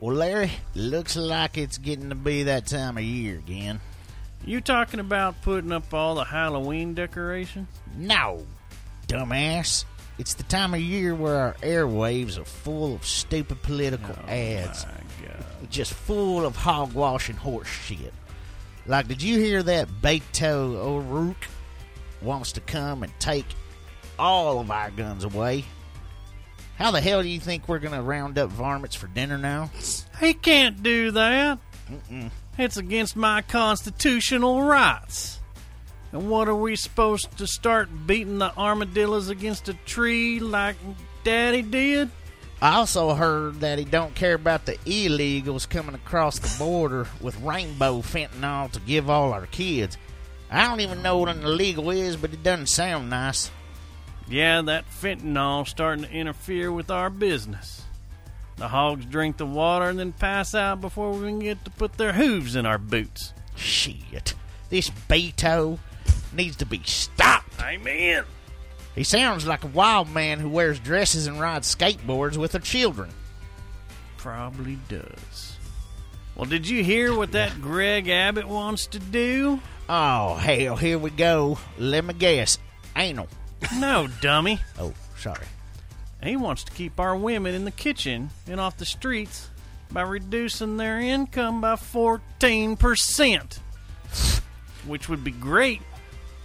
Well, Larry, looks like it's getting to be that time of year again. You talking about putting up all the Halloween decoration? No, dumbass. It's the time of year where our airwaves are full of stupid political ads. My God. Just full of hogwash and horse shit. Like, did you hear that Beto O'Rourke wants to come and take all of our guns away? How the hell do you think we're going to round up varmints for dinner now? He can't do that. It's against my constitutional rights. And what are we supposed to start beating the armadillos against a tree like Daddy did? I also heard that he don't care about the illegals coming across the border with rainbow fentanyl to give all our kids. I don't even know what an illegal is, but it doesn't sound nice. Yeah, that fentanyl starting to interfere with our business. The hogs drink the water and then pass out before we can get to put their hooves in our boots. Shit. This Beto needs to be stopped. Amen. He sounds like a wild man who wears dresses and rides skateboards with her children. Probably does. Well, did you hear what that Greg Abbott wants to do? Oh, hell, here we go. Let me guess. Anal. No, dummy. Oh, sorry. He wants to keep our women in the kitchen and off the streets by reducing their income by 14%. Which would be great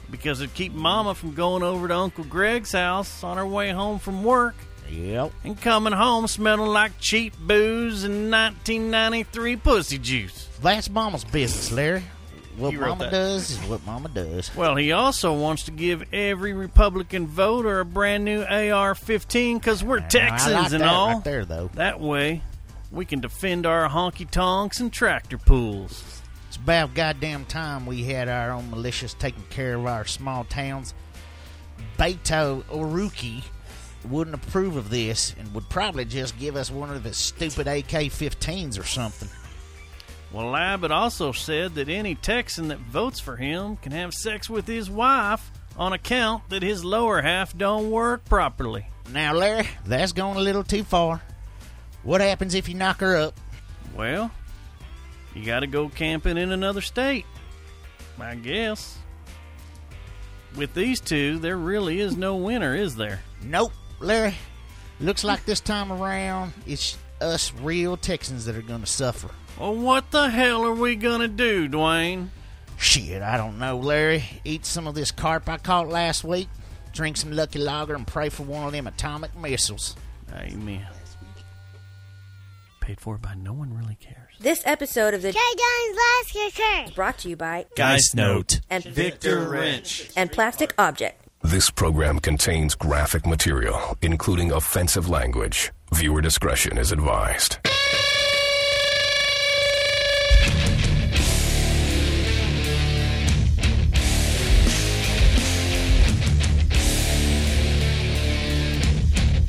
because it'd keep Mama from going over to Uncle Greg's house on her way home from work Yep. and coming home smelling like cheap booze and 1993 pussy juice. That's Mama's business, Larry. What You wrote Mama that. does is what Mama does. Well, he also wants to give every Republican voter a brand new AR 15 because we're Texans Ah, I like and that all. Right there, though. That way, we can defend our honky tonks and tractor pools. It's about goddamn time we had our own militias taking care of our small towns. Beto Oruki wouldn't approve of this and would probably just give us one of his stupid AK 15s or something. Well, Abbott also said that any Texan that votes for him can have sex with his wife on account that his lower half don't work properly. Now, Larry, that's going a little too far. What happens if you knock her up? Well, you gotta go camping in another state, I guess. With these two, there really is no winner, is there? Nope, Larry. Looks like this time around, it's us real Texans that are going to suffer. Well, what the hell are we gonna do, Dwayne? Shit, I don't know, Larry. Eat some of this carp I caught last week, drink some Lucky Lager, and pray for one of them atomic missiles. Amen. Paid for by no one really cares. This episode of the Jay Jones Last Kicker. is brought to you by Geist Note. and Victor Wrench and Plastic Object. This program contains graphic material, including offensive language. Viewer discretion is advised.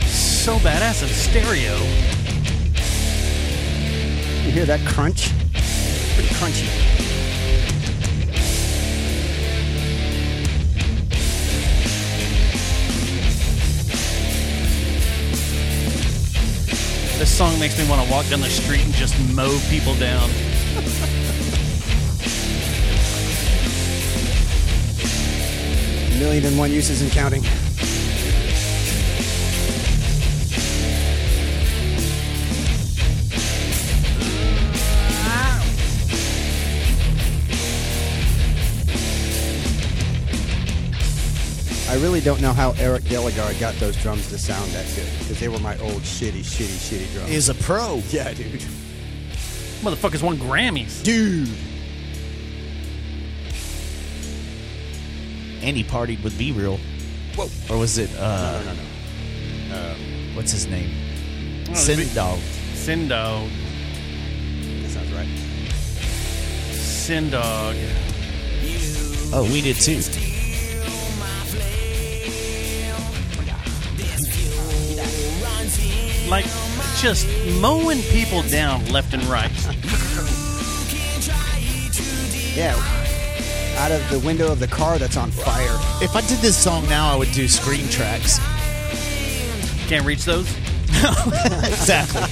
So badass in stereo. You hear that crunch? Pretty crunchy. This song makes me want to walk down the street and just mow people down. Million and one uses and counting. I really don't know how Eric Delagar got those drums to sound that good because they were my old shitty, shitty, shitty drums. Is a pro. yeah, dude. Motherfuckers won Grammys. Dude. And he partied with B Real. Or was it, uh, No, no, no. Um, what's his name? it's Sin B- Dog. Sindog. That sounds right. Sindog. Oh, we did too. Like, just mowing people down left and right. Yeah. Out of the window of the car that's on fire. If I did this song now, I would do screen tracks. Can't reach those. Exactly.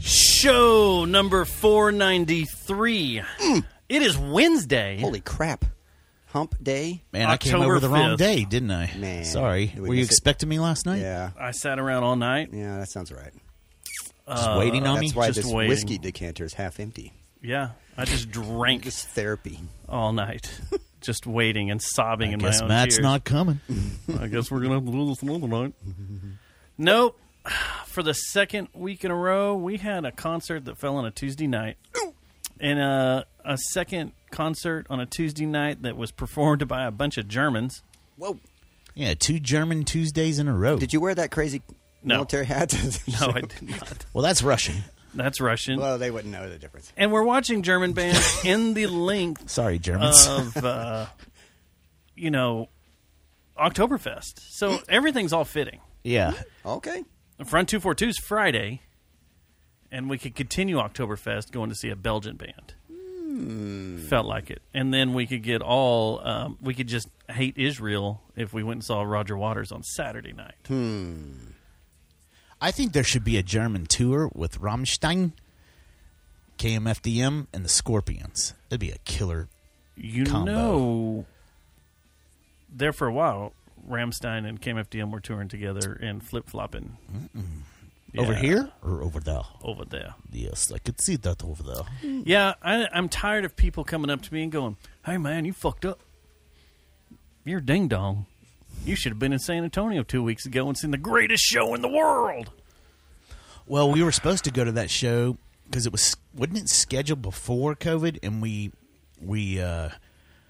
Show number 493. Hmm. It is Wednesday. Holy crap. Hump day? Man, I came October over the wrong 5th. day, didn't I? Man. Sorry. Did we Were you miss it? expecting me last night? Yeah. I sat around all night. Yeah, that sounds right. Just waiting on me? Uh, That's why just this waiting. whiskey decanter is half empty. Yeah. I just drank It's therapy. all night, just waiting and sobbing I in guess my own Matt's tears. not coming. I guess we're gonna have to do this another night. Nope. For the second week in a row, we had a concert that fell on a Tuesday night, and a, a second concert on a Tuesday night that was performed by a bunch of Germans. Whoa. Yeah, two German Tuesdays in a row. Did you wear that crazy No. military hat? No, I did not. Well, that's Russian. That's Russian. Well, they wouldn't know the difference. and we're watching German bands in the length Sorry, Germans. of, uh, you know, Oktoberfest. So everything's all fitting. yeah. Okay. Front 242 is Friday, and we could continue Oktoberfest going to see a Belgian band. Hmm. Felt like it. And then we could get all, um, we could just hate Israel if we went and saw Roger Waters on Saturday night. Hmm. I think there should be a German tour with Rammstein, KMFDM, and the Scorpions. That'd be a killer. You Combo. know, there for a while, Ramstein and KMFDM were touring together and flip flopping. Over here or over there? Over there. Yes, I could see that over there. Yeah, I, I'm tired of people coming up to me and going, "Hey, man, you fucked up. You're a ding dong. You should have been in San Antonio two weeks ago and seen the greatest show in the world." Well, we were supposed to go to that show because it was wasn't it scheduled before COVID, and we we uh,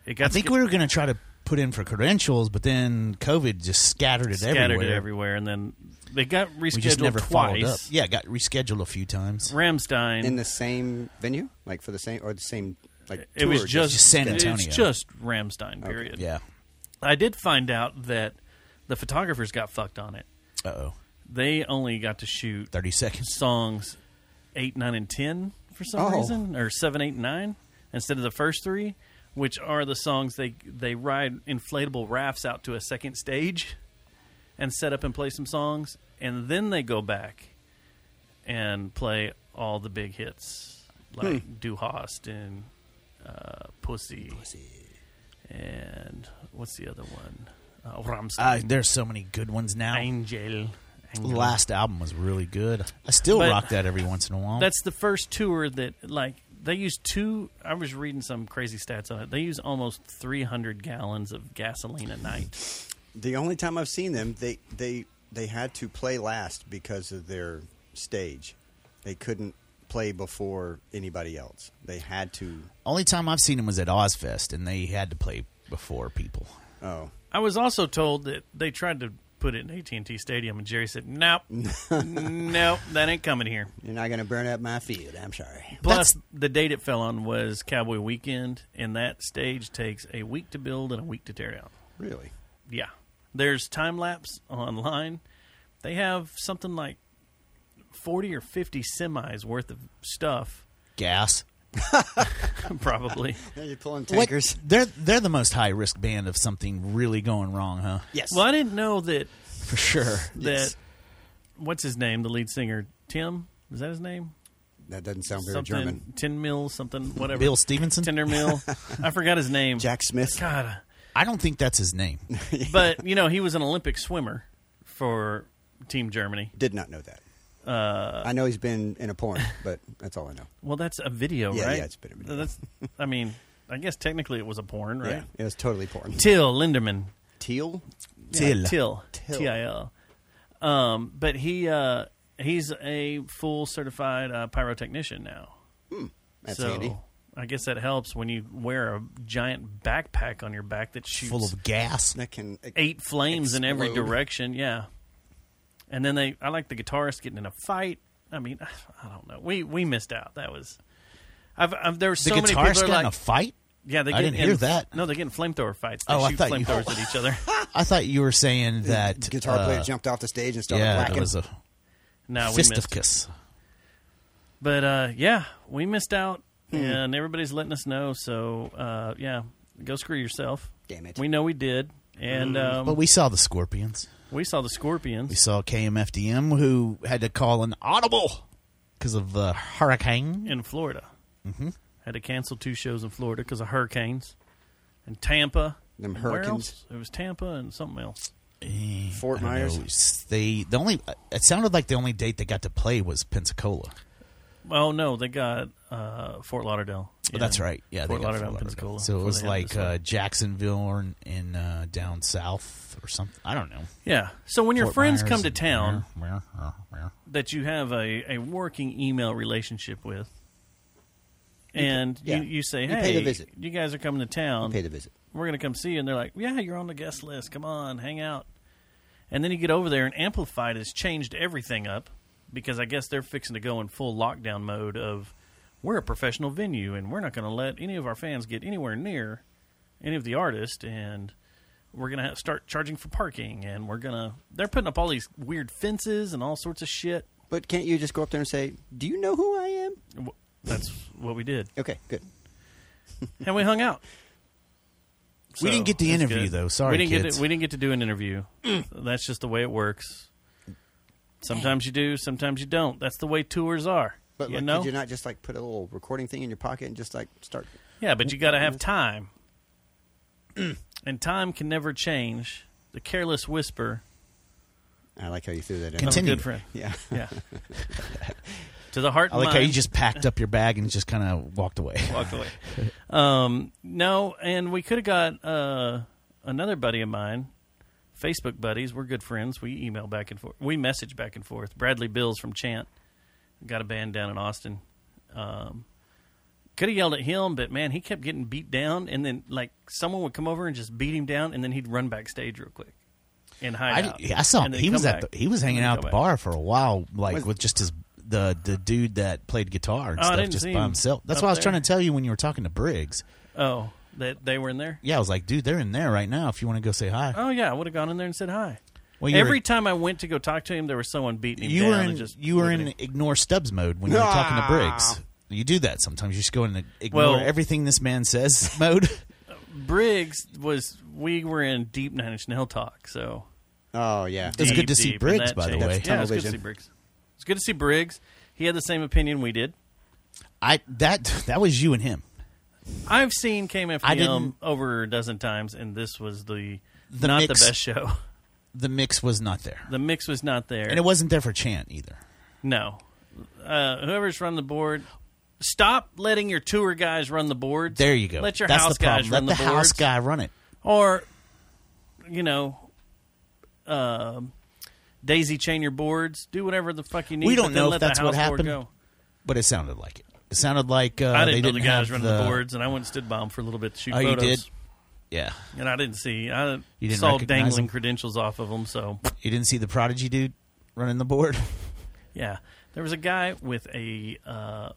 It I got think sca- we were going to try to put in for credentials, but then COVID just scattered it scattered everywhere. it everywhere, and then they got We just rescheduled never followed up. twice. Yeah, it got rescheduled a few times. Ramstein. In the same venue? Like for the same, or the same, like, it was tour, just, just San It's Antonio. just Ramstein. Period. Yeah. I did find out that the photographers got fucked on it. Uh oh. They only got to shoot Thirty seconds. songs eight, nine, and ten for some Oh. reason, or seven, eight, and nine instead of the first three, which are the songs they they ride inflatable rafts out to a second stage and set up and play some songs, and then they go back and play all the big hits like Du Hast and uh, Pussy. And what's the other one? Uh, Uh, Rammstein. there's so many good ones now. Angel. The Angel. last album was really good. I still But- rock that every once in a while. That's the first tour that like they use two. I was reading some crazy stats on it. They use almost 300 gallons of gasoline a night. The only time I've seen them, they they they had to play last because of their stage. They couldn't play before anybody else. They had to. only time I've seen him was at Ozfest, and they had to play before people. Oh, I was also told that they tried to put it in AT&T Stadium, and Jerry said, "Nope, nope, that ain't coming here." you're not going to burn up my field. I'm sorry. Plus, the date it fell on was Cowboy Weekend, and that stage takes a week to build and a week to tear down. Really? Yeah. There's time lapse online. They have something like 40 or 50 semis worth of stuff, Gas. probably. Yeah, you're pulling What- tankers. They're they're the most high risk band of something really going wrong, huh? Yes. well, I didn't know that, For sure. that what's his name, the lead singer, Tim? Is that his name? That doesn't sound very something, German. Tin Mill, something, whatever. Bill Stevenson. Tinder Mill. I forgot his name. Jack Smith. God. I don't think that's his name. But, you know, he was an Olympic swimmer for Team Germany. Did not know that. Uh, I know he's been in a porn, but that's all I know. Well, that's a video, Yeah, right? yeah, it's been a video. That's, I mean, I guess technically it was a porn, right? Yeah, it was totally porn. Till Linderman. Teal? Till. Till. Till. T-I-L. Um, but he uh, he's a full certified uh, pyrotechnician now. Hmm, That's so handy. I guess that helps when you wear a giant backpack on your back that shoots Full of gas. That can uh, ex- eight flames in every explode. direction. Yeah. And then they, I like the guitarist getting in a fight. I mean, I don't know. We we missed out. That was, I've, I've there were The so many people guitarist that got are like, in a fight. yeah, they I get didn't in- hear that. No, they get in flamethrower fights. They Oh, I shoot thought you- flamethrowers at each other. I thought you were saying that guitar uh, player jumped off the stage and started Yeah, whacking. it was a No, Uh, we missed. fisticuffs. But uh, yeah, we missed out, Hmm. and everybody's letting us know. So uh, yeah, go screw yourself. Damn it. We know we did, and um, Hmm. But we, we saw the Scorpions. saw the We Scorpions. saw KMFDM, who had to call an audible because of the hurricane. in Florida. Mm-hmm. Had to cancel two shows in Florida because of hurricanes. And Tampa. Them And where hurricanes. else? It was Tampa and something else. Fort I don't Myers. know, it's- They the only it sounded like the only date they got to play was Pensacola. Oh, no, they got uh, Fort Lauderdale. But Oh, that's and right. Yeah, Fort they got Lauderdale and Fort Pensacola. So it before was they had like this uh, up. Jacksonville and, and uh, down south or something. I don't know. yeah. So when your Fort friends Myers come to and- uh, town Yeah, yeah, yeah. that you have a, a working email relationship with, and you, yeah. you say, You hey, pay the visit. you guys are coming to town. Pay the visit. we're going to come see you. And they're like, yeah, you're on the guest list. Come on, hang out. And then you get over there, and Amplified has changed everything up because I guess they're fixing to go in full lockdown mode of we're a professional venue and we're not going to let any of our fans get anywhere near any of the artists and we're going to start charging for parking and we're going to they're putting up all these weird fences and all sorts of shit. But can't you just go up there and say, "Do you know who I am?" Wh- That's what we did. Okay, good. and we hung out. We didn't get the it's interview, though. Sorry, we didn't get kids. to, we didn't get to do an interview. That's just the way it works. Sometimes you do, sometimes you don't. That's the way tours are. But you like, know, could you not just like put a little recording thing in your pocket and just like start? yeah, but you got to have Mm-hmm. time, and time can never change. The careless whisper I like how you threw that in. of a Continue. good friend. Yeah. Yeah, to the heart. I and like how you mind. just packed up your bag and just kind of walked away. walked away. um, no, and we could have got uh, another buddy of mine, Facebook buddies. We're good friends. We email back and forth. We message back and forth. Bradley Bills from Chant got a band down in Austin. Um, could have yelled at him, but man, he kept getting beat down. And then like someone would come over and just beat him down, and then he'd run backstage real quick and hide I, out. yeah, I saw him. And then He come was at back. the, he was hanging And then out come at the back. bar for a while, like Was- with just his the the dude that played guitar and Oh, I stuff, didn't just see by him himself. That's up what I was there. trying to tell you when you were talking to Briggs. Oh, that they were in there. Yeah, I was like, dude, they're in there right now. If you want to go say hi, Oh yeah, I would have gone in there and said hi. well, you Every were, time I went to go talk to him, there was someone beating him you down. were and in just you were looking at in him. ignore Stubbs mode when you were talking to Briggs. You do that sometimes. You just go in and ignore Well- everything this man says mode. Briggs was we were in deep Nine Inch Nail talk, so Oh yeah. It's deep, good to deep, see and Briggs, that by the changed. way. Yeah, Tunnel it's good to vision. see Briggs. It's good to see Briggs. He had the same opinion we did. I that that was you and him. I've seen KMFDM I didn't- over a dozen times, and this was the, The not mix. the best show. The mix was not there, The mix was not there. and it wasn't there for Chant either. no, uh, whoever's run the board, stop letting your tour guys run the boards. There you go. Let your That's house the problem. guys Let run the, house boards. guy run it. or you know um daisy chain your boards do whatever the fuck you need We but don't then know if let that's the what house board happened. go. but it sounded like it. It sounded like uh, i didn't they know didn't the guys have running the boards and i went and stood by them for a little bit to shoot Oh, you photos did. Yeah, and i didn't see i You didn't saw recognize dangling them? credentials off of them so you didn't see the prodigy dude running the board. yeah there was a guy with a uh,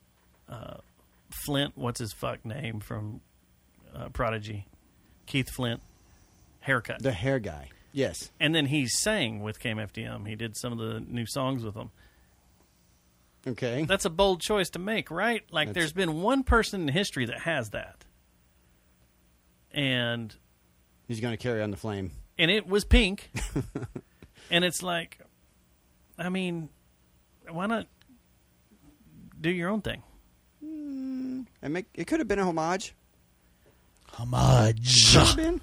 uh, flint what's his fuck name from uh, prodigy keith flint haircut the hair guy. Yes. and then he sang with KMFDM. He did some of the new songs with them. Okay. That's a bold choice to make, right? Like, That's- there's been one person in history that has that, and He's going to carry on the flame. and it was pink, and it's like, I mean, why not do your own thing? And make it could have been a homage. Homage. Could have been.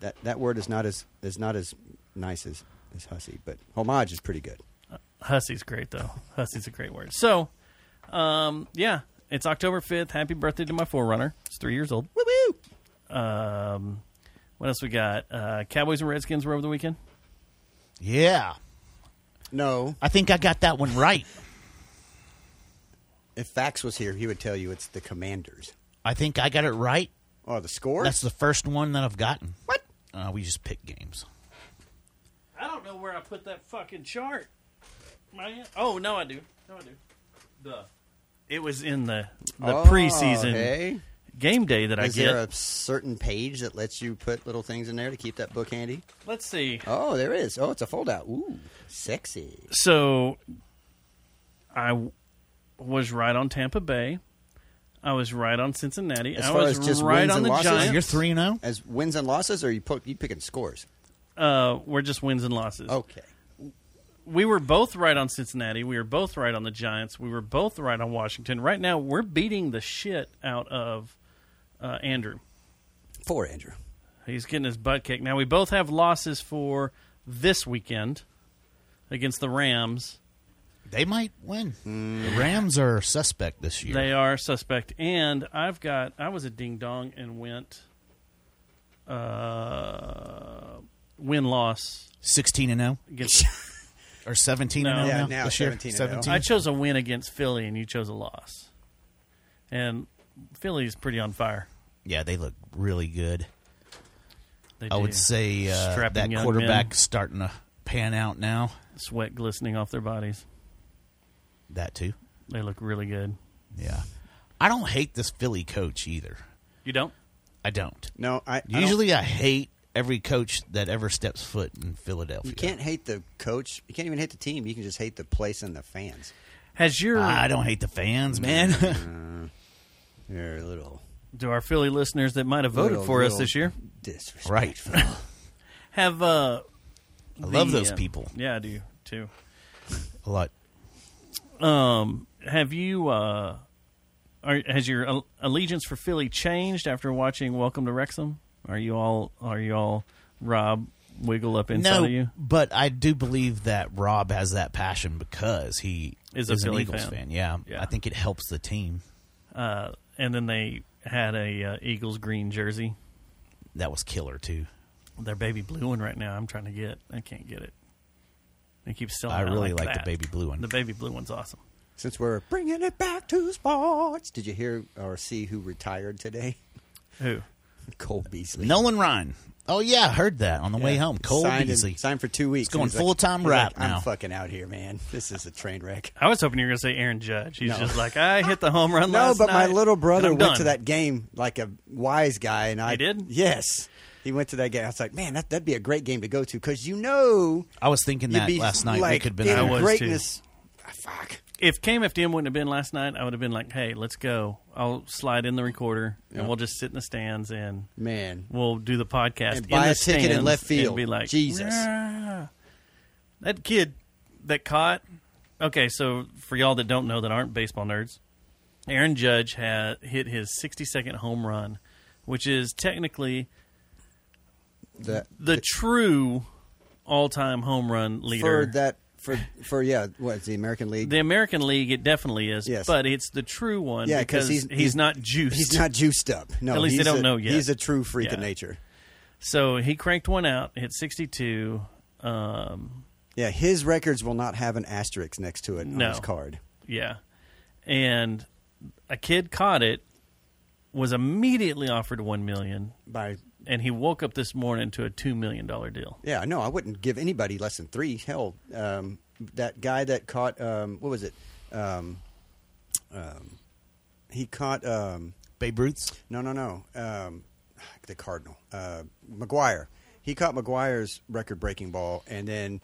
That that word is not as is not as nice as as hussy, but homage is pretty good. Hussy's great though. Hussy's a great word. So, um, yeah, it's October fifth. Happy birthday to my forerunner. It's three years old. Woo woo. Um, what else we got? Uh, Cowboys and Redskins were over the weekend. Yeah, No, I think I got that one right. if Fax was here, he would tell you it's the Commanders. I think I got it right. Oh, the score. That's the first one that I've gotten. What? Uh, we just pick games. I don't know where I put that fucking chart. Man. Oh no, I do. No, I do. The it was in the the Oh, preseason hey. game day that Is I get. there a certain page that lets you put little things in there to keep that book handy? Let's see. Oh, there is. Oh, it's a foldout. Ooh, sexy. So I w- was right on Tampa Bay. I was right on Cincinnati. As I far was as just right wins on and the losses? Giants. You're three and zero. oh? As wins and losses, or you put you picking scores? Oh. uh, we're just wins and losses. Okay. we were both right on Cincinnati. We were both right on the Giants. We were both right on Washington. Right now, we're beating the shit out of uh, Andrew. For Andrew. He's getting his butt kicked. Now we both have losses for this weekend against the Rams. They might win. Mm. The Rams are suspect this year. They are suspect, and I've got. I was a ding dong and went. Uh, win loss Sixteen and zero against. or seventeen No. and zero Yeah, now this year. 17 and oh. 0. I chose a win against Philly, and you chose a loss. And Philly's pretty on fire. yeah, they look really good. They I would do. say uh, Strapping that young quarterback men, starting to pan out now. sweat glistening off their bodies. That too. They look really good. Yeah, I don't hate this Philly coach either. You don't? I don't. No, I I don't- Usually, I, hate every coach that ever steps foot in Philadelphia. you can't hate the coach. You can't even hate the team. You can just hate the place and the fans. Has your I don't hate the fans, man. They're a little do our Philly listeners that might have voted little- for us little this year Disrespectful. right. have? Uh, I love the, those uh, people Yeah, I do too. a lot. Um, have you? Uh, are, has your al- allegiance for Philly changed after watching Welcome to Wrexham? Are you all? Are you all? Rob, wiggle up inside no, of you. but I do believe that Rob has that passion because he Is is, a an Philly Eagles fan. fan. Yeah, Yeah. I think it helps the team. Uh, and then they had a uh, Eagles green jersey. That was killer too. Their baby blue one right now. I'm trying to get. I can't get it. They keep selling. I out really like like the that. baby blue one. The baby blue one's awesome. Since we're bringing it back to sports, did you hear or see who retired today? Who? Cole Beasley. Nolan Ryan. Oh yeah, I heard that on the way home. Cole signed in- Beasley. signed for two weeks. It's going He's like- full-time he's like, rap now. I'm fucking out here, man. This is a train wreck. I was hoping you were going to say Aaron Judge. He's No. just like I hit the home run. No, last but my night, little and brother I'm went done." to that game like a wise guy, and I did? Yes, he went to that game. I was like, man, that, that'd be a great game to go to because you know I was thinking you'd that be last night. we Like, could have been. in there. I was greatness. Ah, fuck. If KMFDM wouldn't have been last night, I would have been like, "Hey, let's go. I'll slide in the recorder, and we'll just sit in the stands and Man, we'll do the podcast And in buy the a ticket in stands left and field. be like Jesus. "Rah." that kid that caught okay so for y'all that don't know that aren't baseball nerds aaron judge had hit his 60 second home run which is technically the, the true all-time home run leader for that for for yeah, what is the American League? the American League, it definitely is, Yes. but it's the true one yeah, because he's, he's, not juiced. He's not juiced up. No, At least they he's don't a- know yet. He's a true freak of Yeah. nature. So he cranked one out, hit 62. Um, Yeah, his records will not have an asterisk next to it No. on his card. yeah. And a kid caught it, was immediately offered 1 million, By and he woke up this morning to a 2 million dollar deal. yeah, no, I wouldn't give anybody less than three. Hell, um, that guy that caught um, what was it? Um, um, he caught um, Babe Ruth's. no, no, no, um, the Cardinal uh, McGuire. He caught McGuire's record-breaking ball, and then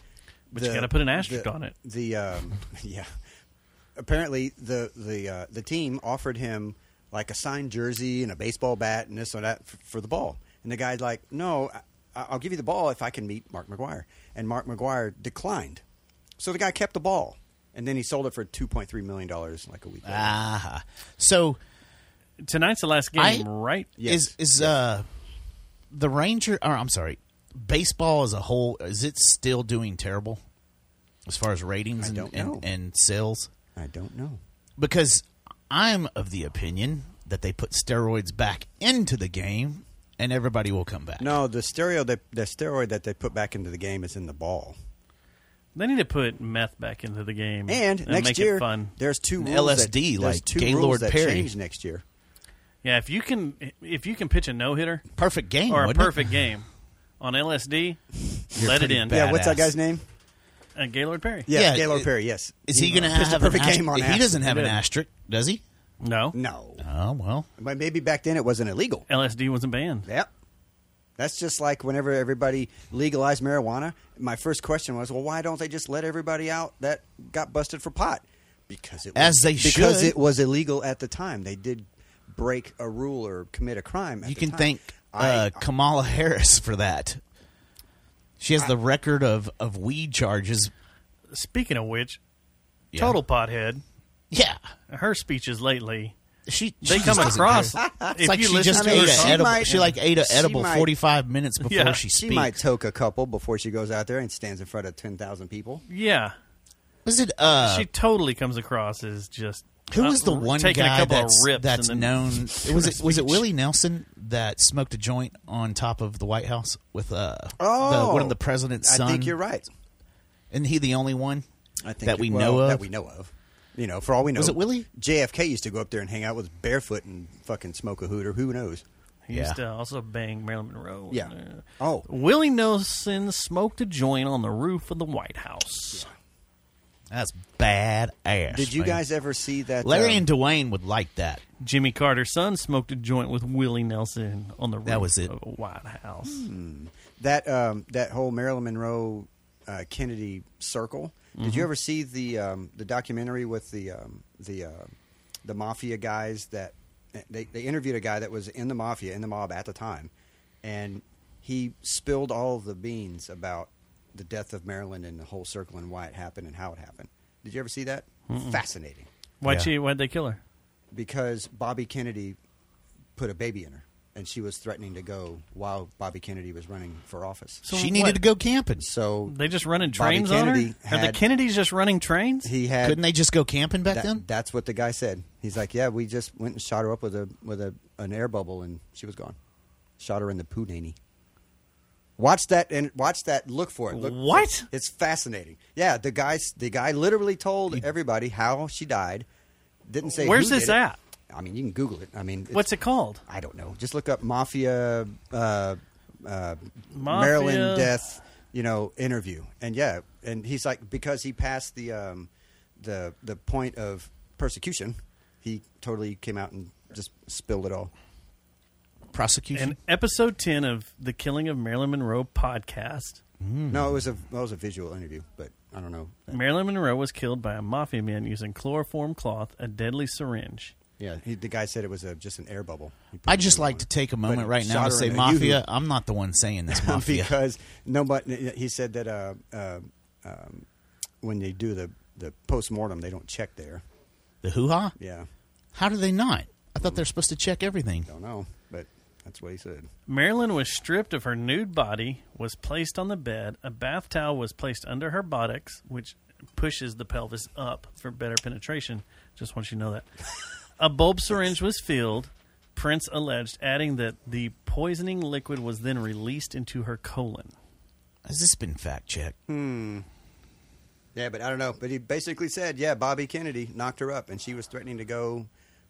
But you gotta put an asterisk the- on it. The um, yeah, apparently the the uh, the team offered him like a signed jersey and a baseball bat and this and that for, for the ball, and the guy's like, "No, I, I'll give you the ball if I can meet Mark McGuire," and Mark McGuire declined, so the guy kept the ball, and then he sold it for two point three million dollars like a week. later. Ah, so Tonight's the last game, I- right? Yes. is is uh the Ranger? Or I'm sorry, baseball as a whole is it still doing terrible as far as ratings I and, don't know. and, and sales? I don't know. because I'm of the opinion that they put steroids back into the game and everybody will come back. No, the stereo that the steroid that they put back into the game is in the ball. They need to put meth back into the game And, make next year, it fun. there's two And rules LSD, that, there's like two Gaylord rules that Perry. change next year. Yeah, if you can, if you can pitch a no hitter Perfect game. or a wouldn't it? perfect game on LSD, let it pretty in. bad. Yeah, what's that Badass. guy's name? And Gaylord Perry. Yes, Yeah, Gaylord it- Perry. Yes. Is he going to pitched have a an perfect asterisk? game on He doesn't have an Yeah. asterisk, does he? No. No, Oh well, but maybe back then it wasn't illegal. LSD wasn't banned. Yep. That's just like whenever everybody legalized marijuana. My first question was, well, why don't they just let everybody out that got busted for pot? Because it was, As they because should. it was illegal at the time. They did break a rule or commit a crime. At you the can time. thank I- uh, Kamala Harris for that. She has the record of of weed charges Speaking of which, Yeah. total pothead. Yeah. Her speeches lately, She, they she come just doesn't across. care. if It's like you she listen just to ate her, an she edible. might- she like ate an she edible might- forty five minutes before Yeah. she She speaks. might toke a couple before she goes out there and stands in front of 10,000 people. yeah, Was it uh? she totally comes across as just who was the uh, one taking a guy couple that's, of rips that's and then known? Was it was it Willie Nelson that smoked a joint on top of the White House with uh the, one of the president's Oh. I son? think you're right. Isn't he the only one? I think that you- we well, know of. That we know of. You know, for all we know, Was it Willie? JFK used to go up there and hang out with barefoot and fucking smoke a hooter. Who knows? He Yeah. used to also bang Marilyn Monroe. Yeah. Uh, Oh. Willie Nelson smoked a joint on the roof of the White House. That's bad ass. Did you guys ever see that? Larry um, and Dwayne would like that. Jimmy Carter's son smoked a joint with Willie Nelson on the roof That was it. of the White House. that um, that whole Marilyn Monroe uh, Kennedy circle. Did you ever see the um, the documentary with the um, the uh, the mafia guys that they, they interviewed a guy that was in the mafia in the mob at the time, and he spilled all the beans about the death of Marilyn and the whole circle and why it happened and how it happened. Did you ever see that? Fascinating, Why'd Yeah. she? Why'd they kill her? because Bobby Kennedy put a baby in her, and she was threatening to go while Bobby Kennedy was running for office. So she what? needed to go camping. So They just running Bobby trains on Kennedy her. Are the had- Kennedys just running trains? he had Couldn't they just go camping back that- then? That's what the guy said. He's like, yeah, we just went and shot her up with a with a an air bubble, and she was gone. Shot her in the punani. Watch that and watch that. Look for it. Look, What? It's fascinating. Yeah, the guys. The guy literally told everybody how she died. Didn't say. who Where's did this it. at? I mean, you can Google it. I mean, it's- What's it called? I don't know. Just look up mafia, uh, uh, Mafia. Maryland death, you know, interview, and yeah, and he's like because he passed the um, the the point of persecution, he totally came out and just spilled it all. Prosecution. In episode ten of the Killing of Marilyn Monroe podcast, Hmm. No, it was a well, it was a visual interview, but I don't know. Marilyn Monroe was killed by a mafia man using chloroform cloth, a deadly syringe. Yeah, he, the guy said it was a, just an air bubble. He put I an just air like bubble to in. take a But moment right shot now to her say in a mafia. yoo-hoo. I'm not the one saying this mafia. because nobody. He said that uh, uh, um, when they do the the post mortem, they don't check there. the hoo ha? Yeah. How do they not? I thought they're supposed to check everything. Don't know, but that's what he said. Marilyn was stripped of her nude body, was placed on the bed. A bath towel was placed under her buttocks, which pushes the pelvis up for better penetration. Just want you to know that. A bulb syringe was filled. Prince alleged, adding that the poisoning liquid was then released into her colon. Has this been fact checked? Yeah, but I don't know. But he basically said, yeah, Bobby Kennedy knocked her up, and she was threatening to go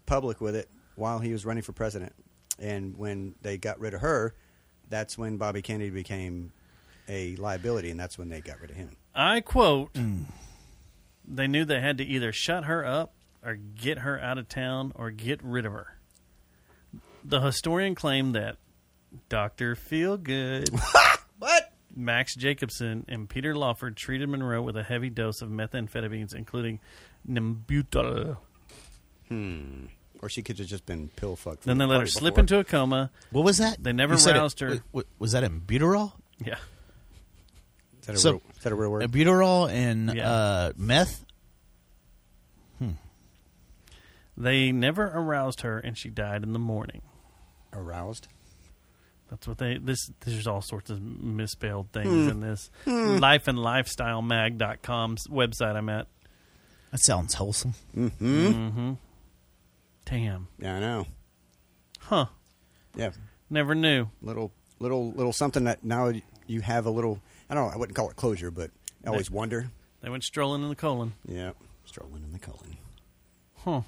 public with it while he was running for president. And when they got rid of her, that's when Bobby Kennedy became a liability, and that's when they got rid of him. I quote Hmm. They knew they had to either shut her up or get her out of town or get rid of her. The historian claimed that Dr. Feelgood, What? Max Jacobson, and Peter Lawford treated Monroe with a heavy dose of methamphetamines, including Hmm, Nimbutal. Or she could have just been pill fucked. from Then they the let her party slip before. into a coma. What was that? They never You said it- roused her. wa- wa- was that ambuterol? Yeah. Is that a, so- real, is that a real word? Ambuterol and Yeah. uh, meth? They never aroused her, and she died in the morning. Aroused. That's what they this there's all sorts of misspelled things in this. Life and lifestylemag.com's website I'm at. That sounds wholesome. Damn. Yeah, I know. Huh. Yeah, Never knew. little, little, little something that now you have a little. I don't know. I wouldn't call it closure, but I always wonder. They went strolling in the colon. Yeah, strolling in the colon. Huh.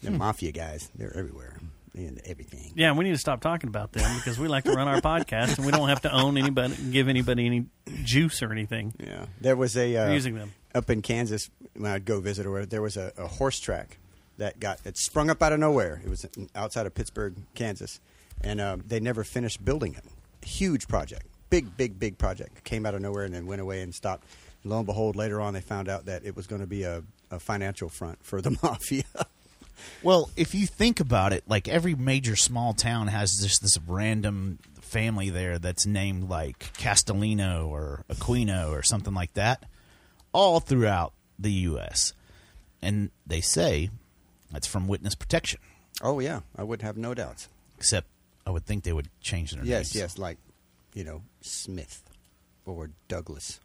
The mafia guys, they're everywhere. They're into everything. Yeah, we need to stop talking about them because we like to run our podcast and we don't have to own anybody give anybody any juice or anything. Yeah. There was a. Uh, They're using them. Up in Kansas, when I'd go visit or whatever, there was a, a horse track that got that sprung up out of nowhere. It was in- outside of Pittsburgh, Kansas. And uh, they never finished building it. Huge project. Big, big, big project. Came out of nowhere and then went away and stopped. Lo and behold, later on, they found out that it was going to be a, a financial front for the mafia. Well, if you think about it, like every major small town has just this random family there that's named like Castellino or Aquino or something like that. all throughout the U.S. And they say that's from witness protection. Oh yeah, I would have no doubts. Except I would think they would change their names. Yes, yes, like you know Smith or Douglas,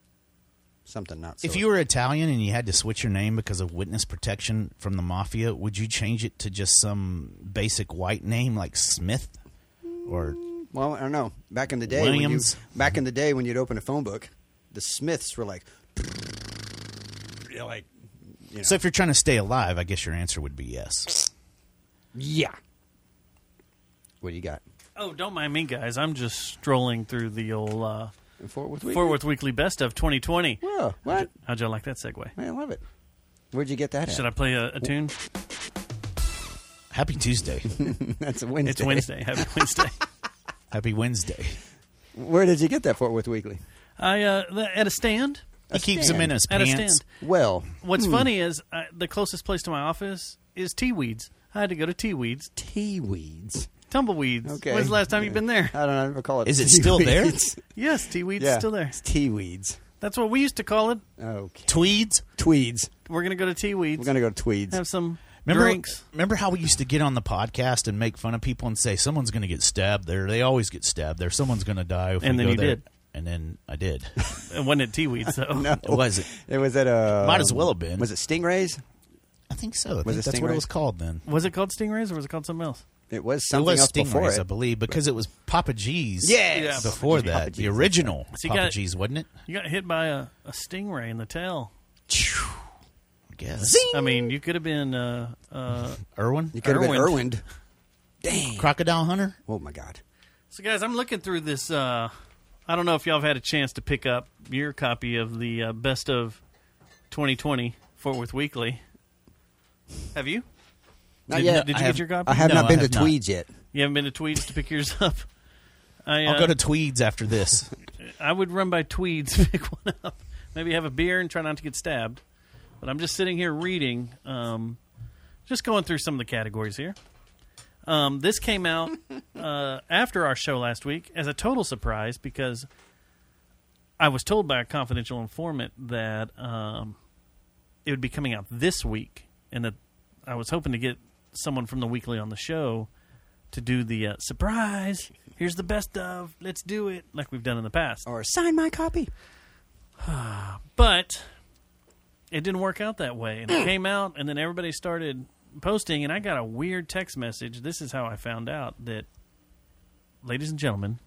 something not. So If you were Italian and you had to switch your name because of witness protection from the mafia, would you change it to just some basic white name like Smith? Or well, I don't know. Back in the day, when you- Williams. back in the day when you'd open a phone book, the Smiths were like, you know, like, you know, so if you're trying to stay alive, I guess your answer would be yes. yeah. What do you got? Oh, don't mind me, guys. I'm just strolling through the old uh, And Fort Fort Worth Weekly Best of 2020. Whoa, what? How'd y'all like that segue? Man, I love it. Where'd you get that Should I at? play a, a tune? Happy Tuesday. That's a Wednesday. It's Wednesday. Happy Wednesday. Happy Wednesday. Where did you get that Fort Worth Weekly? I uh, th- at a stand. He keeps them in his At a pants. stand. Well, What's funny is uh, the closest place to my office is Tea Weeds. I had to go to Tea Weeds. tea weeds. Tumbleweeds. Okay. When's the last time you've been there? I don't know. I never call it. Is it tea still there? weeds. Yes, Tea Weeds yeah, still there. It's tea weeds. That's what we used to call it. Okay. Tweeds. Tweeds. We're gonna go to Tea Weeds. We're gonna go to Tweeds. have some Remember, drinks. remember how we used to get on the podcast and make fun of people and say someone's going to get stabbed there. They always get stabbed there. Someone's going to die. If And then we go you there." did. And then I did. It wasn't at Tea Weeds though. It was it? It was at a. Might as well have been. Was it Stingrays? I think so. I Was think it that's what Stingrays? it was called then. Was it called Stingrays or was it called something else? It was It something was else before Stingrays, it. I believe, because it was Papa G's. Yes. Yeah, Before Papa G's, that, Papa the G's, original So you Papa got- G's, wasn't it? You got hit by a, a stingray in the tail. I guess. I mean, you could have been uh, uh, Irwin, You could have been Irwined. Irwined. Crocodile Hunter. Oh my God. So, guys, I'm looking through this. Uh, I don't know if y'all have had a chance to pick up your copy of the uh, Best of 2020 Fort Worth Weekly. Have you? Not Did- yet. did you I get have- your copy? I have No, not I been have to not. Tweeds yet. You haven't been to Tweeds to pick yours up. I, uh, I'll go to Tweeds after this. I would run by Tweeds, pick one up, maybe have a beer and try not to get stabbed. But I'm just sitting here reading, um, just going through some of the categories here. Um, this came out uh, after our show last week as a total surprise because I was told by a confidential informant that um, it would be coming out this week, and that I was hoping to get someone from the weekly on the show to do the uh, surprise. Here's the best of. Let's do it like we've done in the past. Or sign my copy. But it didn't work out that way. And it came out, and then everybody started posting, and I got a weird text message. This is how I found out that, ladies and gentlemen,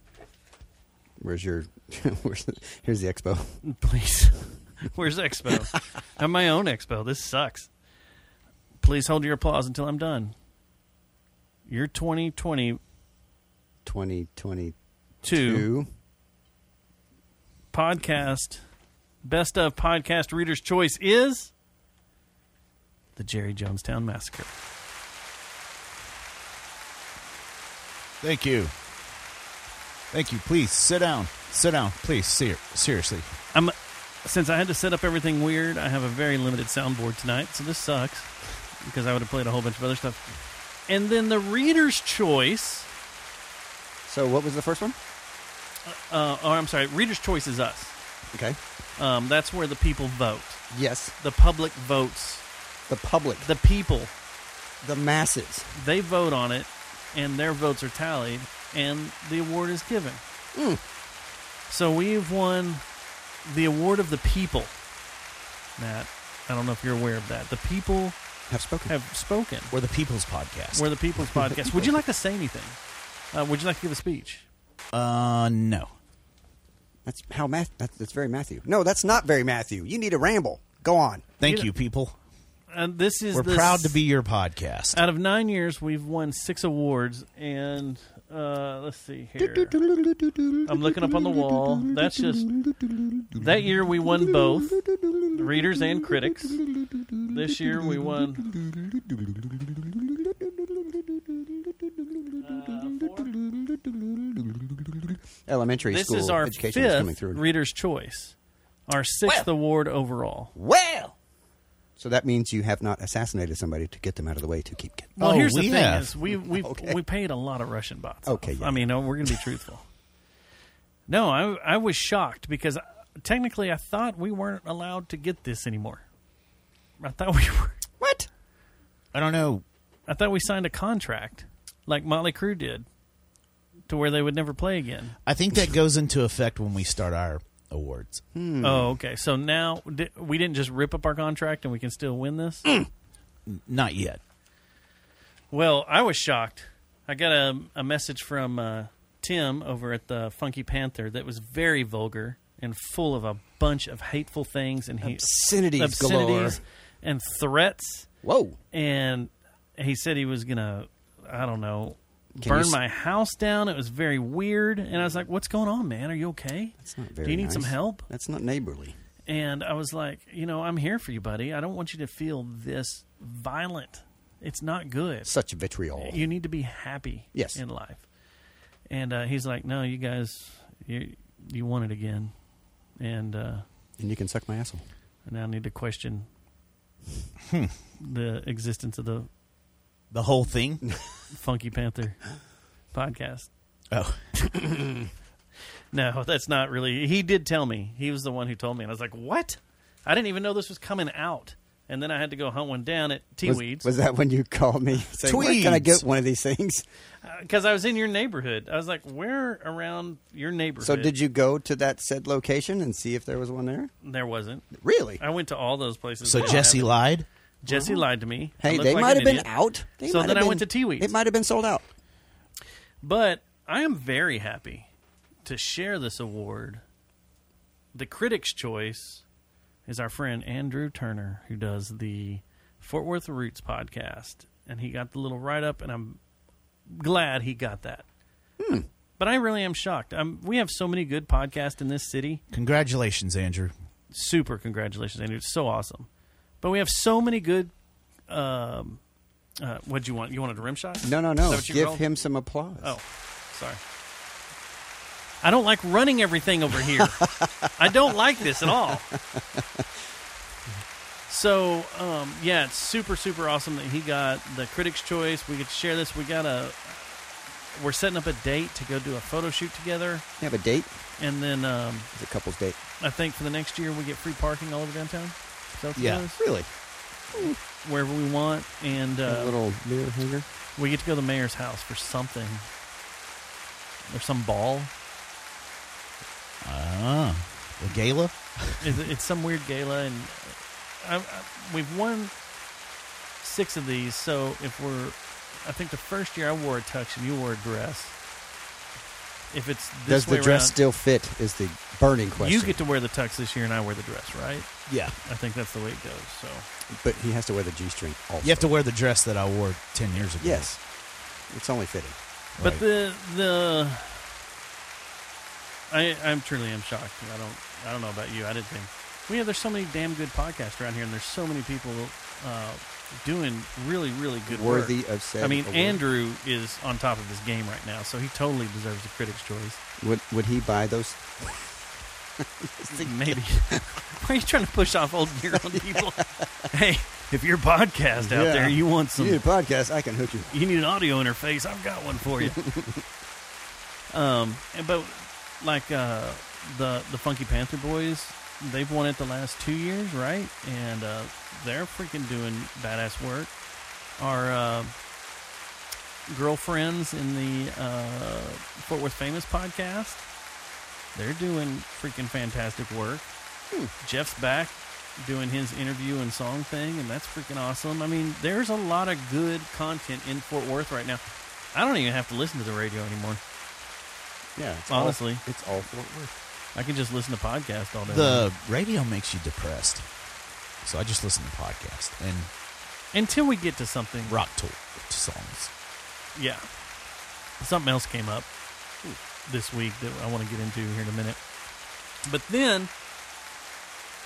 Where's your? where's the, here's the expo. please, where's Expo? I'm my own Expo. This sucks. Please hold your applause until I'm done. Your 2022 Twenty twenty two. podcast, best of podcast reader's choice is the Jerry Jonestown Massacre. Thank you. Thank you. Please sit down. Sit down. Please. Ser- seriously. I'm since I had to set up everything weird, I have a very limited soundboard tonight, so this sucks because I would have played a whole bunch of other stuff. And then the reader's choice, So what was the first one? uh, or I'm sorry, reader's choice is us. Okay. Um, that's where the people vote. Yes. The public votes. The public. The people the masses. they vote on it, and their votes are tallied, and the award is given. Hmm. So we've won the award of the people. Matt, I don't know if you're aware of that. The people Have spoken. have spoken. We're the People's Podcast. We're the People's Podcast. Would you like to say anything? Uh, would you like to give a speech? uh, no. That's how math. That's, that's very Matthew. No, that's not very Matthew. You need a ramble. Go on. You Thank know- you, people. And this Uh, is We're the proud s- to be your podcast. Out of nine years, we've won six awards, and uh, let's see here. I'm looking up on the wall. That's just that year we won both readers and critics. This year we won. Uh, four. Elementary This school is our education fifth is coming through. reader's choice, our sixth award overall. well. So that means you have not assassinated somebody to get them out of the way to keep get. Well, Oh, here's we the thing: have. is we we Okay. we paid a lot of Russian bots. Okay, off. yeah. I mean, uh, we're going to be truthful. No, I I was shocked because technically, I thought we weren't allowed to get this anymore. I thought we were. What? I don't know. I thought we signed a contract, like Motley Crue did, to where they would never play again. I think that goes into effect when we start our awards. Oh, okay. So now di- we didn't just rip up our contract and we can still win this? Not yet. Well, I was shocked. I got a, a message from uh, Tim over at the Funky Panther that was very vulgar and full of a bunch of hateful things and he, Obscenities galore. and threats. Whoa. And he said he was gonna, I don't know, Can you burn s- my house down. It was very weird, and I was like, "What's going on, man? Are you okay? That's not very Do you need some nice. help?" That's not neighborly. And I was like, "You know, I'm here for you, buddy. I don't want you to feel this violent. It's not good." Such vitriol. you need to be happy Yes. in life and uh, he's like no you guys you you want it again and uh and you can suck my asshole. I now need to question Hmm. the existence of the The whole thing. funky panther podcast Oh, no that's not really he did tell me he was the one who told me and i was like what i didn't even know this was coming out and then i had to go hunt one down at tea Was, weeds was that when you called me saying, "Where can I Tweeds. get one of these things?" because Uh, i was in your neighborhood i was like where around your neighborhood So did you go to that said location and see if there was one there? there wasn't Really? i went to all those places so that Jesse happened. lied. Jesse lied to me. I Hey, looked they like might an have been idiot. out. They So might then have I went been- to Tea Weeds. It might have been sold out. But I am very happy to share this award. The Critics' Choice is our friend Andrew Turner, who does the Fort Worth Roots podcast, and he got the little write up, and I'm glad he got that. Hmm. But I really am shocked. Um we have so many good podcasts in this city. Congratulations, Andrew. super congratulations, Andrew. It's so awesome. But we have so many good. Um, uh, what do you want? You wanted a rim shot? No, no, Is that no. what you Give rolled? him some applause. Oh, sorry. I don't like running everything over here. I don't like this at all. So um, yeah, it's super super awesome that he got the Critics' Choice. We get to share this. We got a. We're setting up a date to go do a photo shoot together, You have a date? and then um, It's a couple's date. I think for the next year we get free parking all over downtown. So Yeah. Really? wherever we want, and uh, a little beer hanger. we get to go to the mayor's house for something. There's some ball. Ah, the gala. It's, it's some weird gala, and uh, I, I, we've won six of these. So if we're, I think the first year I wore a tux and you wore a dress. If it's this Does way the dress around, still fit? Is the burning question. you get to wear the tux this year, and I wear the dress, right? Yeah. I think that's the way it goes. So but he has to wear the g-string. Also. You have to wear the dress that I wore 10 years ago. Yes, it's only fitting. But Right. the the I I'm truly am shocked. I don't I don't know about you. I didn't think we have there's so many damn good podcasts around here, and there's so many people uh, doing really really good work. Worthy of said. I mean, award. Andrew is on top of his game right now, so he totally deserves a Critics' Choice. would would he buy those? Maybe. Why are you trying to push off old gear on people? Hey, if your podcast out Yeah. there, you want You some need a podcast? I can hook you. you need an audio interface, I've got one for you. um, and- but like uh, the the Funky Panther Boys, they've won it the last two years, right? And uh, they're freaking doing badass work. Our uh, girlfriends in the uh, Fort Worth Famous podcast, they're doing freaking fantastic work. Jeff's back doing his interview and song thing, and that's freaking awesome. I mean, there's a lot of good content in Fort Worth right now. I don't even have to listen to the radio anymore. Yeah, it's Honestly. all, it's all Fort Worth. I can just listen to podcasts all day. long. The radio makes you depressed. So I just listen to podcasts and Until we get to something. rock to, to songs. Yeah. Something else came up this week that I want to get into here in a minute. But then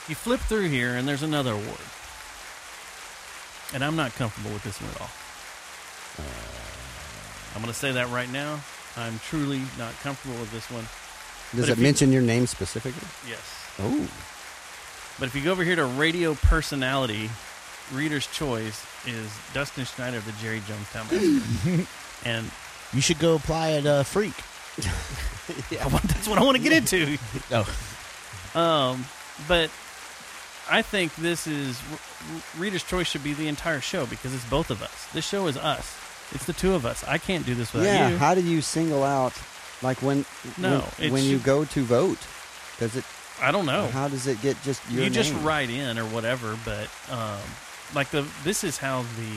you flip through here and there's another award. And I'm not comfortable with this one at all. I'm going to say that right now. I'm truly not comfortable with this one. Does if it you- mention your name specifically? Yes. Oh, But if you go over here to radio personality, Reader's Choice is Dustin Schneider of the Jerry Jonestown Massacre. and You should go apply at uh, Freak. I want- that's what I want to get into. Oh, Um, but I think this is R- R- Reader's Choice should be the entire show because it's both of us. This show is us. It's the two of us. I can't do this without yeah. you. How do you single out, like when No, when, it when you should- go to vote? Does it? I don't know. How does it get just your Oh. you just name? write in or whatever, but um, like the this is how the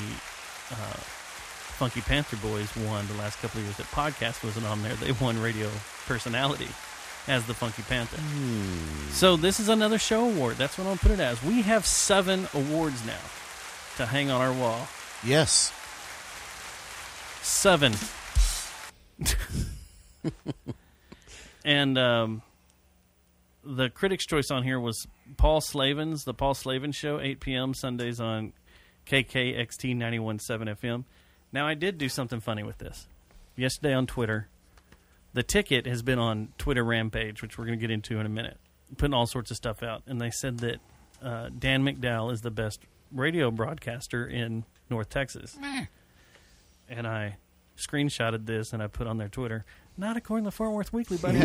uh, Funky Panther Boys won the last couple of years. That podcast wasn't on there. They won radio personality as the Funky Panther. Hmm. So this is another show award. That's what I'll put it as. We have seven awards now to hang on our wall. Yes. Seven. and um, the critic's choice on here was Paul Slavin's The Paul Slavin Show, 8 p.m. Sundays on KKXT 91.7 FM. Now, I did do something funny with this. Yesterday on Twitter, the ticket has been on Twitter Rampage, which we're going to get into in a minute, putting all sorts of stuff out. And they said that uh, Dan McDowell is the best radio broadcaster in North Texas. And I screenshotted this and I put on their Twitter, not according to Fort Worth Weekly, buddy. I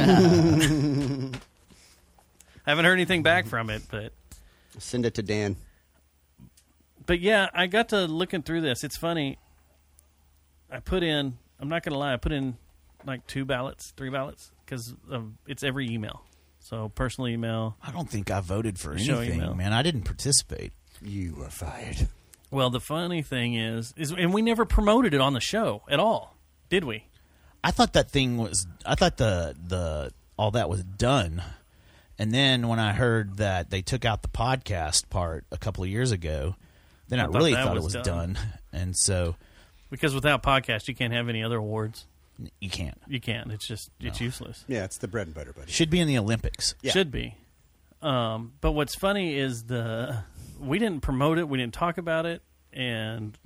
haven't heard anything back from it, but Send it to Dan. but yeah, I got to looking through this. It's funny. I put in. I'm not gonna lie. I put in like two ballots, three ballots, because it's every email. So personal email. I don't think I voted for Show anything, email. man. I didn't participate. You are fired. Well, the funny thing is, is and we never promoted it on the show at all, did we? I thought that thing was. I thought the the all that was done, and then when I heard that they took out the podcast part a couple of years ago, then I, thought really that thought it was was done. done. And so Because without podcast, you can't have any other awards. n- you can't. You can't. It's just it's useless. Yeah, it's the bread and butter, buddy. Should be in the Olympics. Yeah. Should be. Um, but what's funny is the we didn't promote it, we didn't talk about it, and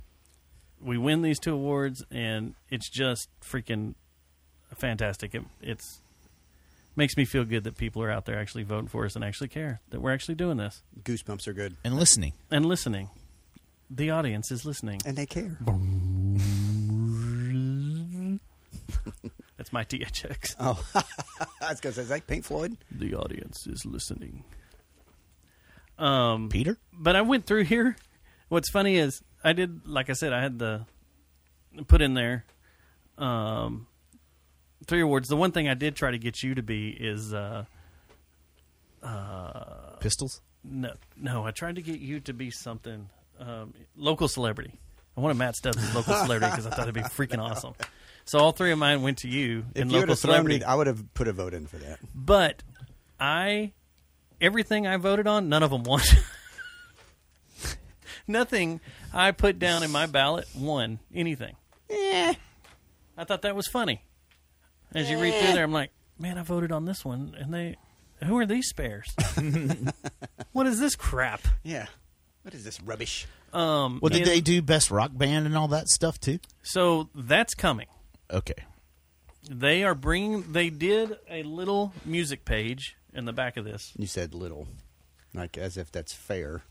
we win these two awards, and it's just freaking fantastic. It, it's makes me feel good that people are out there actually voting for us and actually care that we're actually doing this Goosebumps are good, And listening. and listening. The audience is listening. and they care. That's my THX. I was gonna say, it's like Pink Floyd. The audience is listening. Um, Peter. but I went through here. What's funny is I did, like I said, I had the put in there um, three awards. The one thing I did try to get you to be is uh, Pistols. no, no. I tried to get you to be something um, local celebrity. I wanted Matt Stubbs as local celebrity because I thought it'd be freaking awesome. So all three of mine went to you in you local would've thrown celebrity. me, I would have put a vote in for that. but I everything I voted on, none of them won. Nothing I put down in my ballot won anything. I thought that was funny. As you read through there, I'm like, man, I voted on this one, and they, who are these spares? what is this crap? Yeah. What is this rubbish? Um, Well, did and- they do best rock band and all that stuff too? So that's coming. Okay. They are bringing. They did a little music page in the back of this. You said little, like as if that's fair.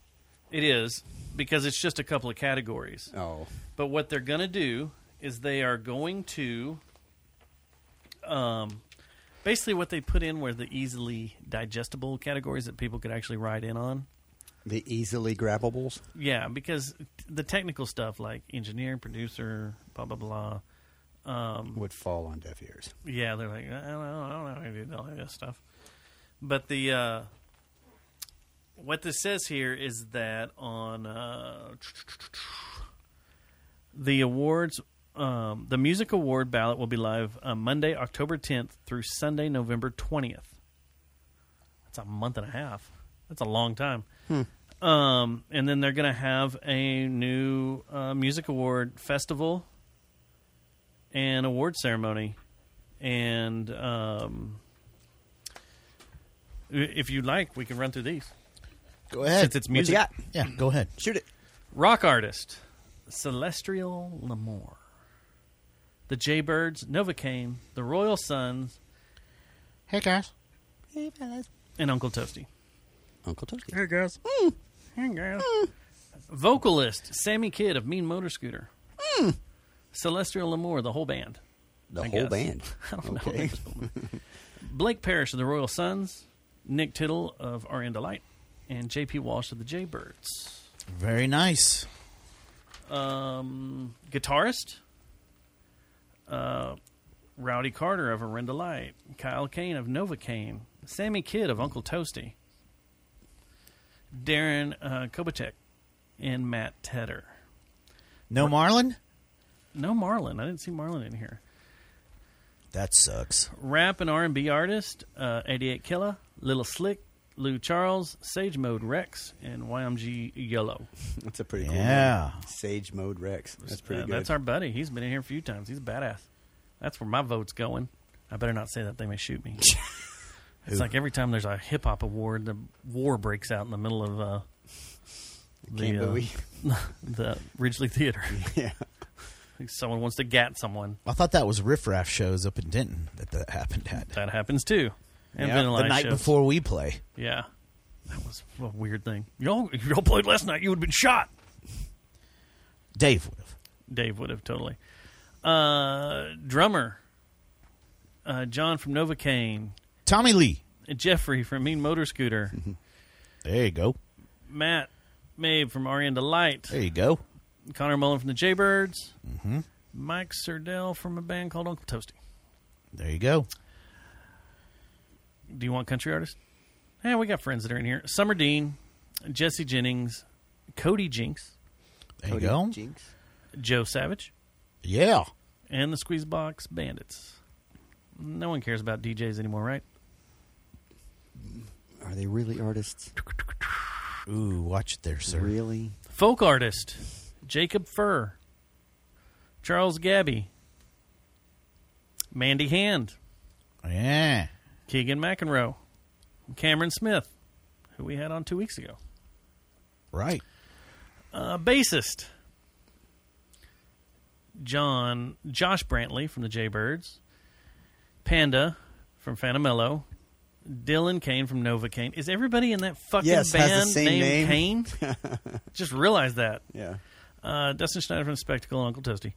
It is because it's just a couple of categories. Oh, But what they're going to do is they are going to, um, basically what they put in were the easily digestible categories that people could actually write in on. the easily grabbables. Yeah, because the technical stuff like engineer, producer, blah blah blah. would fall on deaf ears. Yeah, they're like, I don't know, I don't know how you did all that stuff. But the uh, what this says here is that on uh, the awards, um, the music award ballot will be live uh, Monday, October 10th through Sunday, November 20th. That's a month and a half. That's a long time. Hmm. Um, and then they're going to have a new uh, music award festival and award ceremony and um, i- if you like, we can run through these. Go ahead. Since it's music. got? Yeah. Go ahead. Shoot it. Rock artist, Celestial Lamore, the Jaybirds, Novocaine, the Royal Sons, Hey guys. and Uncle Toasty. Uncle Toasty. Hey guys. Hey guys. Vocalist, Sammy Kidd of Mean Motor Scooter. Celestial Lamore, the whole band. The I whole guess. band. I don't know. okay. Blake Parrish of the Royal Sons, Nick Tittle of Orion Delight, and J.P. Walsh of the Jaybirds. Very nice. Um, guitarist, uh, Rowdy Carter of Arenda Light, Kyle Kane of Nova Kane, Sammy Kidd of Uncle Toasty, Darren uh, Kobachek, and Matt Tedder. No Marlin? No Marlon. I didn't see Marlon in here. That sucks. Rap and R&B artist, uh, 88 Killa, Little Slick, Lou Charles, Sage Mode Rex, and YMG Yellow. That's a pretty Yeah. cool name. Sage Mode Rex. That's pretty Uh, good. That's our buddy. He's been in here a few times. He's a badass. That's where my vote's going. I better not say that. They may shoot me. it's like every time there's a hip hop award, the war breaks out in the middle of uh, the, uh, Kambuie. the Ridgely Theater. yeah. Someone wants to gat someone. I thought that was riff raff shows up in Denton that that happened at. That happens too. And Yeah, Vanilla the Ice night shows. before we play. Yeah. That was a weird thing. Y'all, if y'all played last night, you would have been shot. Dave would have. Dave would have totally. Uh, drummer, uh, John from Novocaine, Tommy Lee. Jeffrey from Mean Motor Scooter, There you go. Matt Mabe from Arian Delight, There you go. Connor Mullen from the Jaybirds, Mike Serdell from a band called Uncle Toasty. There you go. Do you want country artists? Yeah, we got friends that are in here. Summer Dean, Jesse Jennings, Cody Jinks, There you go. Jinx. Joe Savage, Yeah. and the Squeezebox Bandits. No one cares about DJs anymore, right? Are they really artists? Ooh, watch it there, sir. Really? Folk artist Jacob Furr, Charles Gabby, Mandy Hand, Yeah. Keegan McEnroe, Cameron Smith, who we had on two weeks ago. Right. Uh, bassist John Josh Brantley from the Jaybirds, Panda from Fanamello, Dylan Kane from Nova Kane. Is everybody in that fucking Yes, has band the same named Kane? Just realize that. Yeah. Uh, Dustin Schneider from Spectacle and Uncle Toasty.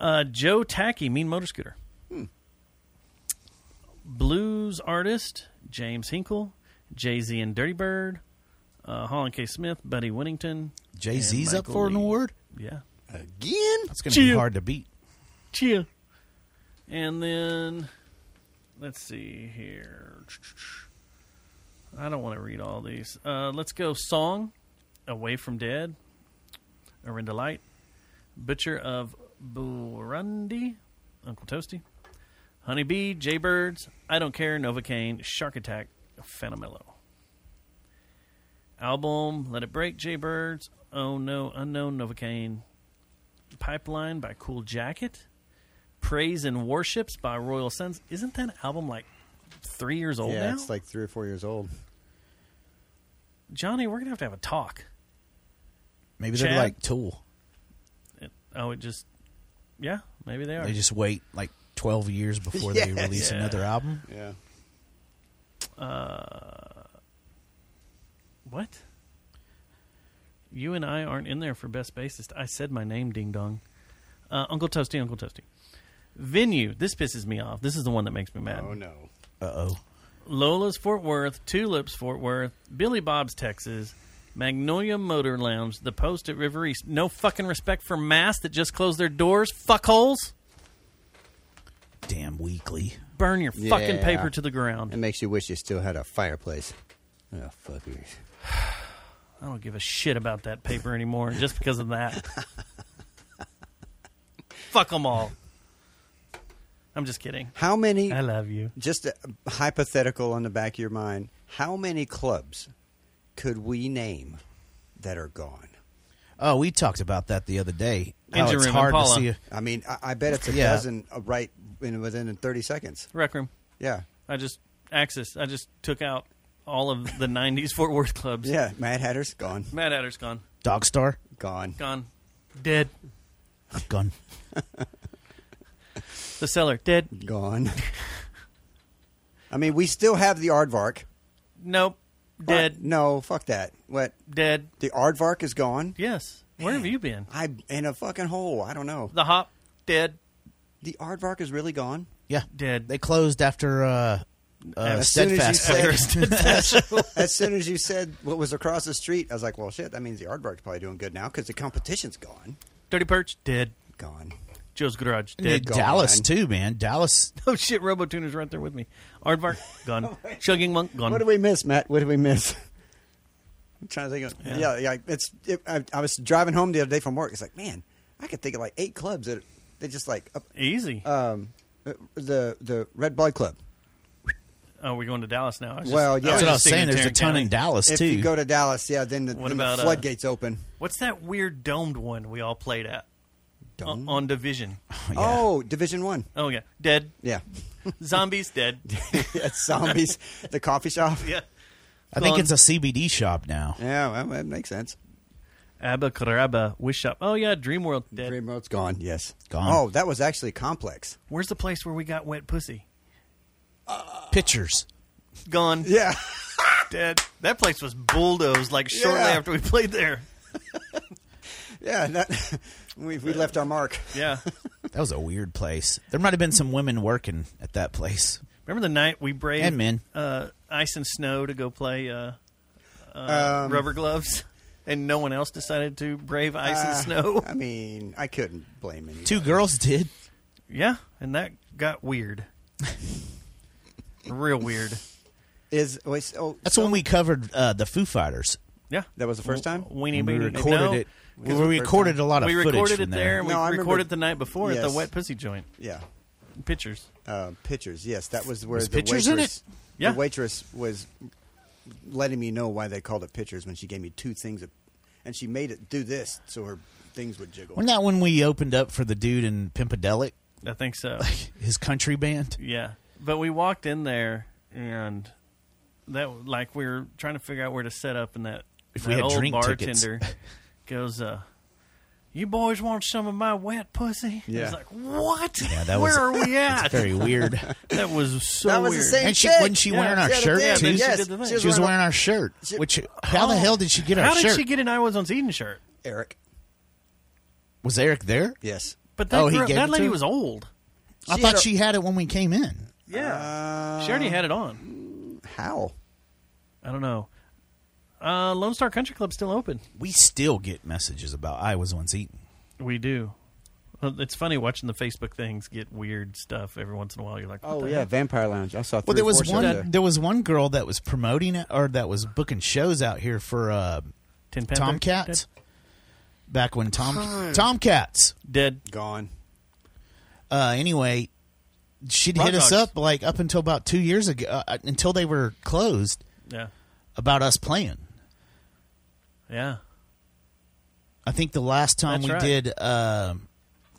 Uh, Joe Tacky, Mean Motor Scooter. Hmm. Blues artist James Hinkle, Jay Z and Dirty Bird, uh, Holland K. Smith, Buddy Winnington. Jay Z's and up Michael for an Lee. award. Yeah. Again? That's going to be Cheer. hard to beat. Cheer. And then, let's see here. I don't want to read all these. Uh, let's go Song, Away from Dead, Arinda Light, Butcher of Burundi, Uncle Toasty, Honeybee, Jaybirds, I Don't Care, Novocaine, Shark Attack, Fanamello. Album, Let It Break, Jaybirds, Oh No, Unknown, Novocaine, Pipeline by Cool Jacket, Praise and Worships by Royal Sons. Isn't that album like three years old yeah, now? it's like three or four years old. Johnny, we're gonna have to have a talk. Maybe they're Chad? like Tool. It, oh, it just, yeah, maybe they are. They just wait like 12 years before they Yes. release Yeah. another album. Yeah. what? You and I aren't in there for best bassist. I said my name, ding dong. Uh, Uncle Toasty, Uncle Toasty. Venue. This pisses me off. This is the one that makes me mad. Oh, no. Uh oh. Lola's Fort Worth, Tulips Fort Worth, Billy Bob's Texas, Magnolia Motor Lounge, The Post at River East. No fucking respect for Mass that just closed their doors. Fuckholes. Damn weekly. Burn your fucking Yeah. paper to the ground. It makes you wish you still had a fireplace. Oh, fuckers. I don't give a shit about that paper anymore just because of that. Fuck them all. I'm just kidding. How many, I love you. just a hypothetical on the back of your mind, how many clubs could we name that are gone? Oh, we talked about that the other day. How Engine it's room, hard to Impala. see. a- I mean, I, I bet it's a Yeah. dozen uh, right in, within 30 seconds. Rec room. Yeah. I just, Axis, I just took out all of the 90s Fort Worth clubs. Yeah. Mad Hatter's gone. Mad Hatter's gone. Dog Star? Gone. Gone. Dead. Gun. The cellar. Dead. Gone. I mean, we still have the Aardvark. Nope. Fuck- Dead. No, fuck that. What? Dead. The aardvark is gone. Yes. Where have you been? I'm in a fucking hole. I don't know. The hop. Dead. The aardvark is really gone. Yeah. Dead. They closed after uh, uh, As soon as you steadfast players. said, as soon as you said what was across the street, I was like, "Well, shit, that means the Aardvark's probably doing good now because the competition's gone, Dirty Perch dead. gone." Joe's Garage Yeah, dead. gone. Dallas too, man. Dallas. Oh shit, RoboTuner's right there with me. Aardvark gone. Shugging Monk gone. What did we miss, Matt? What did we miss? I'm trying to think. Of, yeah. yeah, It's. It, I, I was driving home the other day from work. It's like, man, I could think of like eight clubs that they just like up, Easy. um, uh, the the Red Blood Club. oh, we're going to Dallas now. I was Well, just- yeah. That's what I was just saying. thinking There's a Tarrant ton in County. Dallas If too. you go to Dallas, yeah, then the, What then about, the uh, floodgates open. What's that weird domed one we all played at Dome? O- on Division? yeah. Oh, Division One. Oh yeah, dead. Yeah, Zombies dead. Yeah, zombies. the coffee shop. Yeah. I think Gone. it's a CBD shop now. Yeah, well, that makes sense. Abacaraba Wish Shop. Oh yeah, Dream World dead. Dreamworld's gone. Yes, Gone. Oh, that was actually complex. Where's the place where we got wet pussy? Pictures. Gone. Yeah, Dead. That place was bulldozed like shortly Yeah. after we played there. yeah. That, we we left our mark. Yeah. That was a weird place. There might have been some women working at that place. Remember the night we braved And men. Uh, ice and snow to go play uh, Um, uh, rubber gloves, and no one else decided to brave ice and Uh, snow. I mean, I couldn't blame anyone. Two girls did. Yeah, and that got weird, real weird. Is wait, so- oh, That's when we covered uh, the Foo Fighters. Yeah, That was the first time? Weenie And we Beanie- recorded no, it. We Because we- recorded a lot of We footage recorded from it there. and We No, I remember- recorded the night before at Yes. the wet pussy joint. yeah. Pictures. Uh, pictures. Yes, that was where There's the pictures waitress. in it? Yeah. The waitress was letting me know why they called it pictures when she gave me two things, of, and she made it do this so her things would jiggle. Wasn't that when we opened up for the dude in Pimpadelic, I think so. his country band? yeah, but we walked in there and. That like we were trying to figure out where to set up, and that If that we had old drink tickets. bartender goes, uh, "You boys want some of my wet pussy?" I Yeah. was like, "What? Yeah, that where was- are we at?" Very weird. that was so That was the weird. same- and she Shit. wasn't she Yeah, wearing our she had a shirt thing. too? Yeah, Yes. she did the thing. She was wearing our shirt. She- Which how the Oh. hell did she get our How shirt? did she get an I was on Eden shirt? Eric. was Eric there? Yes. But that, Oh, he girl- gave it that to lady her? was old. I She thought had a- she had it when we came in. Yeah, Uh, she already had it on. How? I don't know. Uh, Lone Star Country Club's still open. We still get messages about I was once eaten. We do. Well, It's funny watching the Facebook things get weird stuff every once in a while. You're like, Oh, what the heck? Oh, Vampire Lounge. I saw. Well, there was one. There was one girl that was promoting it, or that was booking shows out here for uh, Tin Panther? Tomcats. Back when Tom Tomcats. dead. dead. Gone. Uh, anyway, she'd Rock hit us Dogs. up like up until about two years ago, uh, until they were closed Yeah, about us playing. yeah. I think the last time That's we right. did, um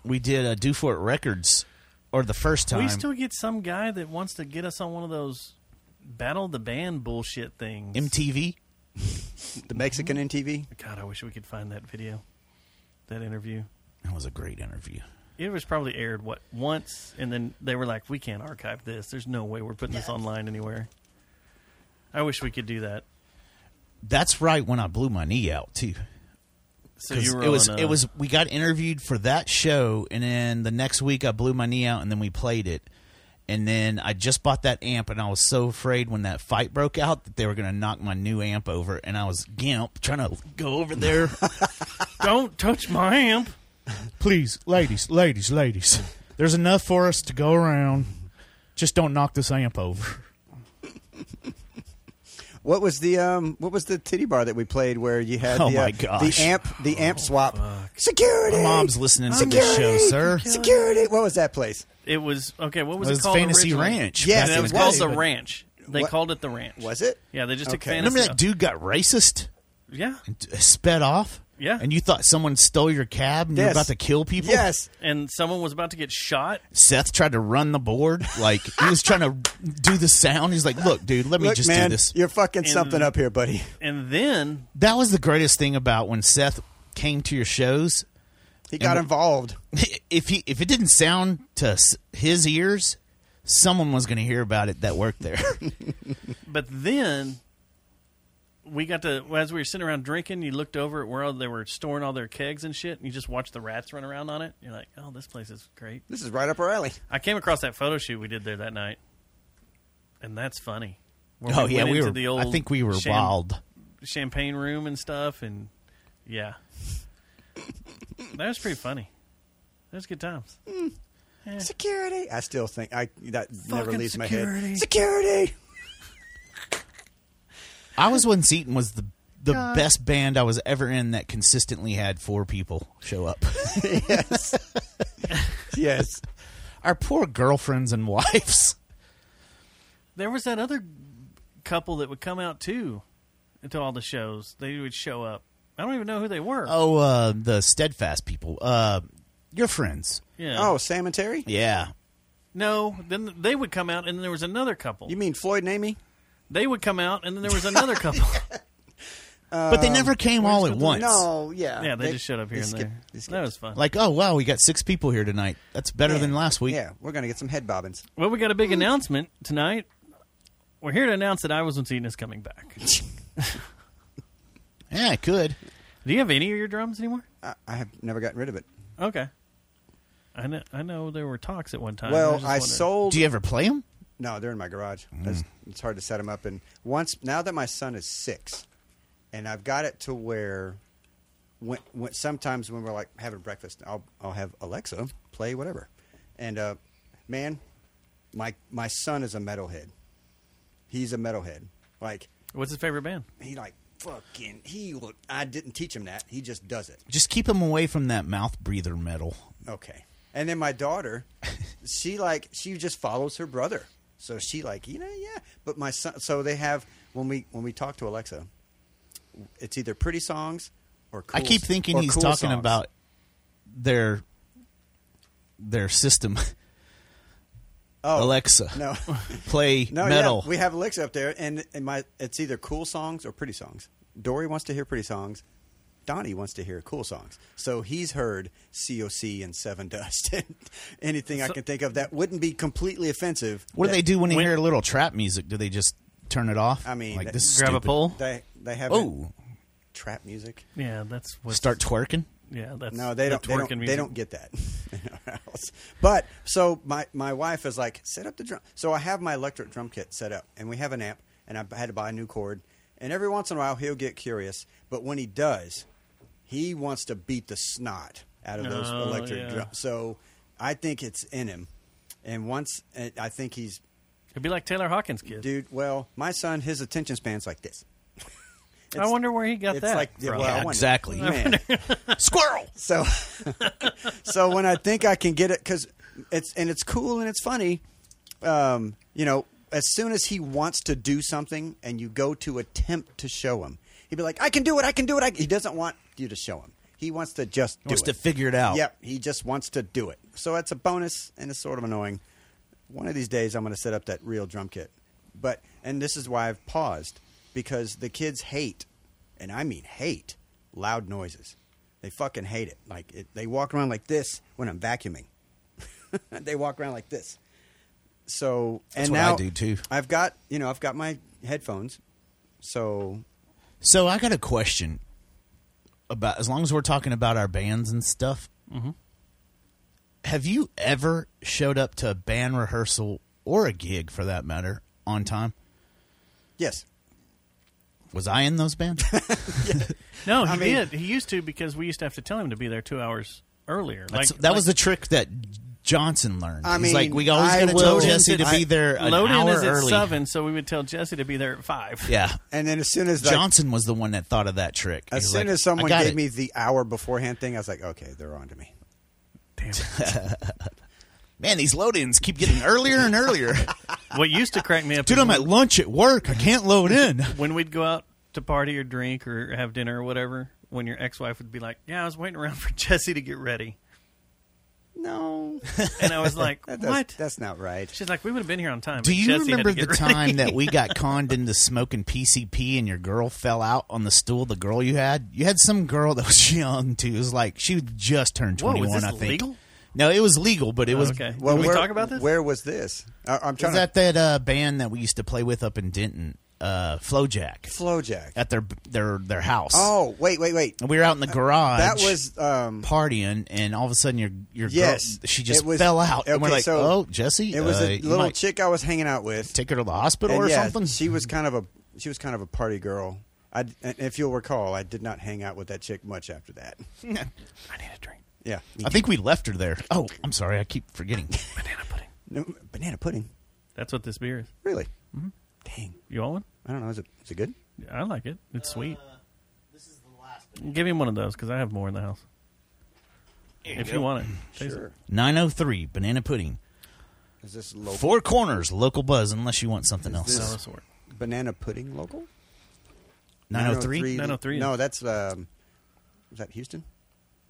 we did a Dufort Records, or the first time. We still get some guy that wants to get us on one of those battle the band bullshit things. MTV. The Mexican MTV. God, I wish we could find that video, that interview. That was a great interview. It was probably aired what once, and then they were like, "We can't archive this. There's no way we're putting this online anywhere." I wish we could do that. That's right when I blew my knee out too. So 'Cause you were it was on, uh, it was we got interviewed for that show and then the next week I blew my knee out and then we played it. And then I just bought that amp and I was so afraid when that fight broke out that they were going to knock my new amp over and I was gimp trying to go over there. don't touch my amp. Please, ladies, ladies, ladies. There's enough for us to go around. Just don't knock this amp over. What was the um? What was the titty bar that we played where you had Oh the, uh, my gosh. Oh, the amp the amp swap security? Mom's listening to this show, sir. Security. What was that place? It was okay. What was It it, was called? Fantasy originally? Ranch. Yes, And it it was was, called the but- ranch. They What- called it the ranch. Was it? Yeah, they just took Okay. fantasy. Remember that dude got racist? Yeah, sped off? Yeah. And you thought someone stole your cab and you were Yes. about to kill people? Yes. and someone was about to get shot. Seth tried to run the board. Like, he was trying to do the sound. He's like, look, dude, let me Look, just man, do this. you're fucking something up here, buddy. And then That was the greatest thing about when Seth came to your shows. He got we- involved. If he if it didn't sound to s- his ears, someone was going to hear about it that worked there. But then we got to as we were sitting around drinking, you looked over at where all- they were storing all their kegs and shit, and you just watched the rats run around on it. You're like, oh, this place is great. This is right up our alley. I came across that photo shoot we did there that night and that's funny. Where Oh yeah, went we into were. the old I think we were cham- wild. champagne room and stuff, and yeah, that was pretty funny. That was good times. Security. I still think I that never Fucking leaves my security. head. Security. I was when Seaton was the the best band I was ever in that consistently had four people show up. Yes. Our poor girlfriends and wives. There was that other couple that would come out too to all the shows. They would show up. I don't even know who they were. Oh, uh, the steadfast people. Uh, your friends. yeah. Oh, Sam and Terry. Yeah. no. Then they would come out, and there was another couple. You mean Floyd and Amy? they would come out, and then there was another couple. but they never came all at the- once. No. Yeah. yeah, they, just showed up here they and skipped- there. they skipped. that was fun. Like, oh wow, we got six people here tonight. That's better Yeah. than last week. Yeah, we're gonna get some head bobbins. Well, we got Hmm. a big announcement tonight. We're here to announce that I wasn't seen is coming back. Yeah, I could. Do you have any of your drums anymore? I, I have never gotten rid of it. Okay. I know, I know there were talks at one time. well, was Uh, just I wondering. sold. Do you Mm. ever play them? No, they're in my garage. That's, it's hard to set them up. And once now that my son is six, and I've got it to where, when, when sometimes when we're like having breakfast, I'll I'll have Alexa play whatever, and uh, man, my my son is a metalhead. He's a metalhead. Like What's his favorite band? he like fucking he. Look, I didn't teach him that. He just does it. Just keep them away from that mouth breather metal. Okay. And then my daughter, she like she just follows her brother. So she like, you know, yeah. But my son so they have when we when we talk to Alexa, it's either pretty songs or cool I keep thinking or he's cool talking songs. about their their system. Oh, Alexa, No. play no, metal. yeah. We have Alexa up there and, and my it's either cool songs or pretty songs. Dory wants to hear pretty songs. Donnie wants to hear cool songs. So he's heard COC and Seven Dust and anything I can think of that wouldn't be completely offensive. what do that- they do when they hear a little trap music? Do they just turn it off? I mean, like that- this is Grab a stupid. pole. They they have Oh, trap music. Yeah, that's what. start twerking. Yeah, that's No, they don't. that's They working don't, they Oh, music. don't get that. in our house. but so my my wife is like, set up the drum. So I have my electric drum kit set up, and we have an amp, and I had to buy a new cord. And every once in a while, he'll get curious. But when he does, he wants to beat the snot out of those Oh, electric yeah. drums. So I think it's in him. And once and I think he's It'd be like Taylor Hawkins' kid. dude. Well, my son, his attention span's like this. I wonder where he got It's that. like yeah, from. well, I Yeah, wonder. exactly. Man. Squirrel. So, so when I think I can get it, because it's and it's cool and it's funny, um, you know. As soon as he wants to do something, and you go to attempt to show him, he'd be like, "I can do it! I can do it!" I can-" He doesn't want you to show him. He wants to just do Wants to it. figure it out. Yep, he just wants to do it. So that's a bonus, and it's sort of annoying. One of these days, I'm going to set up that real drum kit. But and this is why I've paused because the kids hate, and I mean hate, loud noises. They fucking hate it. Like it, they walk around like this when I'm vacuuming. they walk around like this. So That's and what I now do, too. I've got you know I've got my headphones, so So I got a question about as long as we're talking about our bands and stuff. Mm-hmm. Have you ever showed up to a band rehearsal or a gig for that matter on time? yes, Was I in those bands? no, he I mean- did. He used to because we used to have to tell him to be there two hours earlier. That's, like that was the trick that Johnson learned. I He's like, mean, we always I got to tell will- Jesse to I- be there an load in hour is at early. seven, so we would tell Jesse to be there at five. Yeah, and then as soon as like, Johnson was the one that thought of that trick. As He's soon like, as someone I got gave it. me the hour beforehand thing, I was like, okay, they're on to me. Damn it. man, these load-ins keep getting earlier and earlier. what used to crack me up Dude, is I'm at lunch at work. I can't load in. when we'd go out to party or drink or have dinner or whatever, when your ex-wife would be like, "Yeah, I was waiting around for Jesse to get ready," No, and I was like, that, "What?" that's, that's not right. She's like, "We would have been here on time." Do but you Jesse had remember to the get ready." time that we got conned into smoking PCP and your girl fell out on the stool? The girl you had, you had some girl that was young too. It was like she had just turned Whoa, was twenty one. this I think. legal? Oh, No, it was legal, but it was. okay. it Well, Did was, we where- talk about this? Where was this? I, I'm it was trying to. at that uh, band that we used to play with up in Denton, uh, FloJack Flowjack. at their their their house. Oh, wait, wait, wait. And we were out in the garage. That was um, partying, and all of a sudden your your Yes. girl, she just It was- fell out, and we're okay, like, so oh, Jesse, it was uh, a you little might chick I was hanging out with. Take her to the hospital And or yeah, something. She was kind of a she was kind of a party girl. I d- and if you'll recall, I did not hang out with that chick much after that. I need a drink. Yeah, I think we left her there. Oh, I'm sorry, I keep forgetting. Banana pudding. No, banana pudding. That's what this beer is. Really? Mm-hmm. Dang. You want one? I don't know. Is it is it good? I like it. It's sweet. Give him one of those because I have more in the house. if you want it, Taste it. Nine oh three banana pudding. Is this local? Four corners, local buzz. Unless you want something else. this- No, this will work. banana pudding local? Nine oh three. 903. No, that's um, is that Houston?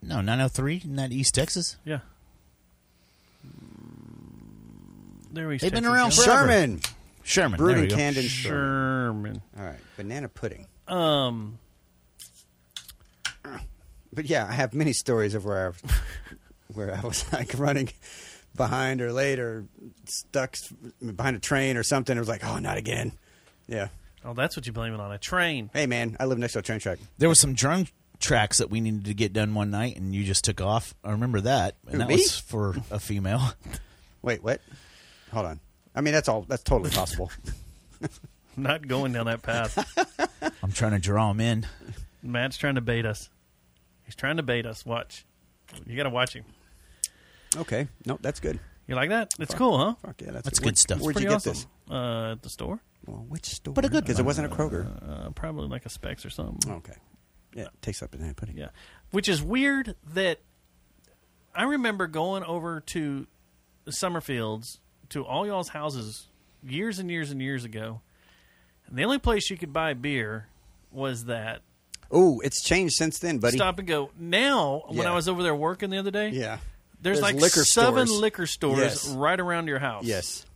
No, nine oh three. Isn't that East Texas? Yeah. There we They've been around for- Forever. Sherman. Sherman. Brewed there in we go. Camden. Sherman. Sherman. All right, banana pudding. Um, But yeah, I have many stories of where I, where I was like running behind or late or stuck s- behind a train or something. It was like, oh, not again. Yeah. oh, that's what you blame it on. A train. Hey, man, I live next to a train track. There was some drum tracks that we needed to get done one night, and you just took off. I remember that, and Who, that me? was for a female. Wait, what? Hold on. I mean, that's all. That's totally possible. I'm not going down that path. I'm trying to draw them in. Matt's trying to bait us. He's trying to bait us. Watch. You got to watch him. okay. No, that's good. You like that? It's cool, huh? Fuck yeah, that's, That's Where- good stuff. Where'd Pretty you get awesome. this? Uh, at the store. Well, which store? But a good because it wasn't a Kroger. Uh, probably like a Specs or something. okay. Yeah, it takes up banana pudding. Yeah. Which is weird that I remember going over to the Summerfields to all y'all's houses years and years and years ago. And the only place you could buy beer was that Oh, it's changed since then, buddy. stop and go. Now, when Yeah. I was over there working the other day, Yeah. there's, There's like liquor seven stores. liquor stores Yes. right around your house. Yes.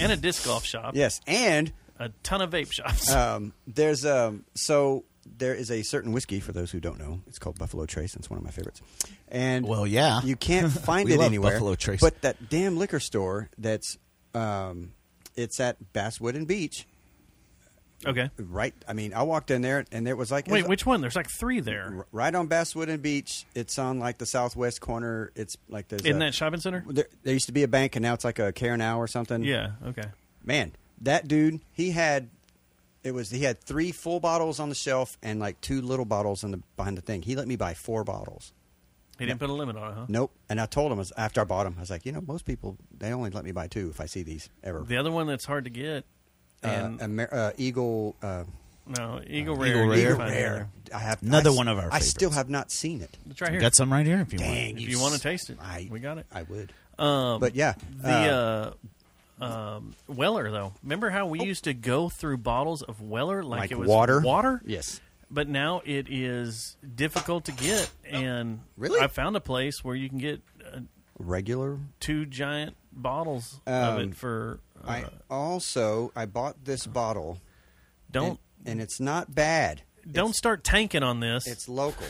And a disc golf shop. Yes. And A ton of vape shops. um, there's um, so there is a certain whiskey for those who don't know. It's called Buffalo Trace. and It's one of my favorites. And Well, yeah. you can't find We it love anywhere. Buffalo Trace. But that damn liquor store that's um, it's at Basswood and Beach. okay. Right. I mean, I walked in there and there was like Wait, it's- which one? There's like three there. r- right on Basswood and Beach. It's on like the southwest corner. It's like there's In a- that shopping center? There, there used to be a bank, and now it's like a Care Now or something. Yeah. Okay. man, that dude, he had it was he had three full bottles on the shelf and like two little bottles in the behind the thing. He let me buy four bottles. He didn't put a limit on it, huh? Nope. And I told him as- after I bought them, I was like, you know, most people they only let me buy two if I see these ever. The other one that's hard to get, and uh, Amer- uh, Eagle uh, no, Eagle Rare. Eagle you Rare. can find there. I have Another I s- one of our I still favorites. have not seen it. It's right here. Got some right here if you Dang, want. If you want to taste it, I, we got it. I would. Um, But yeah, the uh, um, Weller though, remember how we used to go through bottles of Weller like, Oh. Like it was water? water? yes. But now it is difficult to get, and Oh, Really? I found a place where you can get uh, Regular two giant bottles of Um, it for. Uh, I also I bought this bottle don't and, and it's not bad. don't start tanking on this. It's local.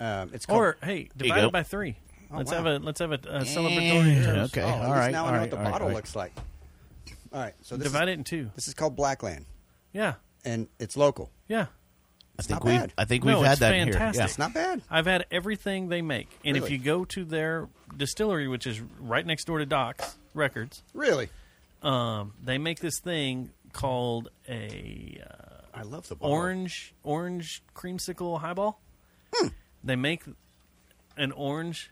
Um, it's called, Oh, or hey, divide go. it by three. let's wow. have a let's have a, uh celebratory. Yeah, toast. okay, Oh, at all least right, Now all I know right, what the all right, bottle all right. looks like. All right, so this divide is, it in two. This is called Blackland, Yeah, and it's local. yeah. I think not we've bad. I think No, we've had it's that fantastic. here. It's not bad. I've had everything they make, and if Really? you go to their distillery, which is right next door to Doc's Records, Really, um, they make this thing called a uh, I love the bottle. orange orange creamsicle highball. They make an orange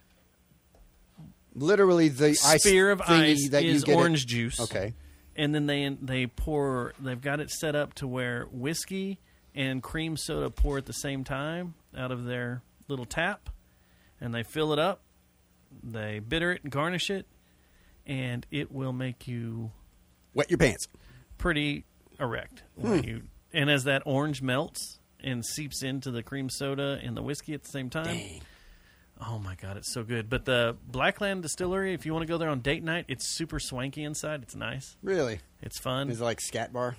Literally, the ice sphere of thingy ice that you is get at- orange juice. Okay, and then they they pour. They've got it set up to where whiskey and cream soda pour at the same time out of their little tap, and they fill it up. They bitter it and garnish it, and it will make you wet your pants. pretty erect. Hmm. When you and as that orange melts and seeps into the cream soda and the whiskey at the same time. Oh my god, it's so good. But the Blackland Distillery, if you want to go there on date night, it's super swanky inside. It's nice. Really, It's fun. is it like scat bar?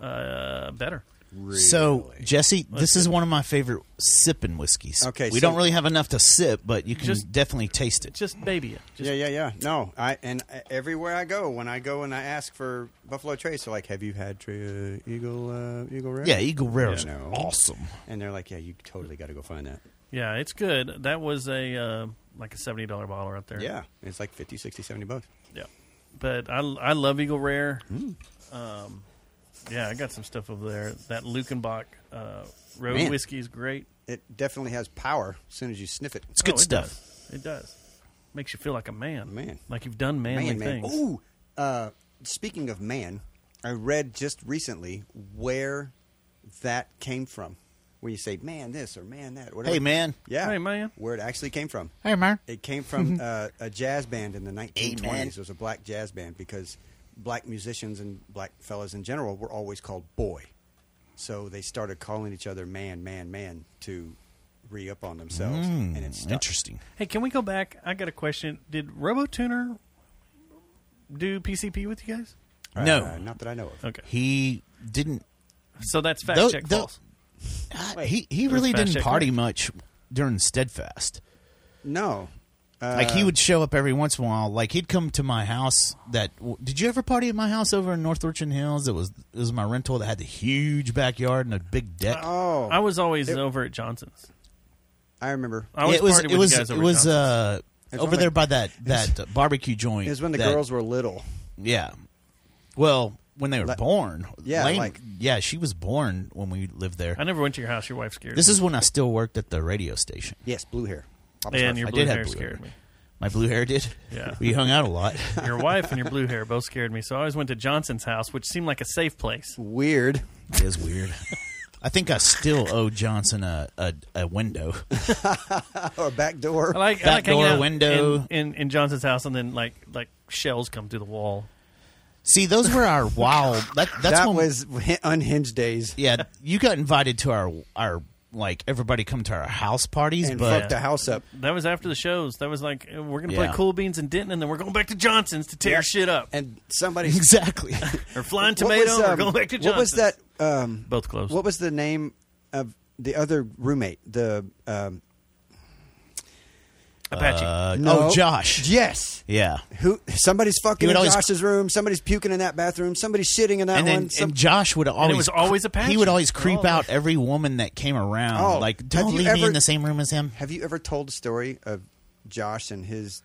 Uh, better. So Jesse, this is one of my favorite sipping whiskeys. Okay, we so- don't really have enough to sip, but you can Just- definitely taste it. Just baby it. Just, yeah, yeah, yeah. No, I and uh, everywhere I go, when I go and I ask for Buffalo Trace, they're like, "Have you had tra- Eagle uh, Eagle Rare?" yeah, Eagle Rare is You know. awesome. And they're like, "Yeah, you totally got to go find that." yeah, it's good. That was a uh, like a seventy dollar bottle right there. Yeah, it's like 50, 60, 70 bucks. yeah. But I I love Eagle Rare. Hmm. Um, yeah, I got some stuff over there. That Lukenbach uh, road Man. whiskey is great. It definitely has power as soon as you sniff it. It's good Oh, it stuff. does. It does. Makes you feel like a man. Man. Like you've done manly man, man. things. Ooh, uh, speaking of man, I read just recently where that came from. Where you say "man" this or "man" that, whatever. Hey, man. Yeah, Hey, man. Where it actually came from. Hey, man. It came from uh, a jazz band in the 1920s. man. It was a black jazz band because black musicians and black fellas in general were always called boy. So they started calling each other man, man, man to re up on themselves. and it's Interesting. Hey, can we go back? I got a question. Did RoboTuner do PCP with you guys? no, Uh, not that I know of. Okay. he didn't. So that's fact Tho- check tho- false. he he was really fast didn't check, party right? much during Steadfast. No. Uh, Like he would show up every once in a while. Like he'd come to my house. That w- did you ever party at my house over in North Richmond Hills? It was it was my rental that had the huge backyard and a big deck. Oh, I was always over at Johnson's. I remember. I always it was partied it with was you guys it over was at Johnson's. uh was over when there the- by that that barbecue joint. It was when the that- girls were little. yeah, well when they were Like- born. Yeah, like- yeah, she was born when we lived there. I never went to your house. Your wife scared This me. is when I still worked at the radio station. Yes, blue hair. Papa and Smurf. your I blue did have hair blue scared hair. My blue hair did. Yeah. we hung out a lot. me. Your wife and your blue hair both scared me. So I always went to Johnson's house, which seemed like a safe place. Weird. It is weird. I think I still owe Johnson a, a, a window. Or back door. I like I Back like hanging door, out window. in, in, in Johnson's house, and then like like shells come through the wall. See, those were our wild. That, that's that when, was unhinged days. Yeah, you got invited to our our like everybody come to our house parties, And but fucked the house up. That was after the shows. That was like uh, we're gonna Yeah. play Cool Beans and Denton, and then we're going back to Johnson's to tear shit up. And somebody. exactly. or Flying What Tomato, was, we're um, going back to Johnson's. What was that? Um, Both closed. What was the name of the other roommate? The um, Apache? Uh, no. Oh, Josh. yes. Yeah. Who? Somebody's He fucking would in always- Josh's room. Somebody's puking in that bathroom. Somebody's shitting in that and one. then some- and Josh would always was always Apache. He would always creep Always. out every woman that came around. Oh, like, have don't you leave me ever- in the same room as him. Have you ever told the story of Josh and his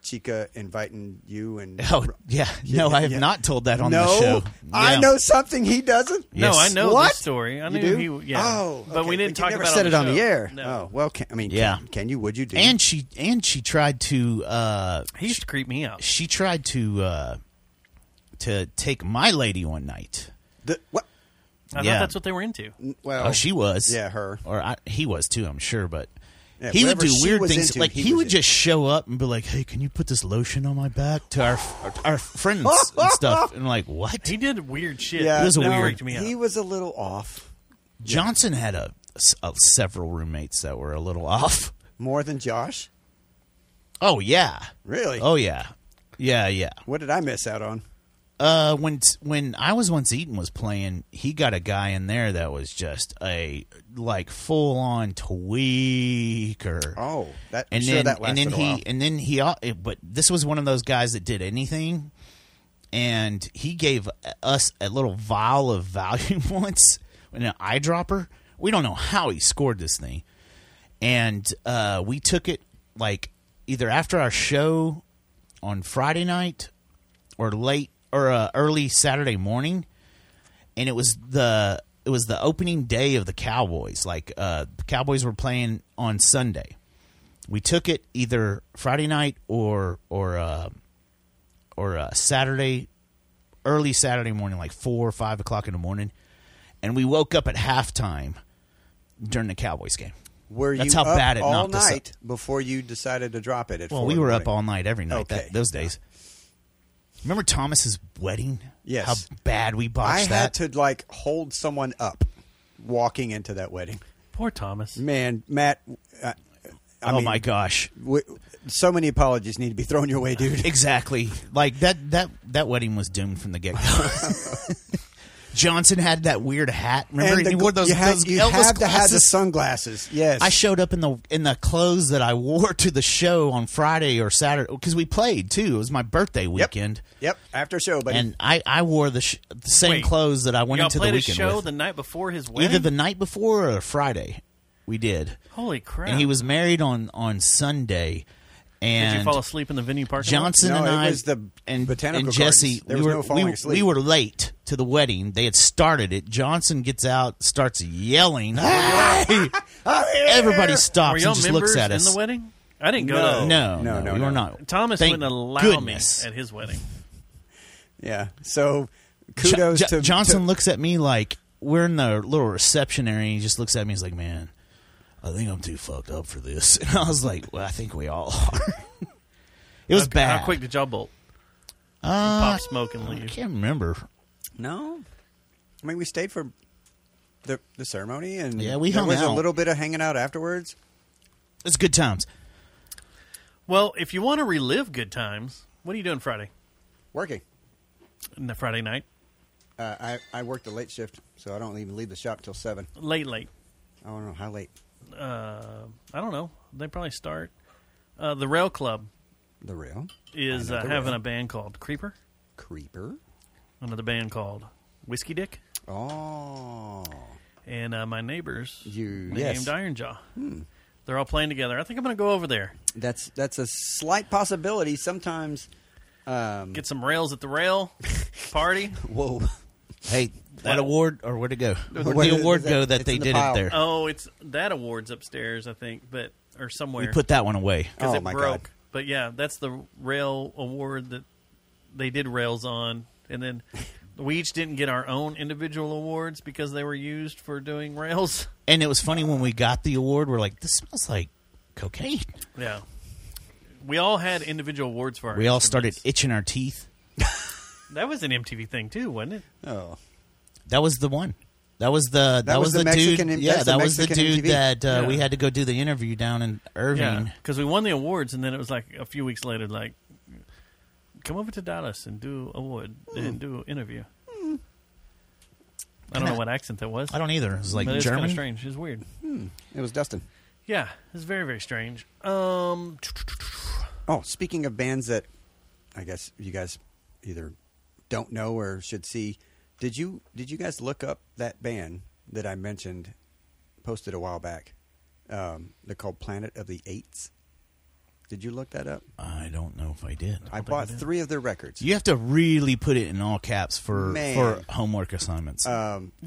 chica inviting you and? Oh yeah, no, I have yeah. not told that on no, the show. I Yeah. know something he doesn't. no, I yes. know What? this story. I You knew do? he. Yeah. Oh, but okay, we didn't you talk never about said it it on the show. air. No. Oh well, can, I mean, Yeah. can, can you? Would you do? And she and she tried to uh, he used to creep me out. she tried to uh, to take my lady one night. the, what? I Yeah. thought that's what they were into. Well, Oh, she was. Yeah, her. Or I, he was too. I'm sure, but. Yeah, he would whatever do she weird was things. into, like he he, was would into. just show up and be like, "Hey, can you put this lotion on my back?" To our our friends and stuff, and like, what? He did weird shit. Yeah, It was a that weird- freaked me out. He was a little off, Johnson had a, s- a- several roommates that were a little off. more than Josh. Oh yeah, Really? oh yeah, yeah yeah. What did I miss out on? Uh, when when I was once Eaton was playing, he got a guy in there that was just a like full on tweaker. Oh, that I'm and sure then that lasted and then a he while. and then he al- it- but this was one of those guys that did anything and he gave us a little vial of value once in an eyedropper we don't know how he scored this thing and uh, we took it like either after our show on friday night or late or uh, early saturday morning and it was the it was the opening day of the cowboys like uh, the cowboys were playing on sunday we took it either Friday night or or uh, or uh, Saturday, early Saturday morning, like four or five o'clock in the morning, and we woke up at halftime during the Cowboys game. Were that's you how up bad it all knocked us up. night before you decided to drop it? At Well, four we in the were up morning? all night every night Okay. that, those days. Remember Thomas's wedding? Yes. How bad we I botched had that. to like hold someone up, walking into that wedding. Poor Thomas. Man, Matt, uh, I oh mean, my gosh. w- so many apologies need to be thrown your way, dude. Exactly. Like that that that wedding was doomed from the get go. Johnson had that weird hat. Remember, And the he wore gl- those, you had, those you Elvis had to have the glasses. sunglasses. Yes, I showed up in the in the clothes that I wore to the show on Friday or Saturday because we played too. It was my birthday Yep. weekend, Yep, after show, buddy. and I I wore the, sh- the same Wait. clothes that I went Y'all into the played a weekend show with. the night before his wedding. Either the night before or Friday, we did. Holy crap! And he was married on on Sunday. And Did you fall asleep in the venue parking lot? Johnson No, and it I was the and, botanical and Jesse, gardens. There we was were no we, falling were- asleep. we were late to the wedding. They had started it. Johnson gets out, starts yelling. "Hey!" Everybody stops Were and y'all just members looks at in us. the wedding? I didn't go. No. to- No, no, No, no, we were no. not. Thomas Thank wouldn't allow goodness. me at his wedding. yeah, so Jo- kudos Jo- to Johnson. to- looks at me like we're in the little reception area. And he just looks at me. He's like, "Man, I think I'm too fucked up for this." And I was like, "Well, I think we all are." it was bad. How quick did y'all bolt? Uh, Pop smoke and I leave. can't remember. no, I mean we stayed for the the ceremony, and Yeah, we there hung was a out. little bit of hanging out afterwards. It's good times. Well, if you want to relive good times, what are you doing Friday? Working, The Friday night, uh, I I worked the late shift, so I don't even leave the shop till seven. late, late. I don't know how late Uh, I don't know. They probably start. Uh, the Rail Club the real is I know uh, the having Rail. a band called Creeper. creeper. Another band called Whiskey Dick, Oh, and uh, my neighbors You- named yes. Iron Jaw. They're all playing together. I think I'm going to go over there that's that's a slight possibility. Sometimes, um, get some rails at the rail party. whoa, Hey, that award or where'd it go? Where'd What the is- award is that- go that it's they in the did it pile. there? Oh, it's that awards upstairs, I think, but or somewhere. we put that one away. 'cause Oh, it my God. broke. But yeah, that's the rail award that they did rails on, and then we each didn't get our own individual awards because they were used for doing rails. And it was funny when we got the award. We're like, this smells like cocaine. Yeah, we all had individual awards for. Our We all started instruments. itching our teeth. That was an MTV thing too, wasn't it? oh. That was the one. That was the that, was, was the, the Mexican- dude. that's Yeah, the that was the Mexican dude MTV. that uh, Yeah. we had to go do the interview down in Irving. Yeah, because we won the awards, and then it was like a few weeks later, like, come over to Dallas and do award Hmm. and do interview. I don't know what accent that was. I don't either. It was like but it's kind of German. strange. It's weird. It was Dustin. Yeah, it's very very strange. Um, Oh, speaking of bands that I guess you guys either don't know or should see, did you did you guys look up that band that I mentioned posted a while back? Um, they're called Planet of the Eights. Did you look that up? I don't know if I did. I, bought three of their records. you have to really put it in all caps for Man. Uh, for homework assignments.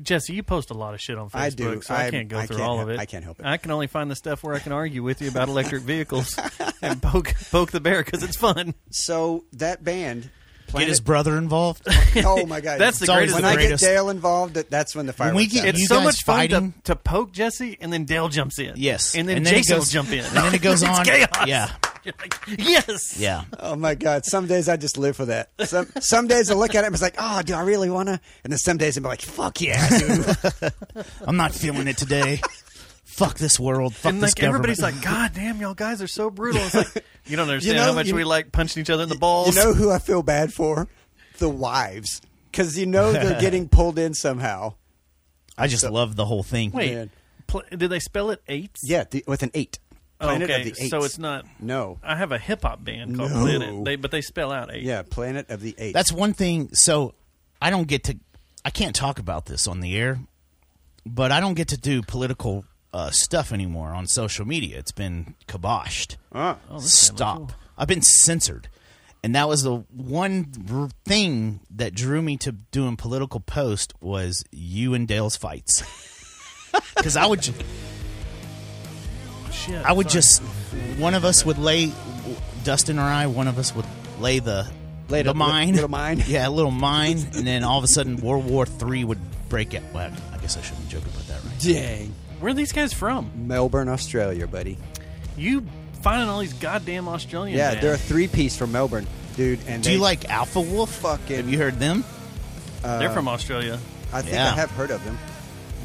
Jesse, you post a lot of shit on Facebook, I do. so I, I'm- can't go I through can't all of hel- it. I can't help it. I can only find the stuff where I can argue with you about electric vehicles and poke poke the bear because it's fun. So that band, Get Planet, his brother involved. oh my god, That's the It's always greatest. when the I get greatest. Dale involved, that- that's when the fire. When we get it's you so guys much fun to, fighting- to poke Jesse, and then Dale jumps in. yes, and then, it Jason goes- will jump in, and then it goes It's on. chaos. Yeah, You're like, yes, yeah. Oh my God! Some days I just live for that. Some some days I look at it and it's like, oh, do I really want to? And then some days I'm like, fuck yeah, I do. I'm not feeling it today. Fuck this world. Fuck And this like everybody's government. like, God damn, y'all guys are so brutal. It's like you don't understand how know, much you- we like punching each other in the You balls. know who I feel bad for? The wives, because you know they're getting pulled in somehow. I just love the whole thing. Wait, Man. pl- did they spell it eights? Yeah, the, with an eight. Planet okay, of the Eights. so it's not. No. I have a hip hop band called No. Planet, they, but they spell out eight. Yeah, Planet of the Eight. that's one thing. So I don't get to, I can't talk about this on the air, but I don't get to do political uh, stuff anymore on social media. It's been kiboshed. Stop. I've been censored. And that was the one r- thing that drew me to doing political post was you and Dale's fights. Because I would, ju- Shit, I would sorry. just, one of us would lay, Dustin or I, one of us would lay the Lay the the- mine, little mine. yeah, a little mine, and then all of a sudden World War Three would break out. Well, I guess I shouldn't joke about that, right? dang. Where are these guys from? Melbourne, Australia, buddy. You finding all these goddamn Australian? Yeah, bands. they're a three piece from Melbourne, dude. And Do they, you like Alpha Wolf? Fucking- Have you heard them? they're uh, from Australia. I think Yeah. I have heard of them,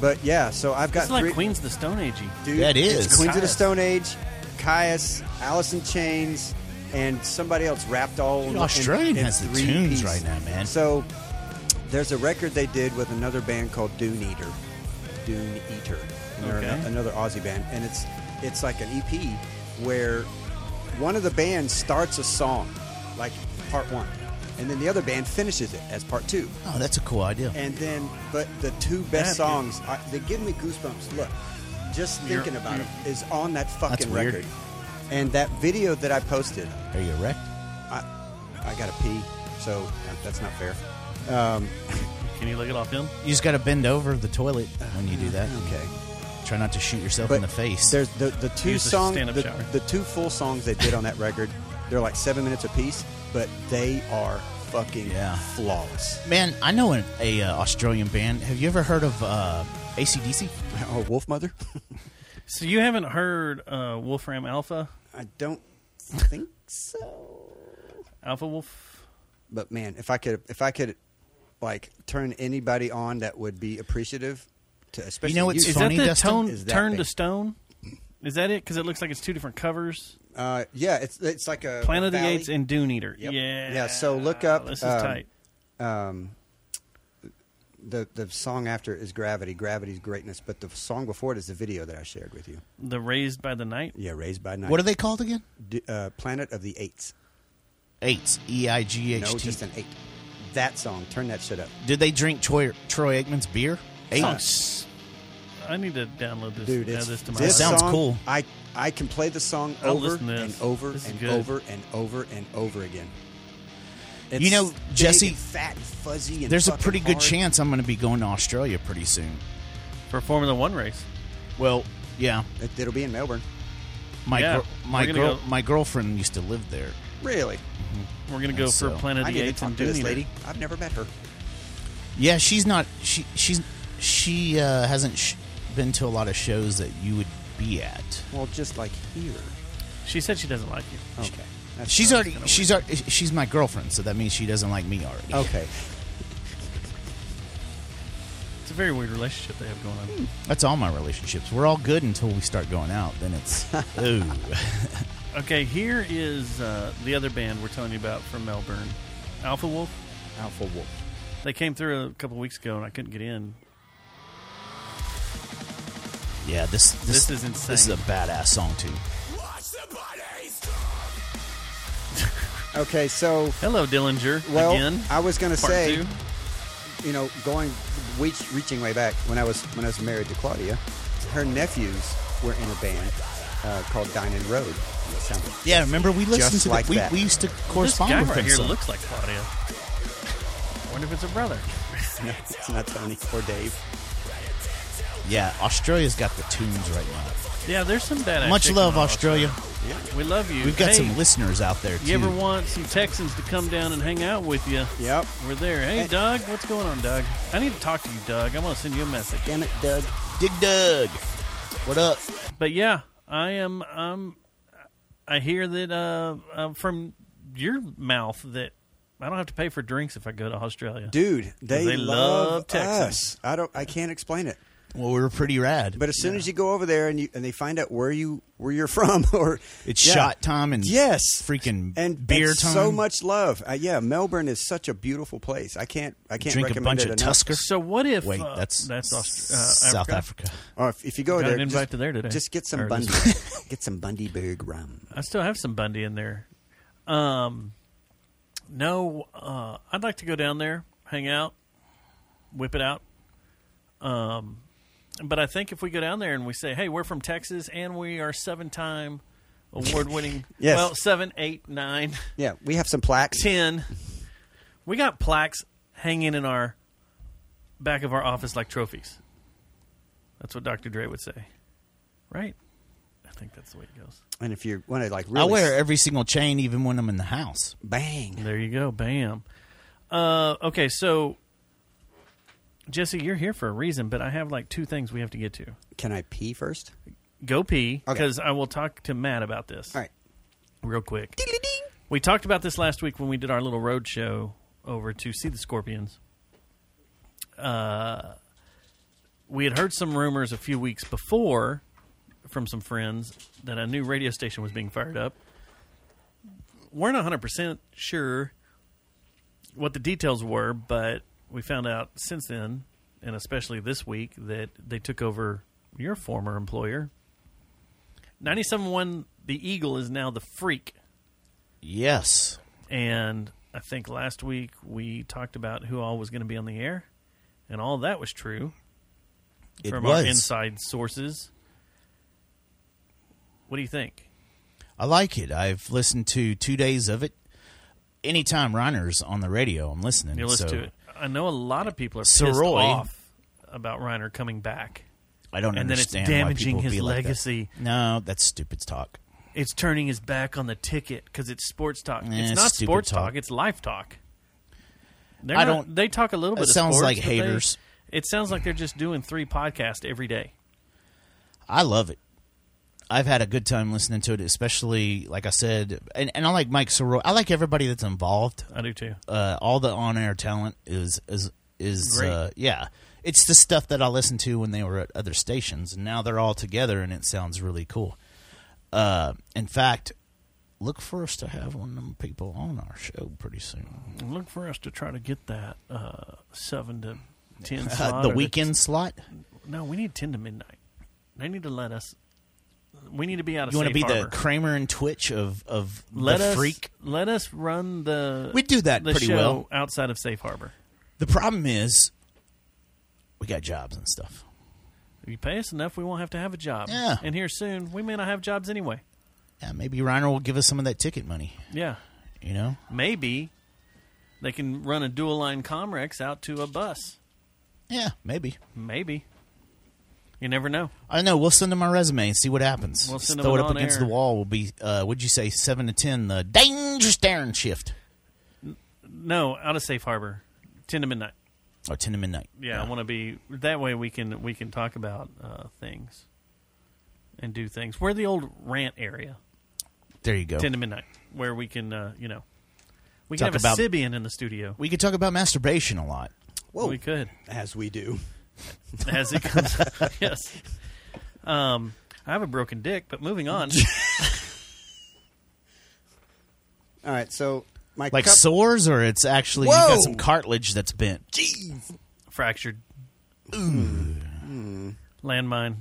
but yeah. So I've got It's like three. Queens of the Stone Agey. Dude, That it's is. Queens of the Caius. Stone Age, Caius, Alice in Chains, and somebody else wrapped all. in- Australian in has the three tunes piece. right now, man. So There's a record they did with another band called Dune Eater. Dune Eater. And they're Okay. ano- another Aussie band. And it's it's like an EP where one of the bands starts a song, like part one, and then the other band finishes it as part two. Oh, that's a cool idea. And then, but the two best That- songs, I, they give me goosebumps. Look, just You're- thinking about it you're- is on that fucking mm. weird. record. And that video that I posted, Are you wrecked? I, I got to pee, so uh, that's not fair. Um, Can you look it off him? You just got to bend over the toilet when you do that. Uh, Okay. Try not to shoot yourself in the face. There's the, the two Use the songs, stand-up the, shower. the two full songs they did on that record. They're like seven minutes apiece, but they are fucking Yeah. flawless. Man, I know an a, uh, Australian band. Have you ever heard of uh, ACDC? Oh, Wolf Mother? So you haven't heard uh, Wolfram Alpha? I don't think so. Alpha Wolf? But man, if I could, if I could, like turn anybody on that would be appreciative. To especially know what's you. Is Funny, that the Dustin? tone, Is that Turn big? to Stone? Is that it? Because it looks like it's two different covers. Uh, yeah, it's it's like a Planet of the valley. Apes and Dune Eater. Yep. Yeah. Yeah, so look up, This is um, tight. um, the the song after is Gravity. Gravity's greatness, but the song before it is the video that I shared with you. The Raised by the Night. Yeah, Raised by Night. What are they called again? D- uh, Planet of the Eights. Eights. E I G No, H T. just an eight. That song. Turn that shit up. Did they drink Troy, Troy Aikman's beer? Eights. Sounds- I need to download this. Dude, add it's, this to my this list. Sounds song, cool. I, I can play the song I'll over listen to and this. over This is and good. over and over and over again. It's You know, big Jesse, and fat and fuzzy. And There's a fucking pretty good hard. chance I'm going to be going to Australia pretty soon. for Formula One race. Well, yeah. It, it'll be in Melbourne. My Yeah, gir- my we're gonna girl go- my girlfriend used to live there. Really? We're gonna go So, for Planet I of the need to Apes talk and to Dune this Eater. lady. I've never met her. Yeah, she's not she she's she uh, hasn't sh- been to a lot of shows that you would be at. Well, just like here. She said she doesn't like you. Oh. Okay. That's She's right. already she's already, she's my girlfriend, so that means she doesn't like me already. okay. It's a very weird relationship they have going on. That's all my relationships. We're all good until we start going out. Then it's ooh. Okay, here is uh, the other band we're telling you about from Melbourne, Alpha Wolf. Alpha Wolf. They came through a couple weeks ago, and I couldn't get in. Yeah, this this, This is insane. This is a badass song too. Okay, so Hello, Dillinger. well, again. I was gonna Part say, two. you know, going reach, reaching way back when I was when I was married to Claudia, her nephews were in a band uh, called Dining Road. And it sounded- Yeah, remember we listened Just to like that. that. We, we used to This correspond guy with right them here some. looks like Claudia. Wonder if it's a brother. It's not Tony or Dave. Yeah, Australia's got the tunes right now. Yeah, there's some badass. Much shit love, going on. Australia. We love you. We've got Hey, some listeners out there too. You ever want some Texans to come down and hang out with you? Yep. We're there. Hey, Hey. Doug, what's going on, Doug? I need to talk to you, Doug. I'm going to send you a message. Damn it, Doug. Dig Dug? What up? But yeah, I am. Um, I hear that uh, uh, from your mouth that I don't have to pay for drinks if I go to Australia. Dude, they, They love love Texans. us. I don't. I can't explain it. Well, we were pretty rad. But as soon as you go over there and you and they find out where you where you're from, or it's Yeah. shot time and yes, freaking and beer and time. So much love. Uh, yeah, Melbourne is such a beautiful place. I can't. I can't Drink a recommend bunch it of enough. Tusker. So what if Wait, uh, that's that's Aust- uh, South Africa. Or if, if you go Got there, an invite just, to there today. Just get some Or Bundy, this- get some Bundyberg rum. I still have some Bundy in there. Um, no, uh, I'd like to go down there, hang out, whip it out. Um, but I think if we go down there and we say, "Hey, we're from Texas and we are seven-time award-winning," Yes. well, seven, eight, nine, Yeah, we have some plaques. ten. We got plaques hanging in our back of our office like trophies. That's what Dr. Dre would say, right? I think that's the way it goes. And if you want to like really I wear every single chain, even when I'm in the house. bang. There you go. Bam. Uh, okay, so Jesse, you're here for a reason, but I have like two things we have to get to. Can I pee first? Go pee Okay. because I will talk to Matt about this All right. real quick. We talked about this last week when we did our little road show over to see the Scorpions. Uh, we had heard some rumors a few weeks before from some friends that a new radio station was being fired up. We're not 100% sure what the details were, but we found out since then, and especially this week, that they took over your former employer. 97.1 The Eagle is now the freak. Yes. And I think last week we talked about who all was going to be on the air, and all that was true It from was. our inside sources. What do you think? I like it. I've listened to two days of it. Anytime Reiner's on the radio, I'm listening. You listen so to it. I know a lot of people are pissed Soroy- off about Reiner coming back. I don't And then it's understand damaging why people his be like that. legacy. No, that's stupid talk. It's turning his back on the ticket because it's sports talk. Eh, it's not stupid sports talk. talk. It's life talk. They're I not- don't- They talk a little It bit. of sounds sports, like but they- haters. it sounds like they're just doing three podcasts every day. I love it. I've had a good time listening to it, especially like I said, and, and I like Mike Soroy. I like everybody that's involved. I do too. Uh, all the on-air talent is is is Great. uh, yeah. It's the stuff that I listened to when they were at other stations, and now they're all together, and it sounds really cool. Uh, in fact, look for us to have one of them people on our show pretty soon. Look for us to try to get that uh, seven to ten Uh, slot the or weekend slot. no, we need ten to midnight. They need to let us. We need to be out of. You want want to be the Kramer and Twitch of of let the us freak. let us run the We do that the pretty show well. outside of safe harbor. The problem is, we got jobs and stuff. If you pay us enough, we won't have to have a job. Yeah. And here soon, we may not have jobs anyway. Yeah, maybe Reiner will give us some of that ticket money. Yeah. You know, Maybe they can run a dual line Comrex out to a bus. yeah, maybe. Maybe. You never know. I know. We'll send him our resume and see what happens. We'll Just send him throw an it up on against air. the wall. Will be, uh, would you say, seven to ten? The dangerous Darren shift. No, out of safe harbor, ten to midnight. Oh, ten to midnight. Yeah, I want to be that way. We can we can talk about uh, things and do things. We're the old rant area, There you go. ten to midnight, where we can uh, you know we Talk can have about- a Sibian in the studio. we could talk about masturbation a lot. Whoa. We could. As we do. as it comes. yes. Um, I have a broken dick, but moving on. All right, so my Like cup- sores, or it's actually you've got Whoa! some cartilage that's bent. Fractured. Mm. Landmine.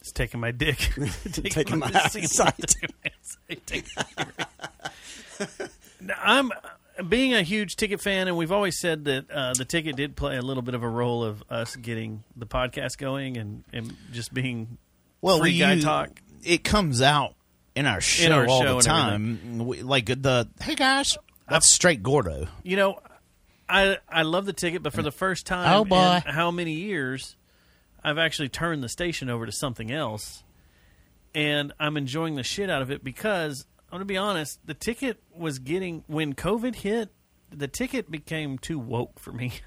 It's taking my dick. taking, Taking my eyesight. taking my eyesight. Now, I'm uh, being a huge ticket fan, and we've always said that uh, the ticket did play a little bit of a role of us getting the podcast going and, and just being well, free we guy use- talk. It comes out in our show our all show the and time. We- like the hey guys, that's straight Gordo. you know, I I love the ticket, but for the first time Oh, boy. in how many years, I've actually turned the station over to something else, and I'm enjoying the shit out of it because I'm gonna be honest, the ticket was getting when COVID hit, the ticket became too woke for me,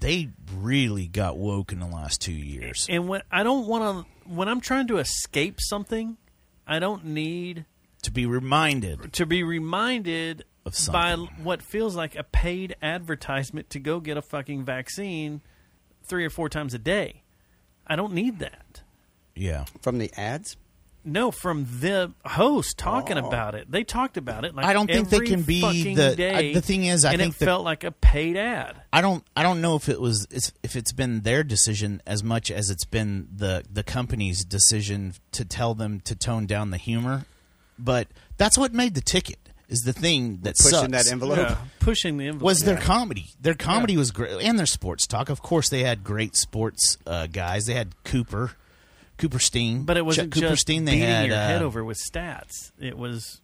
They really got woke in the last two years. and when I don't want to when I'm trying to escape something, I don't need to be reminded, to be reminded Of by something. what feels like a paid advertisement to go get a fucking vaccine three or four times a day. I don't need that. yeah, from the ads. No, from the host talking about it. They talked about it. Like I don't think they every can be fucking the- day, I- the thing is, I and think it that- felt like a paid ad. I don't, I don't know if it was it's, if it's been their decision as much as it's been the the company's decision to tell them to tone down the humor. But that's what made the ticket is the thing that Pushing sucks. that envelope. pushing the envelope. was their comedy. Their comedy was great, and their sports talk. Of course, they had great sports uh, guys. They had Cooper, Cooper Steen, but it wasn't Chuck Cooper just Steen. They beating had your head uh, over with stats. It was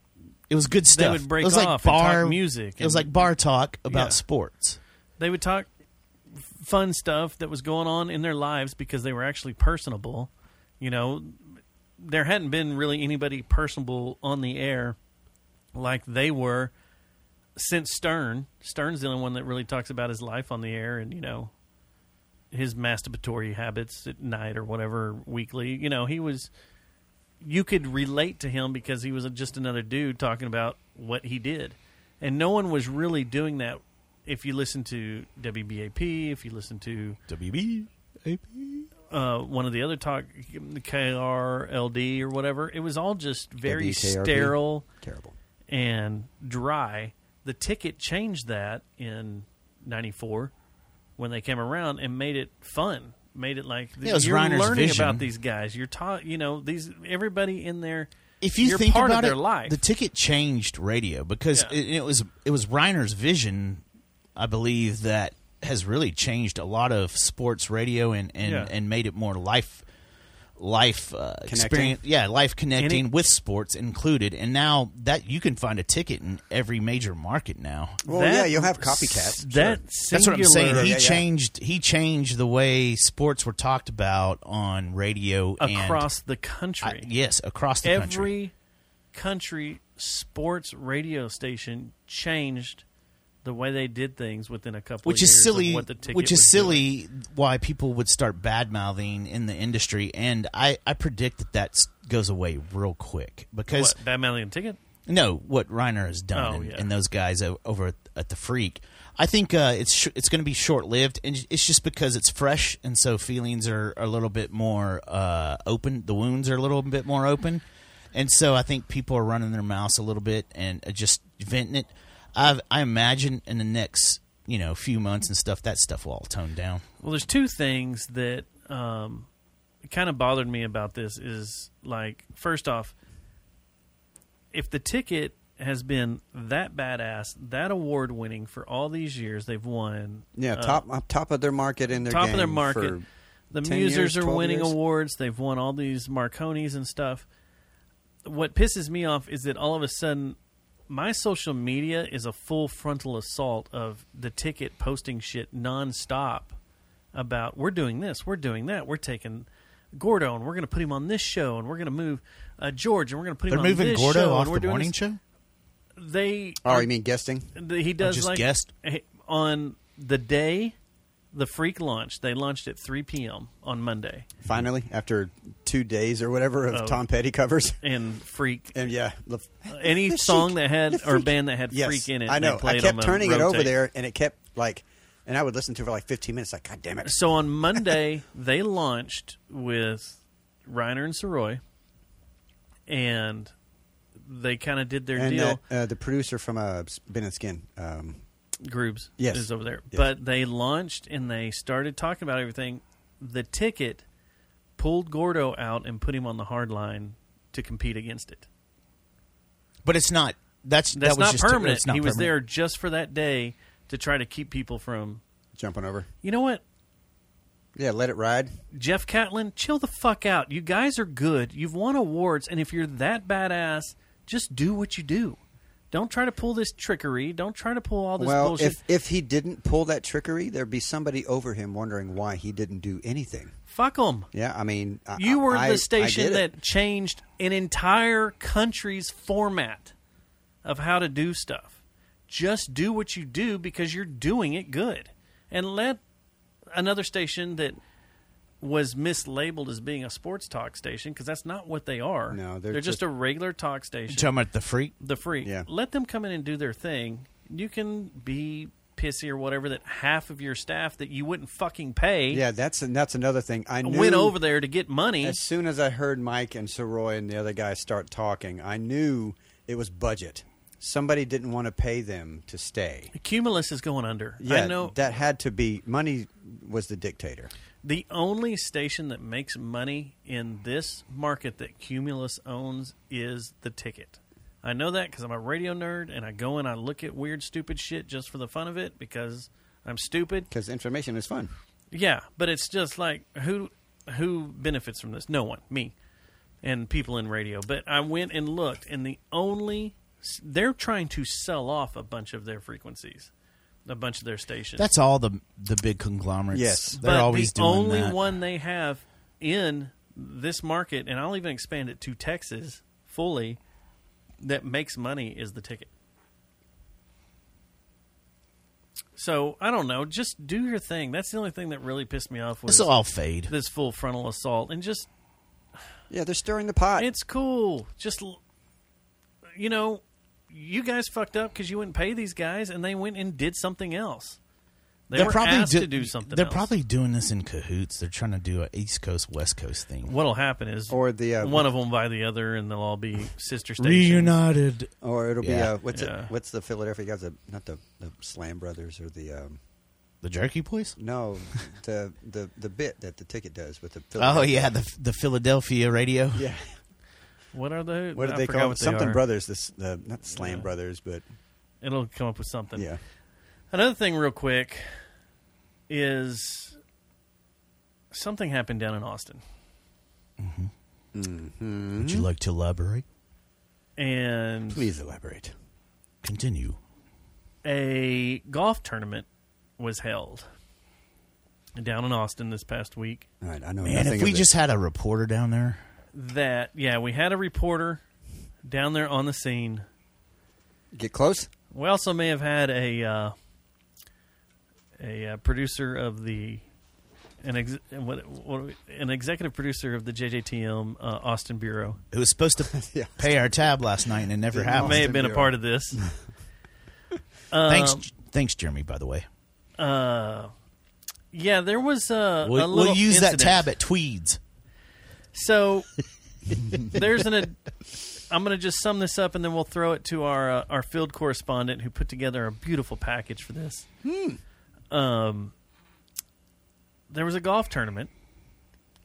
It was good stuff. would break it was like off and talk bar music It was and- like bar talk about Yeah. sports. they would talk f- fun stuff that was going on in their lives because they were actually personable. You know, there hadn't been really anybody personable on the air like they were since Stern. Stern's the only one that really talks about his life on the air and, you know, his masturbatory habits at night or whatever weekly. You know, he was you could relate to him because he was just another dude talking about what he did. And no one was really doing that if you listen to WBAP, if you listen to WB. uh, one of the other talk, KRLD or whatever, it was all just very WKRP. sterile Terrible. and dry. The ticket changed that in 94 when they came around and made it fun. Made it like Yeah, it was you're Reiner's learning vision. about these guys. You're taught, you know, these everybody in there. if you you're think part about of their it, life. the ticket changed radio because Yeah. it, it was it was Reiner's vision, I believe, that has really changed a lot of sports radio and and, Yeah. and made it more life life uh, experience. Yeah, life connecting with sports included, and now that you can find a ticket in every major market now. Well, That- yeah, you'll have copycats. That That's what I'm saying. singular- He Yeah, yeah. changed. He changed the way sports were talked about on radio and- across the country. I- yes, across the every country. country. sports radio station changed the way they did things within a couple which of years is silly of what the ticket which was is doing. silly why people would start bad mouthing in the industry and i i predict that that s- goes away real quick because what, bad mouthing a ticket no what reiner has done Oh, and, yeah. and those guys o- over at, at the freak i think uh, it's sh- it's going to be short lived and it's just because it's fresh and so feelings are, are a little bit more uh, open the wounds are a little bit more open and so i think people are running their mouths a little bit and uh, just venting it I've, i imagine in the next you know few months and stuff that stuff will all tone down well there's two things that um kind of bothered me about this is like first off if the ticket has been that badass that award winning for all these years they've won Yeah, uh, top uh, top of their market in their top of their game market. for- The 10 Musers years, are 12 winning years. awards. They've won all these Marconis and stuff. What pisses me off is that all of a sudden, my social media is a full frontal assault of the ticket posting shit nonstop about we're doing this, we're doing that, we're taking Gordo and we're going to put him on this show and we're going to move uh, George and we're going to put they're him on moving this gordo show off and we're the doing morning this. show They Oh, are you mean guesting? the, he does just like guessed. eh, on the day the freak launched. They launched at 3 p.m. on Monday, Finally, after two days or whatever Oh. of Tom Petty covers, and freak and yeah, the- any the song Chic, that had the or Freak. band that had Yes, freak in it. I they know. played I on kept the turning it over rotate. there, and it kept like, and I would listen to it for like 15 minutes. Like, God damn it! So on Monday they launched with Reiner and Soroy, and they kind of did their and deal. that, uh, the producer from uh, Ben and Skin, um, Grooves Yes. is over there. Yes. But they launched and they started talking about everything. The ticket pulled Gordo out and put him on the hard line to compete against it. but it's not that's That's that was not just permanent. it's not he was permanent. there just for that day to try to keep people from. jumping over. You know what? Yeah, let it ride. Jeff Catlin, chill the fuck out. You guys are good. You've won awards, and if you're that badass, just do what you do. Don't try to pull this trickery. Don't try to pull all this well, bullshit. if if he didn't pull that trickery, there'd be somebody over him wondering why he didn't do anything. Fuck them. Yeah, I mean, I- You I- were I- I the get station it. that changed an entire country's format of how to do stuff. Just do what you do because you're doing it good. And let another station that was mislabeled as being a sports talk station because that's not what they are. No, they're, they're just, just- a regular talk station. talking about the freak the freak. Yeah. Let them come in and do their thing. You can be pissy or whatever that half of your staff that you wouldn't fucking pay Yeah, that's and that's another thing. I knew went over there to get money. As soon as I heard Mike and Soroy and the other guy start talking, I knew it was budget. Somebody didn't want to pay them to stay. Cumulus is going under. Yeah, I know that had to be money was the dictator. the only station that makes money in this market that Cumulus owns is the ticket. I know that because I'm a radio nerd and I go and I look at weird, stupid shit just for the fun of it because I'm stupid. Because information is fun. Yeah, but it's just like who who benefits from this? No one, me, and people in radio. But I went and looked, and the only they're trying to sell off a bunch of their frequencies, a bunch of their stations. that's all the the big conglomerates Yes. they're but always the doing only that. one they have in this market, and I'll even expand it to Texas fully, that makes money is the ticket. So I don't know. Just do your thing. That's the only thing that really pissed me off was This will all fade. this full frontal assault, and just Yeah, they're stirring the pot. it's cool. Just l- you know, you guys fucked up because you wouldn't pay these guys, and they went and did something else. They were asked do- to do something. They're else. probably doing this in cahoots. They're trying to do a East Coast West Coast thing. What'll happen is, Or the, uh, one of them by the other, and they'll all be sister stations. Reunited. or it'll be Yeah. uh, what's Yeah. it, what's the Philadelphia guys? The, not the, the Slam Brothers or the um, The jerky place? No, the the the bit that the ticket does with the. Oh yeah, the the Philadelphia radio. yeah. What are they? What do I they forgot call what it? they Something are. Brothers. This the not Slam Yeah. Brothers, but It'll come up with something. yeah. Another thing, real quick, is something happened down in Austin, Would you like to elaborate? and Please elaborate. Continue. a golf tournament was held down in Austin this past week. All right, I know. Man, nothing if we of it. just had a reporter down there, That yeah, we had a reporter down there on the scene. get close, We also may have had a uh, a uh, producer of the an ex- what, what an executive producer of the JJTM uh, Austin bureau. it was supposed to Yeah. pay our tab last night and it never Didn't happened. may have been a Bureau. part of this. um, Thanks, thanks, Jeremy. By the way, Uh, yeah, there was uh, a we'll, little we'll use incident. that tab at Tweeds. So there's an. Ad- I'm going to just sum this up, and then we'll throw it to our uh, our field correspondent who put together a beautiful package for this. Hmm. Um, there was a golf tournament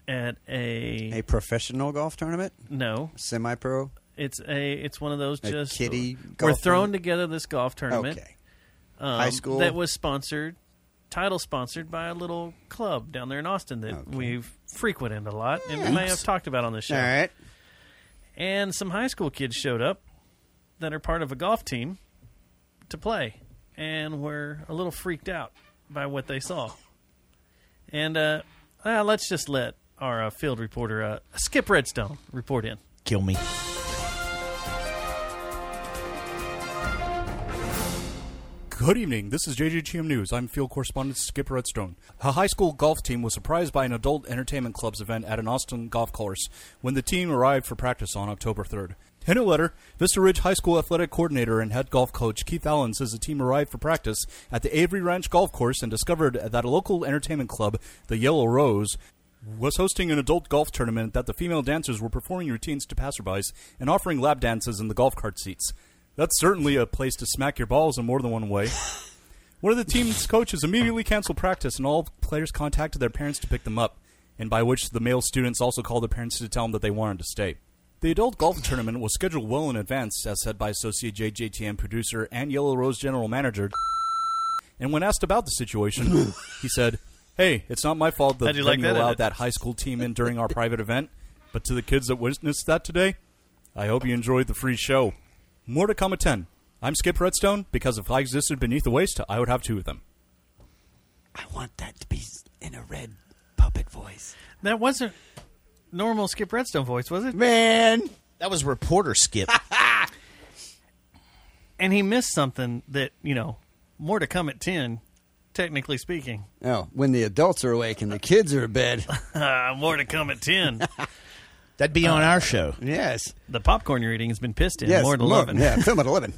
at a, a professional golf tournament, no. semi-pro. It's a it's one of those A just kiddie we're golf throwing tournament? together this golf tournament. Okay, um, High school? that was sponsored, title sponsored by a little club down there in Austin that Okay. we've frequented a lot and we may have talked about on this show. all right. And some high school kids showed up that are part of a golf team to play and were a little freaked out by what they saw. And uh, uh, let's just let our uh, field reporter, uh, Skip Redstone, report in. Kill me. Good evening. This is JJTM News. I'm field correspondent Skip Redstone. A high school golf team was surprised by an adult entertainment club's event at an Austin golf course when the team arrived for practice on October 3rd. In a letter, Vista Ridge High School athletic coordinator and head golf coach Keith Allen says the team arrived for practice at the Avery Ranch Golf Course and discovered that a local entertainment club, the Yellow Rose, was hosting an adult golf tournament that the female dancers were performing routines to passerbys and offering lap dances in the golf cart seats. That's certainly a place to smack your balls in more than one way. One of the team's coaches immediately canceled practice, and all players contacted their parents to pick them up, and by which the male students also called their parents to tell them that they wanted to stay. The adult golf tournament was scheduled well in advance, as said by associate JJTM producer and Yellow Rose general manager. And when asked about the situation, he said, "Hey, it's not my fault that How'd the you like venue that edit? allowed that high school team in during our private event, but to the kids that witnessed that today, I hope you enjoyed the free show. More to come at 10. I'm Skip Redstone because if I existed beneath the waist, I would have two of them. I want that to be in a red puppet voice, That wasn't normal Skip Redstone voice, was it? man. That was reporter Skip. And he missed something that, you know, more to come at 10, technically speaking. Oh, when the adults are awake and the kids are in bed. Uh, more to come at 10. That'd be on our show. yes. the popcorn you're eating has been pissed in. Yes. more to look, 11. Yeah, film at 11.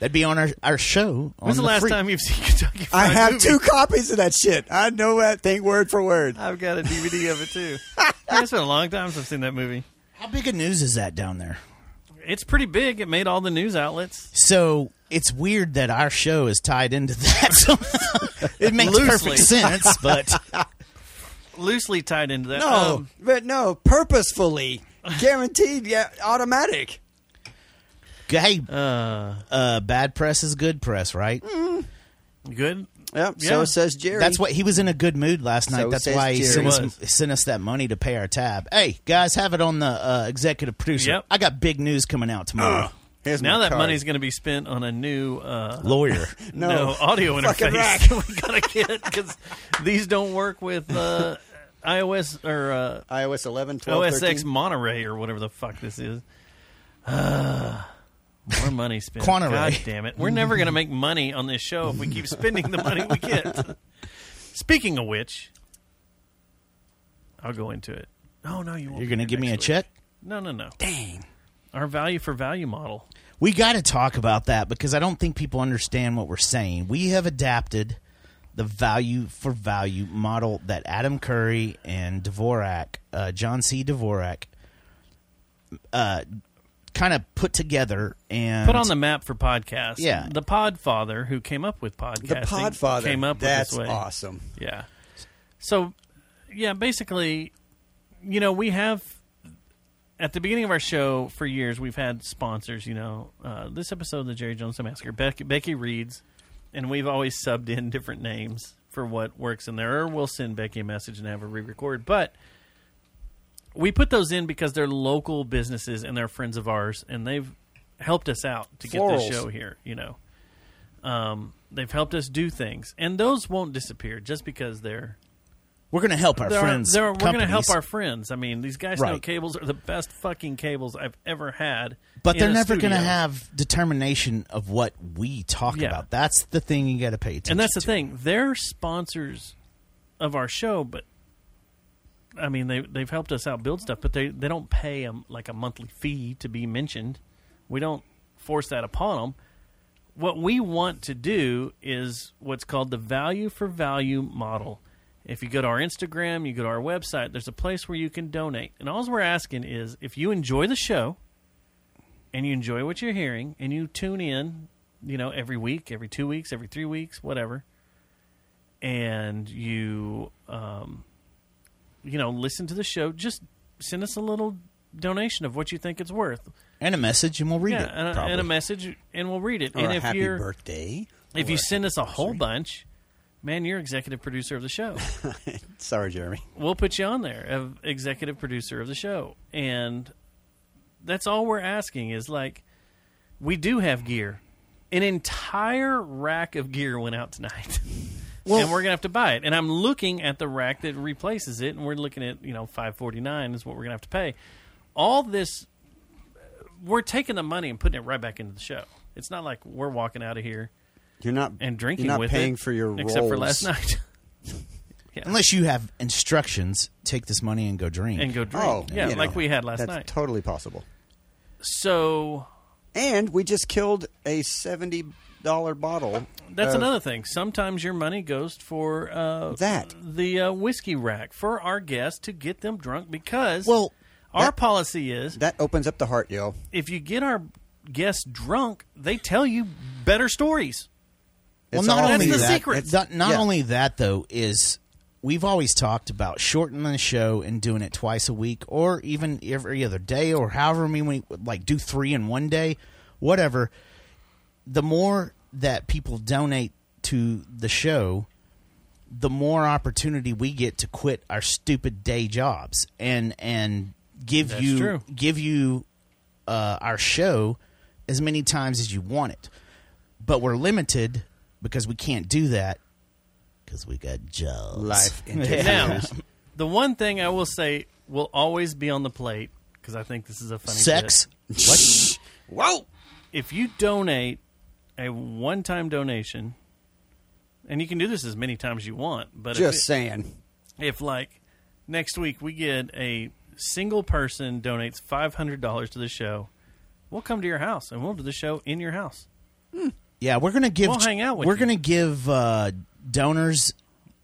That'd be on our our show. When's the, on last Freak. time you've seen Kentucky I Fried have Movie? two copies of that shit. I know that thing word for word. I've got a DVD of it, too. it's been a long time since I've seen that movie. How big a news is that down there? It's pretty big. It made all the news outlets. So it's weird that our show is tied into that. somehow. it makes Loosely. perfect sense, but Loosely tied into that. No, Um, but no, purposefully, guaranteed, yeah, automatic. hey, uh, bad press is good press, right? Mm. Um, good. Yep. Yeah. So says Jerry. That's what he was in a good mood last night. So That's says why he Jerry. sent Was. us, sent us that money to pay our tab. Hey guys, have it on the uh, executive producer. Yep. I got big news coming out tomorrow. Here's Now my that card. money's going to be spent on a new uh, Lawyer, no. No. audio Fucking interface. rack. we gotta get because these don't work with uh, iOS or uh, iOS 11, 12, OS X 13. Monterey or whatever the fuck this is. Uh, more money spent. Quanterey. God damn it. We're never going to make money on this show if we keep spending the money we get. Speaking of which, I'll go into it. Oh, no, you won't. you're going to to give me a check. No, no, no. Dang. Our value for value model. We got to talk about that because I don't think people understand what we're saying. We have adapted the value for value model that Adam Curry and Dvorak, uh, John C. Dvorak, uh, kind of put together and Put on the map for podcasts. Yeah. The Podfather who came up with podcasting. The Podfather. Came up That's with this way. awesome. Yeah. So, yeah, basically, you know, we have at the beginning of our show for years we've had sponsors. You know, uh, this episode of the Jerry Jones Massacre, Becky, Becky reads, and we've always subbed in different names for what works in there, or we'll send Becky a message and have her re-record. But we put those in because they're local businesses and they're friends of ours, and they've helped us out to get this Florals. show here. You know, um, they've helped us do things, and those won't disappear just because they're we're going to help our there are- friends. there are- we're going to help companies, our friends. I mean, these guys know Right. cables are the best fucking cables I've ever had. but in they're a never going to studio. have determination of what we talk Yeah. about. That's the thing you got to pay attention. And that's the to. thing. They're sponsors of our show, but I mean, they they've helped us out build stuff, but they they don't pay um like a monthly fee to be mentioned. We don't force that upon them. What we want to do is what's called the value for value model. If you go to our Instagram, you go to our website, there's a place where you can donate. And all we're asking is if you enjoy the show, and you enjoy what you're hearing and you tune in, you know, every week, every two weeks, every three weeks, whatever, and you, um, you know, listen to the show, just send us a little donation of what you think it's worth. And a message, and we'll read yeah, it. and a, probably. and a message, and we'll read it. Or and a if happy you're, birthday. if you send us a whole bunch, man, you're executive producer of the show. Sorry, Jeremy. we'll put you on there of executive producer of the show and that's all we're asking is like we do have gear an entire rack of gear went out tonight and we're gonna have to buy it and i'm looking at the rack that replaces it and we're looking at you know 549 is what we're gonna have to pay all this we're taking the money and putting it right back into the show it's not like we're walking out of here You're not and drinking You're not with paying it, for your except for rolls. last night Unless you have instructions, take this money and go drink. and go drink Oh, yeah you like know, we had last that's night Totally possible. so And we just killed a seventy dollar bottle. That's of another thing. Sometimes your money goes for uh, That. the uh, whiskey rack for our guests to get them drunk because Well, our that- policy is That opens up the heart, yo. if you get our guests drunk, they tell you better stories. Well, It's not all only That's the that, secret. it's- Not, not yeah. only that though is we've always talked about shortening the show and doing it twice a week, or even every other day, or however many we like do three in one day, whatever. The more that people donate to the show, the more opportunity we get to quit our stupid day jobs and and give That's you true. give you uh, our show as many times as you want it. But we're limited because we can't do that because we got jobs. Life Now, interferes. the one thing I will say will always be on the plate because I think this is a funny sex. bit. What? Whoa! If you donate a one-time donation, and you can do this as many times as you want, but if Just it- saying. if like next week we get a single person donates five hundred dollars to the show, we'll come to your house and we'll do the show in your house. Yeah, we're gonna give. We'll hang out with We're you. gonna give uh, donors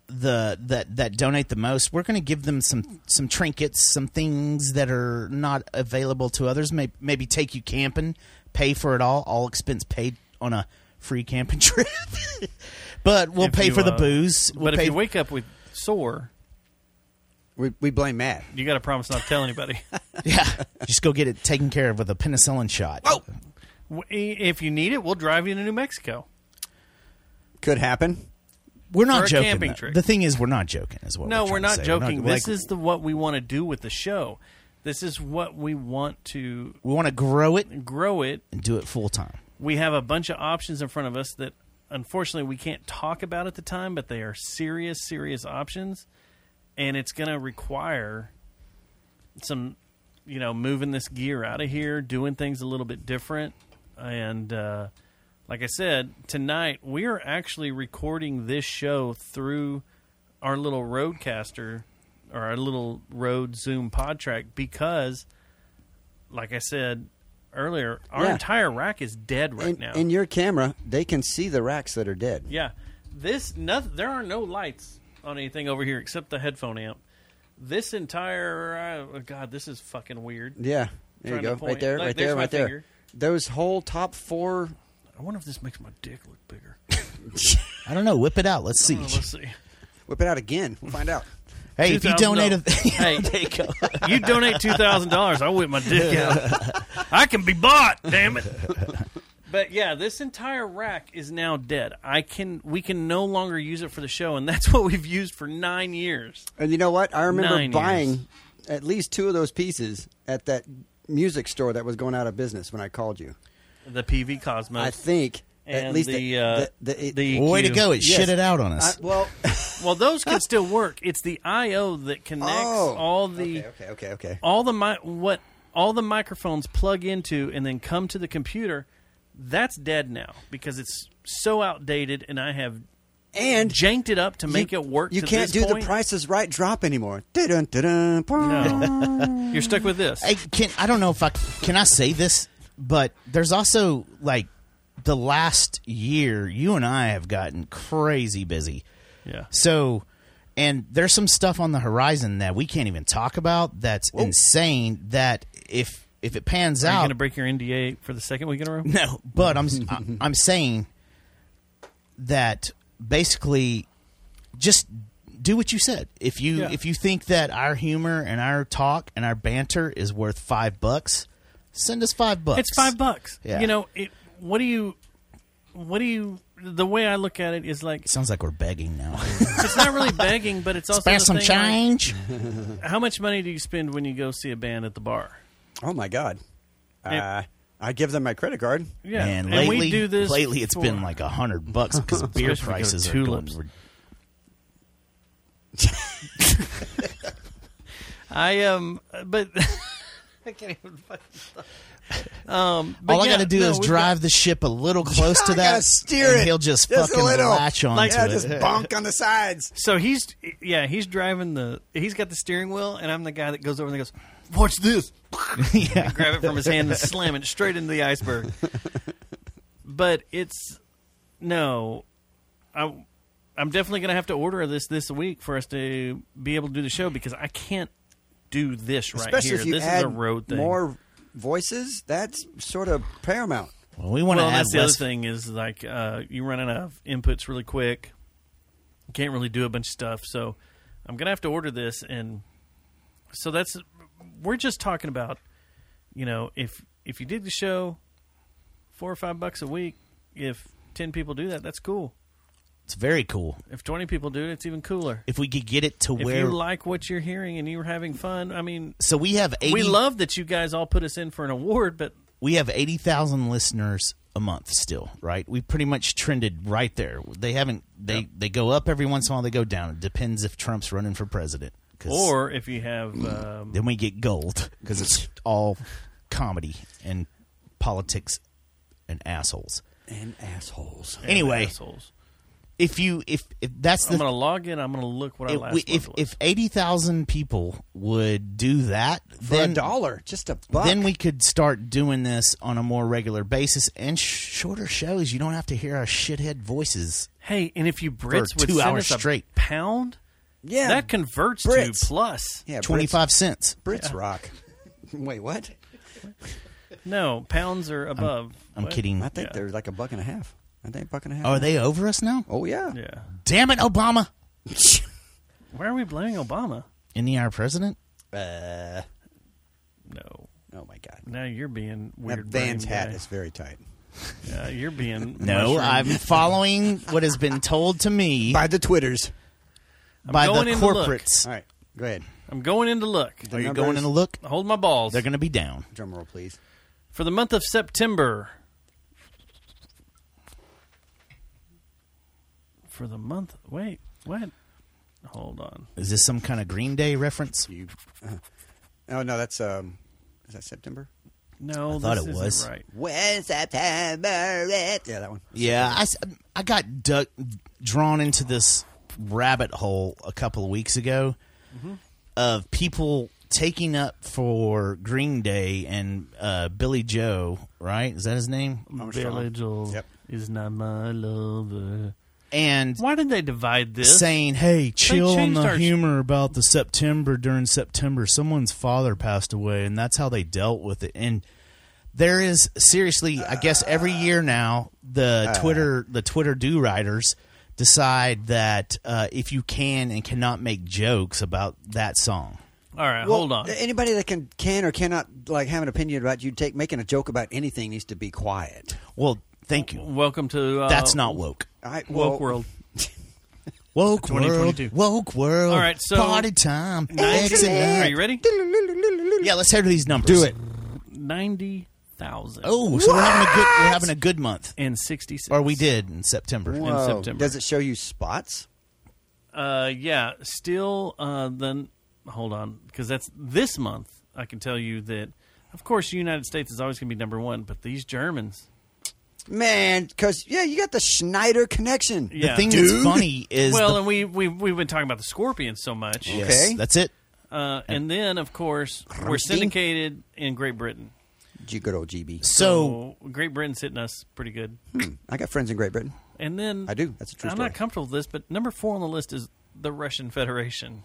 the that that donate the most. We're gonna give them some some trinkets, some things that are not available to others. Maybe, maybe take you camping, pay for it all, all expense paid on a free camping trip. but we'll If pay you, for the uh, booze. But We'll if pay you wake up with sore, We, we blame Matt. you got to promise not to tell anybody. yeah, just go get it taken care of with a penicillin shot. Oh, W- i- if you need it, we'll drive you to New Mexico. Could happen. We're Or not a joking. camping though. trick. The thing is, we're not joking. Is what? No, we're, we're trying not to say. We're joking. this like, is the what we want to do with the show. This is what we want to we want to grow it grow it and do it full time. we have a bunch of options in front of us that unfortunately we can't talk about at the time, but they are serious, serious options, and it's going to require some, you know, moving this gear out of here, doing things a little bit different, and uh, like I said tonight, we are actually recording this show through our little roadcaster or our little road Zoom pod track because, like I said. Earlier, our Yeah. entire rack is dead right In, now. in your camera, they can see the racks that are dead. Yeah. This nothing. There are no lights on anything over here except the headphone amp. This entire uh, God, this is fucking weird. Yeah. There you trying go. to point. Right there, Look, right there's there, my right there. finger. Those whole top four. I wonder if this makes my dick look bigger. I don't know. Whip it out. Let's see. Oh, let's see. Whip it out again. We'll find out. Hey, if you $2,000. donate a Hey. there you go. You donate two thousand dollars, I whip my dick out. I can be bought, damn it. But yeah, this entire rack is now dead. I can we can no longer use it for the show, and that's what we've used for nine years. And you know what? I remember Nine buying years. at least two of those pieces at that music store that was going out of business when I called you. The PV Cosmos. I think Uh, and at least the, it- uh, the, the, it- the- Way to EQ. go. It Yes. shit it out on I, us. well, well, those can still work. It's the I/O that connects Uh, Oh. all the okay, okay, okay, okay. all the mi- what all the microphones plug into and then come to the computer. That's dead now because it's so outdated, and I have And janked it up to make you, it work. You to can't this do point. the Price is Right drop anymore. Dun, dun, dun, No. Oh. You're stuck with this. Hey, can I don't know if I can I say this, but there's also like the last year you and I have gotten crazy busy. Yeah. So, and there's some stuff on the horizon that we can't even talk about. That's insane. That if if it pans Are you out, going to break your NDA for the second week in a row? no. But I'm I, am i am saying that basically, just do what you said. If you Yeah. if you think that our humor and our talk and our banter is worth five bucks, send us five bucks. It's five bucks. Yeah. You know, it, what do you, what do you, the way I look at it is like, Sounds like we're begging now. it's not really begging, but it's also Spare the some thing, like, change. how much money do you spend when you go see a band at the bar? oh my God! Uh, I give them my credit card. Yeah. And, And lately, we do this. lately it's been for- like a hundred bucks because we beer go to prices are Tulips. going. I um, but I can't even. fucking stop. Um, but All I yeah, got to do no, is we've drive the ship a little close to I gotta that. steer and it He'll just, just a fucking little. latch on Like- to Yeah, it. just bonk on the sides. So he's yeah, he's driving the he's got the steering wheel and I'm the guy that goes over and goes, "Watch this." Yeah. Grab it from his hand and slam it straight into the iceberg. but it's no. I I'm definitely going to have to order this this week for us to be able to do the show because I can't do this right Especially here. if you this add is a road thing. more voices, that's sort of paramount. Well, we want to well, add that's the other less. thing is like uh, you run out of inputs really quick. You can't really do a bunch of stuff, so I'm gonna have to order this. And so that's we're just talking about, you know, if if you did the show, four or five bucks a week. If ten people do that, that's cool. It's very cool. If twenty people do it, it's even cooler. If we could get it to If where, you like what you're hearing and you're having fun, I mean, so we have eighty. we love that you guys all put us in for an award, but we have eighty thousand listeners a month still, right? We pretty much trended right there. They haven't. They they go up every once in a while. They go down. It depends if Trump's running for president. 'cause or if you have um, then we get gold because it's all comedy and politics and assholes. And assholes. Anyway, assholes. if you if, if that's I'm the gonna log in. I'm gonna look what our if, last we- if, month was. if eighty thousand people would do that, For then a dollar, just a buck. Then we could start doing this on a more regular basis and sh- shorter shows. You don't have to hear our shithead voices. hey, and if you Brits For would two send hours us a straight. pound, yeah, that converts Brits. to plus. yeah, Twenty five cents. Brits, Brits rock. Wait, what? No, pounds are above. I'm What? kidding. I think Yeah. they're like a buck and a half. Aren't they a buck and a half? Oh, are they over us now? Oh yeah. Yeah. Damn it, Obama! Why are we blaming Obama? Isn't he our president? Uh, No. oh my god. Now you're being That weird. Van's brain hat guy. is very tight. Yeah, you're being No, mushroom. I'm following what has been told to me By the Twitters. by going the in to look. corporates. All right, go ahead. I'm going in to look. Are you numbers- going in to look? Hold my balls. They're going to be down. Drum roll, please. For the month of September. For the month. Wait. What? Hold on. Is this some kind of Green Day reference? You. oh no, that's um. Is that September? No, I thought this it isn't was. right. When September it. Yeah, that one. Yeah, I, s- I got duck, drawn into this rabbit hole a couple of weeks ago Mm-hmm. of people taking up for Green Day and uh, Billy Joe, right? Is that his name? Armstrong. Billy Joel Yep. is not my lover. and Why did they divide this? saying, "Hey, chill on changed the our- humor about the September during September. Someone's father passed away, and that's how they dealt with it." And there is seriously, I guess every year now, the Twitter the Twitter do writers decide that uh, if you can and cannot make jokes about that song. All right, Well, hold on. Anybody that can can or cannot like have an opinion about you take making a joke about anything needs to be quiet. Well, thank you. Welcome to uh, That's not woke. I, well, woke world. Woke world. 2022. Woke world. All right, so- party time. Exit Are night. you ready? Yeah, let's hear these numbers. Do it. Ninety thousand. Oh, so we're having a good we're having a good month. and sixty six. Or we did in September. in oh, September. Does it show you spots? Uh, yeah. Still, uh, then hold on, because that's this month. I can tell you that, of course, the United States is always going to be number one, but these Germans. Man, because yeah, you got the Schneider connection. The Yeah. thing that's Dude. funny is well, the, and we we we've been talking about the Scorpions so much, Okay. that's it. uh, and then of course we're Rammstein? syndicated in Great Britain. Gee, good old GB. So So Great Britain's hitting us pretty good. I got friends in Great Britain. And then I do. That's a true I'm story. not comfortable with this, but number four on the list is the Russian Federation.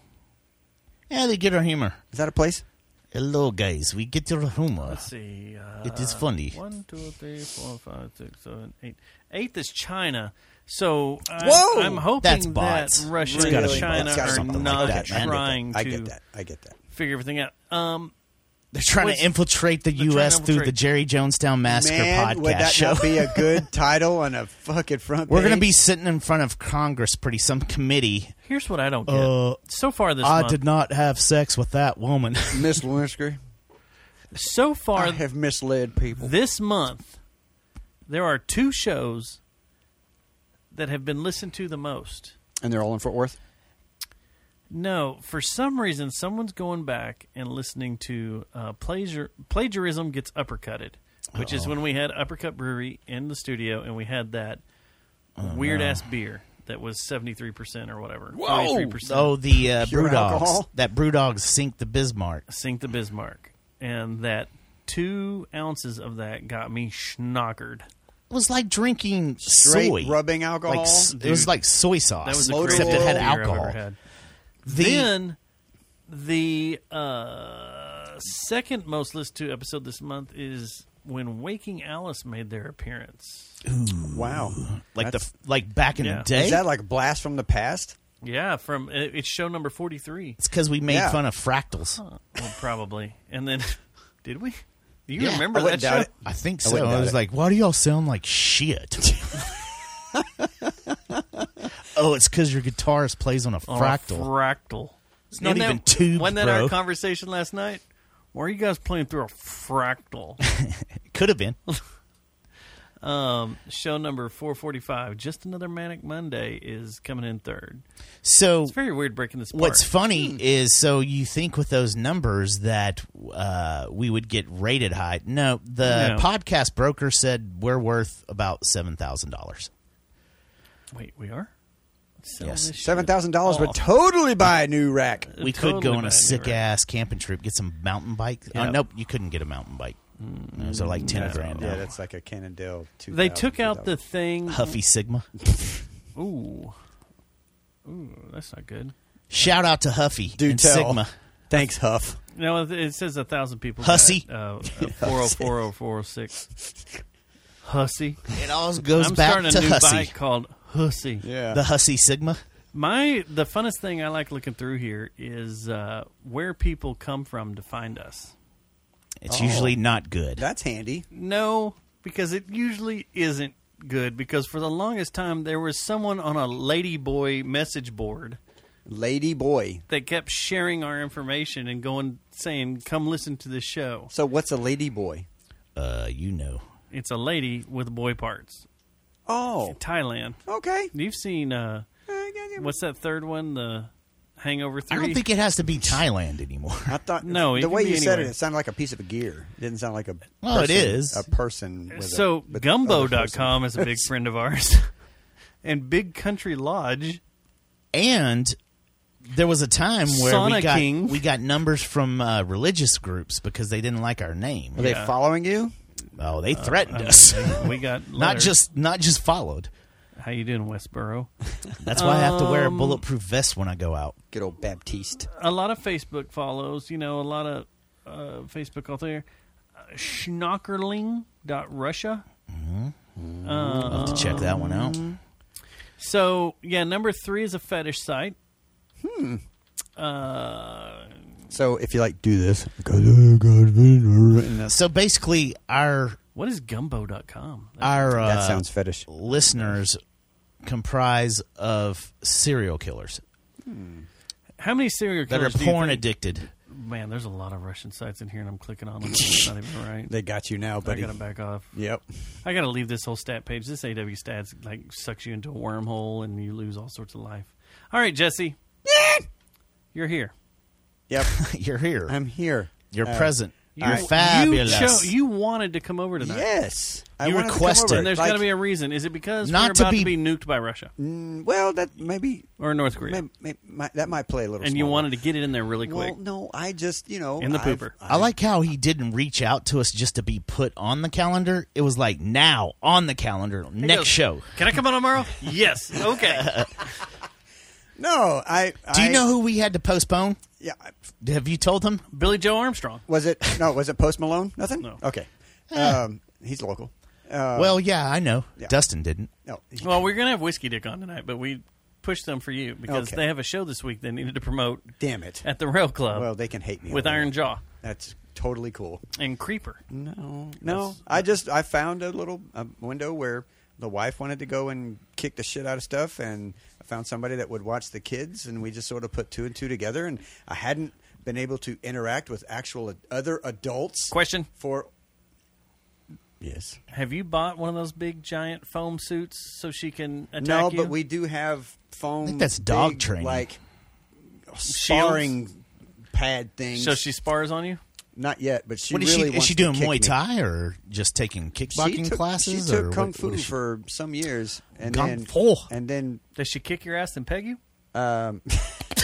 yeah, they get our humor. Is that a place? Hello guys, we get your humor. Let's see. Uh, It is funny. One, two, three, four, five, six, seven, eight. Eighth is China. So I, Whoa! I'm hoping That's that bots. Russia It's and gotta be China bots. It's got are something not like that. trying I to get that. I get that. figure everything out. Um, They're trying Wait, to infiltrate the they're trying US to through the infiltrate. Jerry Jonestown I get Massacre that. Man, podcast would that show. not be a good title on a fucking front? we're going to page? be sitting in front of Congress pretty some committee. here's what I don't get. Uh, so far this month, Oh. not have sex with that woman. Miss Lewinsky. so far I have misled people. this month, there are two shows that have been listened to the most. and they're all in Fort Worth. No, for some reason, someone's going back and listening to uh, plagiar- plagiarism gets uppercutted, which is when we had Uppercut Brewery in the studio and we had that Oh, weird ass beer that was seventy three percent or whatever, forty three oh, percent. the uh, Pure brew dogs. alcohol? That brew dogs sink the Bismarck. Sink the Bismarck, and that two ounces of that got me schnockered. It was like drinking Straight soy. rubbing alcohol? Like, s- it Dude. was like soy sauce. That was the Motor greatest except beer it had I've ever alcohol. had. The- then the uh, second most listened to episode this month is when Waking Alice made their appearance. Wow. like the That's- f- like back in Yeah. the day. Is that like a blast from the past? Yeah, from it- it's show number forty three. it's because we made Yeah. fun of fractals. Well, probably. And then did we? Do you Yeah, remember I that wouldn't show? doubt it. I think I so. wouldn't I, doubt was it. like, why do y'all sound like shit? oh, it's because your guitarist plays on a Oh, fractal. fractal. It's not even tubes, Wasn't that bro. our conversation last night? Why are you guys playing through a fractal? Could have been. um, show number four forty five. Just another manic Monday is coming in third. So It's very weird breaking this. Apart. What's funny is so you think with those numbers that uh, we would get rated high. No, the No. podcast broker said we're worth about seven thousand dollars. Wait, we are. Sell Yes. this shit. Seven thousand dollars Oh. would totally buy a new rack. We could Totally go on a bad, sick you're right. ass camping trip, get some mountain bike. Oh, Yeah. nope, you couldn't get a mountain bike. Mm, Those are like ten grand. Yeah, now. that's like a Cannondale. 2000, They took out the 2000. thing. Huffy Sigma. Ooh, ooh, that's not good. Shout out to Huffy Do and tell. Sigma. Thanks, Huff. No, it- it says a thousand people. Hussy. Got, uh, four hundred four hundred four hundred six. Hussy. It all goes I'm back starting to a new Hussy. bike called Hussy. Yeah. The Hussy Sigma. My the funnest thing I like looking through here is uh, where people come from to find us. It's Oh. usually not good. That's handy. No, because it usually isn't good. Because for the longest time, there was someone on a ladyboy message board Lady boy. that kept sharing our information and going saying, "Come listen to this show." So what's a lady boy? uh, you know. It's a lady with boy parts. Oh, Thailand. okay. You've seen uh, what's that third one? The Hangover I Three. don't think it has to be Thailand anymore. I thought No, it The can way be you said it, anywhere. it sounded like a piece of gear. It didn't sound like a. Well, it person- is. a person. With So a, with other person. gumbo.com is a big friend of ours. and Big Country Lodge. and there was a time where we Sauna got King. we got numbers from uh, religious groups because they didn't like our name. Are they following you? oh, they threatened us. We got not Uh, letters. just not just followed. How you doing, Westboro? That's why I have to wear a Um, bulletproof vest when I go out. Good old Baptiste. a lot of Facebook follows, you know, a lot of uh, Facebook out there. Uh, Schnockerling.russia. I'll have to check that one out. um, So, yeah, number three is a fetish site. So if you like do this, go to God, and that's- So basically, our What is gumbo.com? our uh, that sounds fetish. listeners comprise of serial killers How many serial that are killers do you porn think- addicted. Man, there's a lot of Russian sites in here, and I'm clicking on them. It's not even right. They got you now, I buddy. gotta back off. Yep. I gotta leave this whole stat page. This AW stats like sucks you into a wormhole, and you lose all sorts of life. All right, Jesse, you're here. Yep. You're here. I'm here. You're Uh, present. You- You're fabulous. You, cho- you wanted to come over tonight. Yes. I You wanted to come requested. over. And there's Like, got to be a reason. Is it because Not we're to about to be, be- nuked by Russia well, that maybe, or North Korea? may, may, might- that might play a little. and you smaller. wanted to get it in there really quick. Well, no, I just you know In the I've- pooper. I like how he didn't reach out to us just to be put on the calendar. It was like now on the calendar, next goes, show. Can I come on tomorrow? yes. Okay. No, I. Do you I- know who we had to postpone? Yeah, I- Have you told him? Billy Joe Armstrong. was it no? Was it Post Malone? Nothing. No. Okay. Um, he's local. Uh, well, yeah, I know. yeah. Dustin didn't. no. he- Well, we're gonna have Whiskey Dick on tonight, but we pushed them for you because Okay. they have a show this week they needed to promote Damn it. at the Rail Club Well, they can hate me with over Iron that. Jaw That's totally cool. and Creeper. Oh, No, no. I just I found a little a window where the wife wanted to go and kick the shit out of stuff, and I found somebody that would watch the kids, and we just sort of put two and two together. And I hadn't been able to interact with actual ad- other adults. Question. for yes. Have you bought one of those big giant foam suits so she can attack No, you? but we do have foam. I think that's dog training. like sparring pad things. So she spars on you. not yet, but she What is really she? Is wants she to doing kick Muay me. Thai or just taking kickboxing she took, classes? She took or kung what- fu what is she- for some years, and Kung then fu. and then Does she kick your ass and peg you? is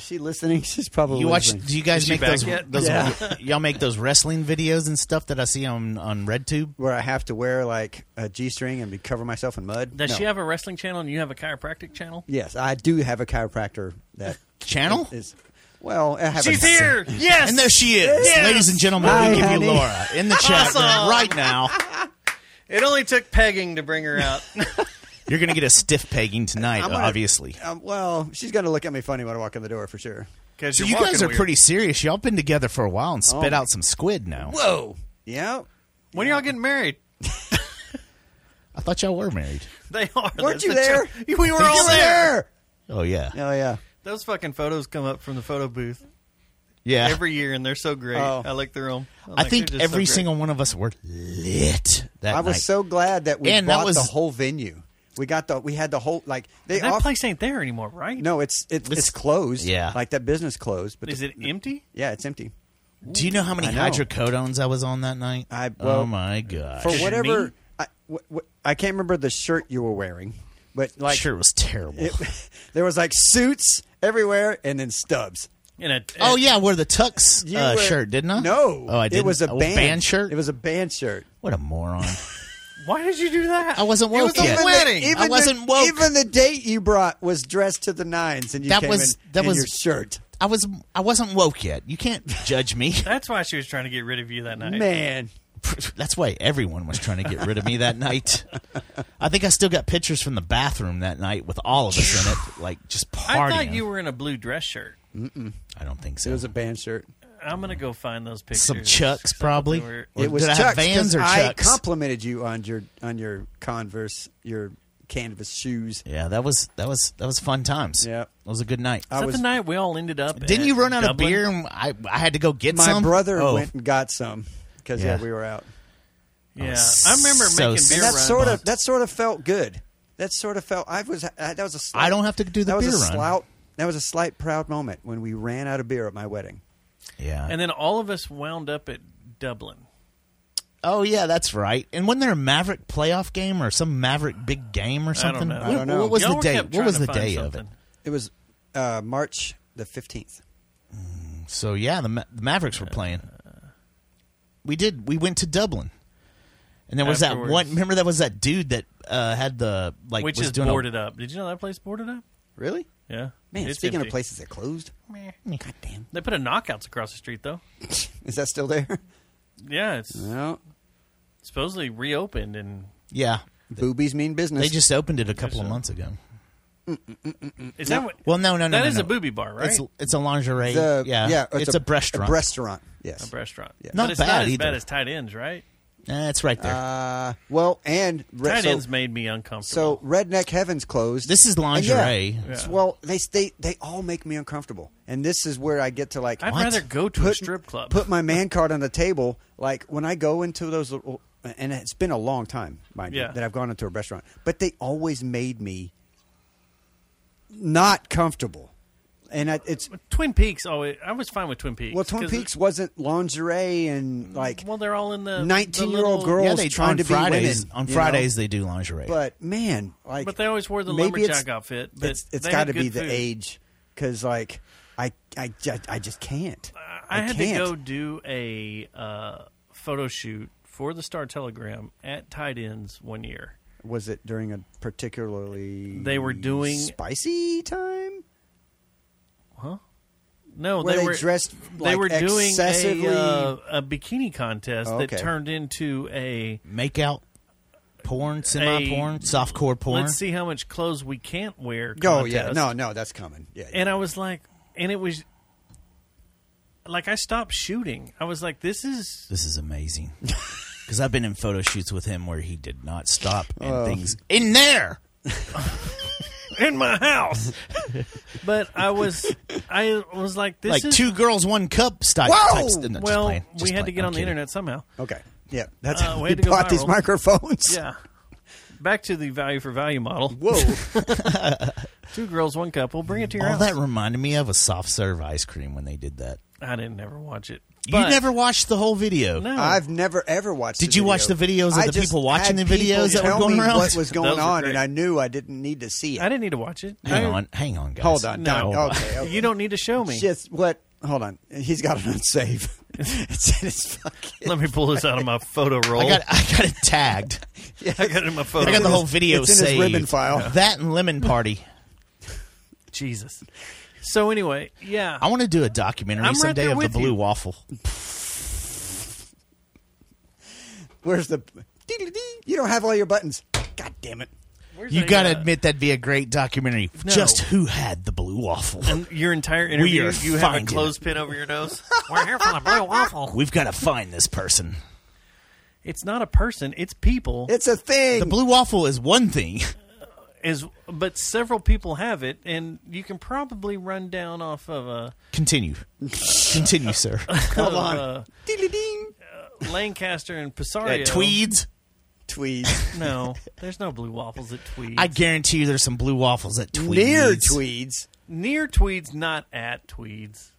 she listening? She's probably You watch? listening. Do you guys she make back those? yet? those Y'all make those wrestling videos and stuff that I see on on RedTube. where I have to wear like a g string and be- cover myself in mud. Does No. she have a wrestling channel and you have a chiropractic channel? Yes, I do have a chiropractor that Channel? is. Well, I have She's a, here. Yes. And there she is, Yes! ladies and gentlemen. Hi, we give honey. you Laura in the chat room Awesome. right now. It only took pegging to bring her out. You're gonna get a stiff pegging tonight, I'm gonna- obviously. Um, well, she's gonna look at me funny when I walk in the door for sure. Because So you guys are pretty serious. Y'all been together for a while and spit Oh. out some squid now. Whoa. Yeah. When are y'all getting married? I thought y'all were married. They are. Weren't That's you the there? joke. We were all Over there. there. Oh yeah, Oh yeah. Those fucking photos come up from the photo booth yeah. every year, and they're so great. Oh. I look through them. I think every single one of us were lit that I night. was so glad that we And that bought was- the whole venue. We got the we had the whole like they that off- place ain't there anymore, right? No, it's it, it's closed. yeah. like that business closed. But Is the- it empty? Yeah, it's empty. Do you know how many I know. hydrocodones I was on that night? I- well, oh my god! For Just me? whatever, I, wh- wh- I can't remember the shirt you were wearing, but like sure, it was terrible. it, there was like suits everywhere and then stubs. In a, oh yeah, I wore the tux You uh, were- shirt, didn't I? No, Oh, I did. It was a band. shirt. It was a band shirt. what a moron. Why did you do that? I wasn't woke It was yet. a wedding. I wasn't woke. Even the date you brought was dressed to the nines, and you That came was- in, that in was- your shirt. I was I wasn't woke yet. You can't judge me. That's why she was trying to get rid of you that night. Man, That's why everyone was trying to get rid of me that night. I think I still got pictures from the bathroom that night with all of us in it, like just I partying. thought you were in a blue dress shirt. I don't think so. it was a band shirt. I'm gonna go find those pictures. Some Chucks, Something probably. where- Or it was did I have Chucks, Vans 'cause or I Chucks? complimented you on your on your Converse, your canvas shoes. yeah, that was that was that was fun times. Yeah. it was a good night. Is I that was- the night we all ended up? Didn't at you run out Dublin? of beer? And I I had to go get My some. brother Oh, went and got some because yeah. Yeah. we were out. Yeah, was I remember Oh, so making sad. beer And Beer that runs. sort of that sort of felt good. That sort of felt I was I, that was a slight, I don't have to do the that was beer a run. Slight, that was a slight proud moment when we ran out of beer at my wedding. Yeah. and then all of us wound up at Dublin. oh yeah, that's right. And wasn't there a Maverick playoff game or some Maverick big game or something? know. I What, don't know. what was Y'all the were day? kept What was the trying to find day of it? something. It was uh, March the fifteenth. So yeah, the, Ma- the Mavericks were playing. We did. We went to Dublin, And there was Afterwards. that one. Remember that was that dude that uh, had the like which was is doing a- boarded up. Did you know that place boarded up? Really? Yeah. Man, It's speaking empty. of places that closed, God damn, They put a knockouts across the street though. is that still there? Yeah, it's No. supposedly reopened and yeah. Boobies mean business. They just opened it a couple of so. months ago. is that what Well, no, no, no. That no, is no. a booby bar, right? It's it's a lingerie. The- yeah, It's, a, restaurant. restaurant. Yes. a restaurant. Not but it's bad not as bad either. as tight ends, right? Eh, it's right there. Uh, well, and re- Tight so- ends made me So uncomfortable. redneck heaven's closed. This is And lingerie. Yeah, Yeah. it's- Well, they they they all make me uncomfortable, and this is where I get to like. I'd What? rather go to a put- strip club. Put my man card on the table. Like when I go into those little, and it's been a long time, mind Yeah. you, that I've gone into a restaurant, but they always made me not comfortable, and I, it's Twin Peaks. Always, I was fine with Twin Peaks. well, Twin 'cause Peaks wasn't lingerie and like Well, they're all in the the nineteen-year-old little- girls yeah, they trying on to Fridays be women on you know? Fridays they do lingerie. But man, like, But they always wore the maybe lumberjack it's- outfit, but it's- it's they got to had be good the food. age, because like, I, I, ju- I just can't. I had can't. to go do a uh, photo shoot for the Star Telegram at tight ends one year. Was it during a particularly They were doing- spicy time? No, Were they, they were dressed, they like, were doing excessively- a, uh, a bikini contest Oh, that okay. turned into a makeout, porn, semi porn, softcore porn. let's see how much clothes we can't wear. Oh Contest. yeah, no, no, that's coming. Yeah, And I was like, and it was like I stopped shooting. I was like, this is This is amazing. Because I've been in photo shoots with him where he did not stop and Oh. things in there. in my house. but I was, I was like, this like is two girls, one cup style. Whoa! types- no, just Well, playing, just we had to playing. get I'm on the kidding. internet somehow. okay, yeah, that's Uh, how way we to go bought these viral. microphones. Yeah. Back to the value for value model. Whoa, Two girls, one couple. Bring it to your All house. that reminded me of a soft serve ice cream when they did that. I didn't ever watch it. you But- never watched the whole video. No. I've never ever watched. Did the you watch video. the videos of I the just people watching had the videos people that were tell going me around? What was Those going were on, great. and I knew I didn't need to see it. I didn't need to watch it. Hang I- on, hang on, guys. Hold on, No. no, okay, okay. You don't need to show me. Just what? Hold on. He's got it on save. it's in his fucking. Let me pull this out of my photo roll. I got, I got it tagged. I got it in my photo. I got the his- whole video it's in his saved. ribbon file. That and Lemon Party. Jesus. So anyway, yeah. I want to do a documentary I'm right someday there of the with Blue you. Waffle. Where's the? dee-dee-dee. You don't have all your buttons. God damn it! Where's You the, got to uh, admit that'd be a great documentary. No. Just who had the Blue Waffle? and your entire interview, are you have a finding it. clothespin over your nose. We're here for the blue waffle. We've got to find this person. It's not a person; it's people. It's a thing. The Blue Waffle is one thing. Is but several people have it, and you can probably run down off of uh, a Continue. Continue, sir. Oh, Hold on. Ding uh, Lancaster and Uh, Pisario. tweeds. Tweed. No, there's no blue waffles at Tweeds. I guarantee you there's some blue waffles at Tweeds. Near tweeds. Near Tweeds, not at Tweeds.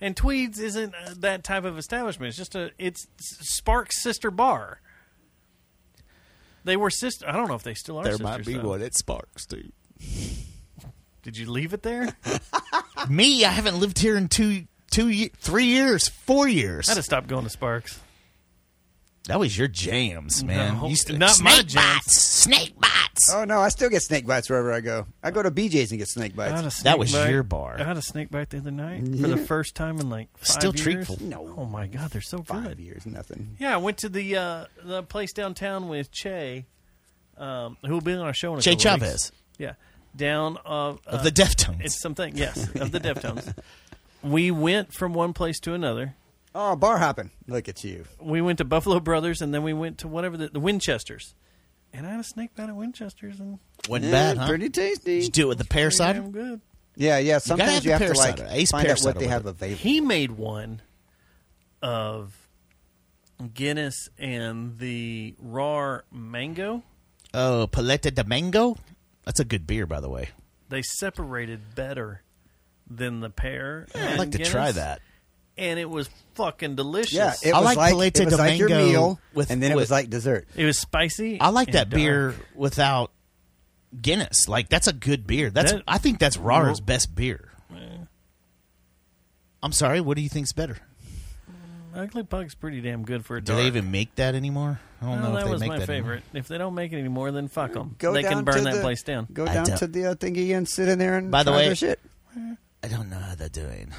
And Tweeds isn't uh, that type of establishment. It's just a it's Spark's sister bar. They were sister. I don't know if they still are. There sisters, might be though. one at Sparks, too. Did you leave it there? Me, I haven't lived here in two, two, ye- three years, four years. I'd have stopped going to Sparks. That was your jams, man. No, You used to- not my snake jams. bites, snake bites. Oh no! I still get snake bites wherever I go. I go to BJ's and get snake I had a bites. snake That was bite- your bar. I had a snake bite the other night for the first time in like five Still years. treatful. No. Oh my god, they're so Five good. years, nothing. Yeah, I went to the uh, the place downtown with Che, um, who will be on our show in a Che couple weeks. Chavez. Yeah, down of uh, Of the Deftones. It's something, yes, of the Deftones. We went from one place to another. Oh, bar hopping. Look at you. We went to Buffalo Brothers, and then we went to whatever the, the Winchesters. And I had a snake bite at Winchesters, and Wasn't Yeah, bad, huh? Pretty Did tasty. you do it with the pear pretty cider? damn good. Yeah, yeah. Sometimes have you the have, to like parasite, ace find out parasite what they with have it. available. He made one of Guinness and the raw mango. Oh, Paleta de Mango? That's a good beer, by the way. They separated better than the pear. I'd and like to Guinness. try that. and it was fucking delicious. Yeah, it I like was like, Paleta it was de like your Mango meal, with- and then it with- was like dessert. It was spicy. I like and that beer dark. without Guinness. Like that's a good beer. That's That- I think that's Rara's best beer. I'm sorry. What do you think's better? Ugly Pug's pretty damn good for a Do dog. they even make that anymore? I don't know that if they was make my that anymore. favorite. If they don't make it anymore, then fuck them. Go they down can burn to that the, place down. Go I down don't- to the uh, thingy and sit in there and By the try way- their shit. I don't know how they're doing.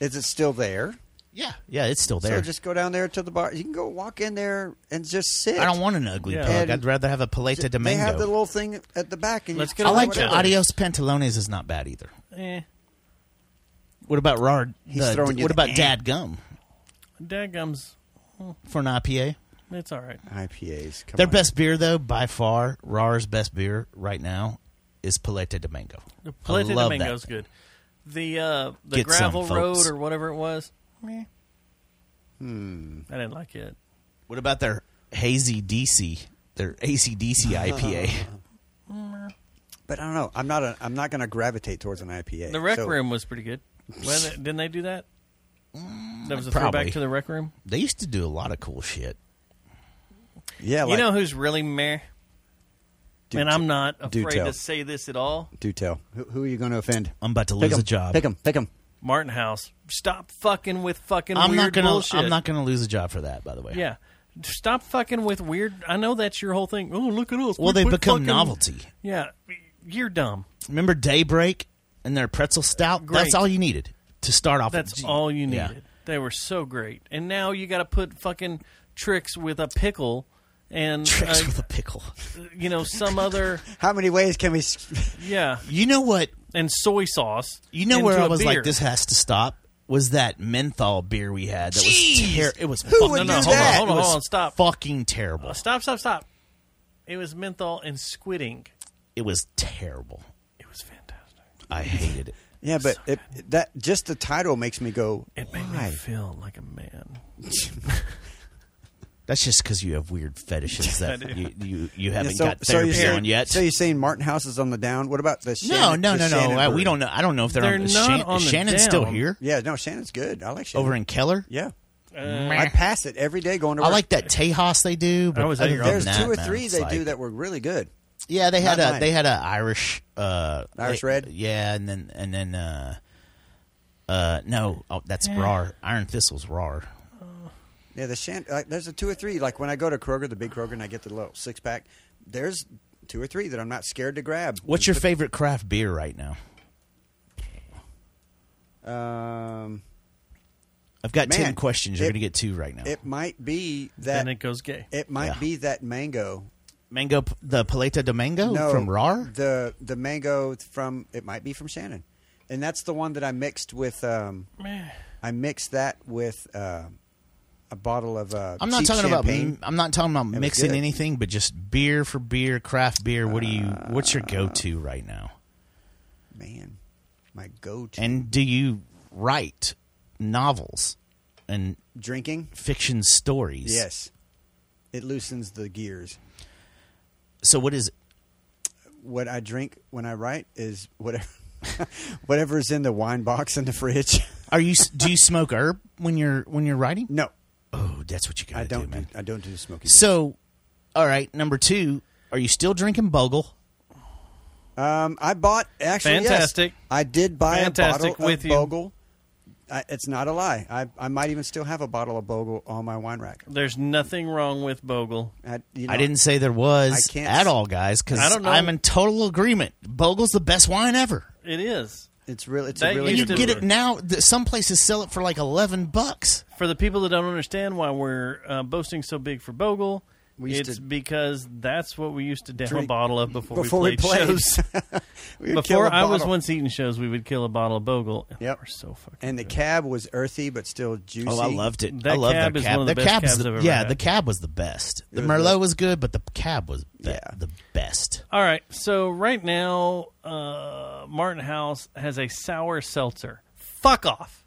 Is it still there? Yeah. Yeah, it's still there. So just go down there to the bar. You can go walk in there and just sit. I don't want an ugly Yeah. pug. And- I'd rather have a paleta de They have the mango. little thing at the back, and Let's you get a I can like lunch out. Adios Pantalones is not bad either. Eh, What about Rard? He's throwing you what the about eh. Dad Gum dadgums, for an IPA? it's all right. IPAs. Come Their on. best beer though, by far, Rar's best beer right now is Paleta de Mango. Paleta I love de Mango's that. good. The uh, the Get some, gravel road folks. or whatever it was. Meh. Hmm. I didn't like it. What about their Hazy DC? Their ACDC IPA. But I don't know. I'm not. A, I'm not going to gravitate towards an IPA. The rec So- room was pretty good. Well, they- didn't they do that? Mm, That was a probably. throwback to the rec room. they used to do a lot of cool shit. Yeah, you like, know who's really meh? Do and t- I'm not do afraid tell. to say this at all. do tell. Who, who are you going to offend? I'm about to Pick lose 'em. a job. Pick them. Pick them. Martin House, stop fucking with fucking I'm weird not gonna. bullshit. I'm not gonna lose a job for that. By the way. Yeah. Stop fucking with weird. I know that's your whole thing. Oh, look at us. Well, We they put become fucking- novelty. Yeah. You're dumb. Remember Daybreak and their pretzel stout? Great. That's all you needed to start off. with. That's Gee, all you yeah. needed. They were so great. And now you got to put fucking tricks with a pickle and, Tricks uh, with a pickle. you know, some other. How many ways can we? s- Yeah. You know what? And soy sauce. You know into where I a was beer. like, this has to stop. Was that menthol beer we had? That was ter- It was Who fucking- would No, no, do hold that? on, hold it on, was hold on. Stop. Fucking terrible. Stop, stop, stop. It was menthol and squid ink. It was terrible. It was fantastic. I hated it. Yeah, but it, that just the title makes me go. It made why? me feel like a man. That's just because you have weird fetishes I that do. you, you, you Yeah, haven't so- got so you're therapy saying- on yet. So you're saying Martin House is on the down? What about the? no, Shannon, no, the no, no. Shannon I- Brewery? we don't know. I don't know if they're, They're on, is not Shan- on is the Shannon's still down. here Yeah, no, Shannon's good. I like Shannon. over in Keller. yeah, Uh, I pass it every day going to. I Work. like that Tejas they do. But was other at your than There's that, two or man, three it's they like- do that were really good. Yeah, they had Not a mine. they had a Irish uh Irish they- Red? Yeah, and then and then uh uh no, oh, that's Rar. Iron Thistle's Rar. Yeah, the shan- like, there's a two or three. Like when I go to Kroger, the big Kroger, and I get the little six pack. There's two or three that I'm not scared to grab. What's your favorite craft beer right now? Um, I've got Man, 10 questions. You're it- going to get two right now. it might be that Then it goes gay. it might Yeah. be that mango. mango p- the Paleta de Mango No, from Rar? The the mango from it might be from Shannon, and that's the one that I mixed with. Um, I mixed that with uh, a bottle of. Uh, I'm not cheap talking about champagne. m- I'm not talking about was mixing good. anything, but just beer for beer, craft beer. What do you what's Uh, your go-to right now? man. My go-to And do you write novels and drinking. fiction stories? Yes, it loosens the gears. So what is what I drink when I write is whatever whatever's in the wine box in the fridge. Are you? Do you smoke herb when you're when you're writing? no, Oh, that's what you I gotta don't. do, man. I don't do smoking. So, all right, number two. Are you still drinking Bogle? um, I bought actually yes, Fantastic. I did buy a Fantastic bottle with of you. Bogle. I, it's not a lie. I, I might even still have a bottle of Bogle on my wine rack. There's nothing wrong with Bogle. I, you know, I didn't say there was I can't at s- all, guys, because I don't know. I'm in total agreement. Bogle's the best wine ever. It is. It's really. It's That a really. used You Good to- get it now. th- Some places sell it for like eleven bucks. For the people that don't understand why we're uh, boasting so big for Bogle, We used it's to- because that's what we used to down a Drink- bottle of before, before we we played played. shows. We would kill a before I was bottle. once eating shows, we would kill a bottle of Bogle. And Yep. We're so fucking. And the good. cab was earthy but still juicy. Oh, I loved it. That I love cab that is cab. one of the that best cab was cabs the, I've ever yeah. had. The cab was the best. The was Merlot the- was good, but the cab was be- Yeah. the best. All right. So right now, uh, Martin House has a sour seltzer. Fuck off.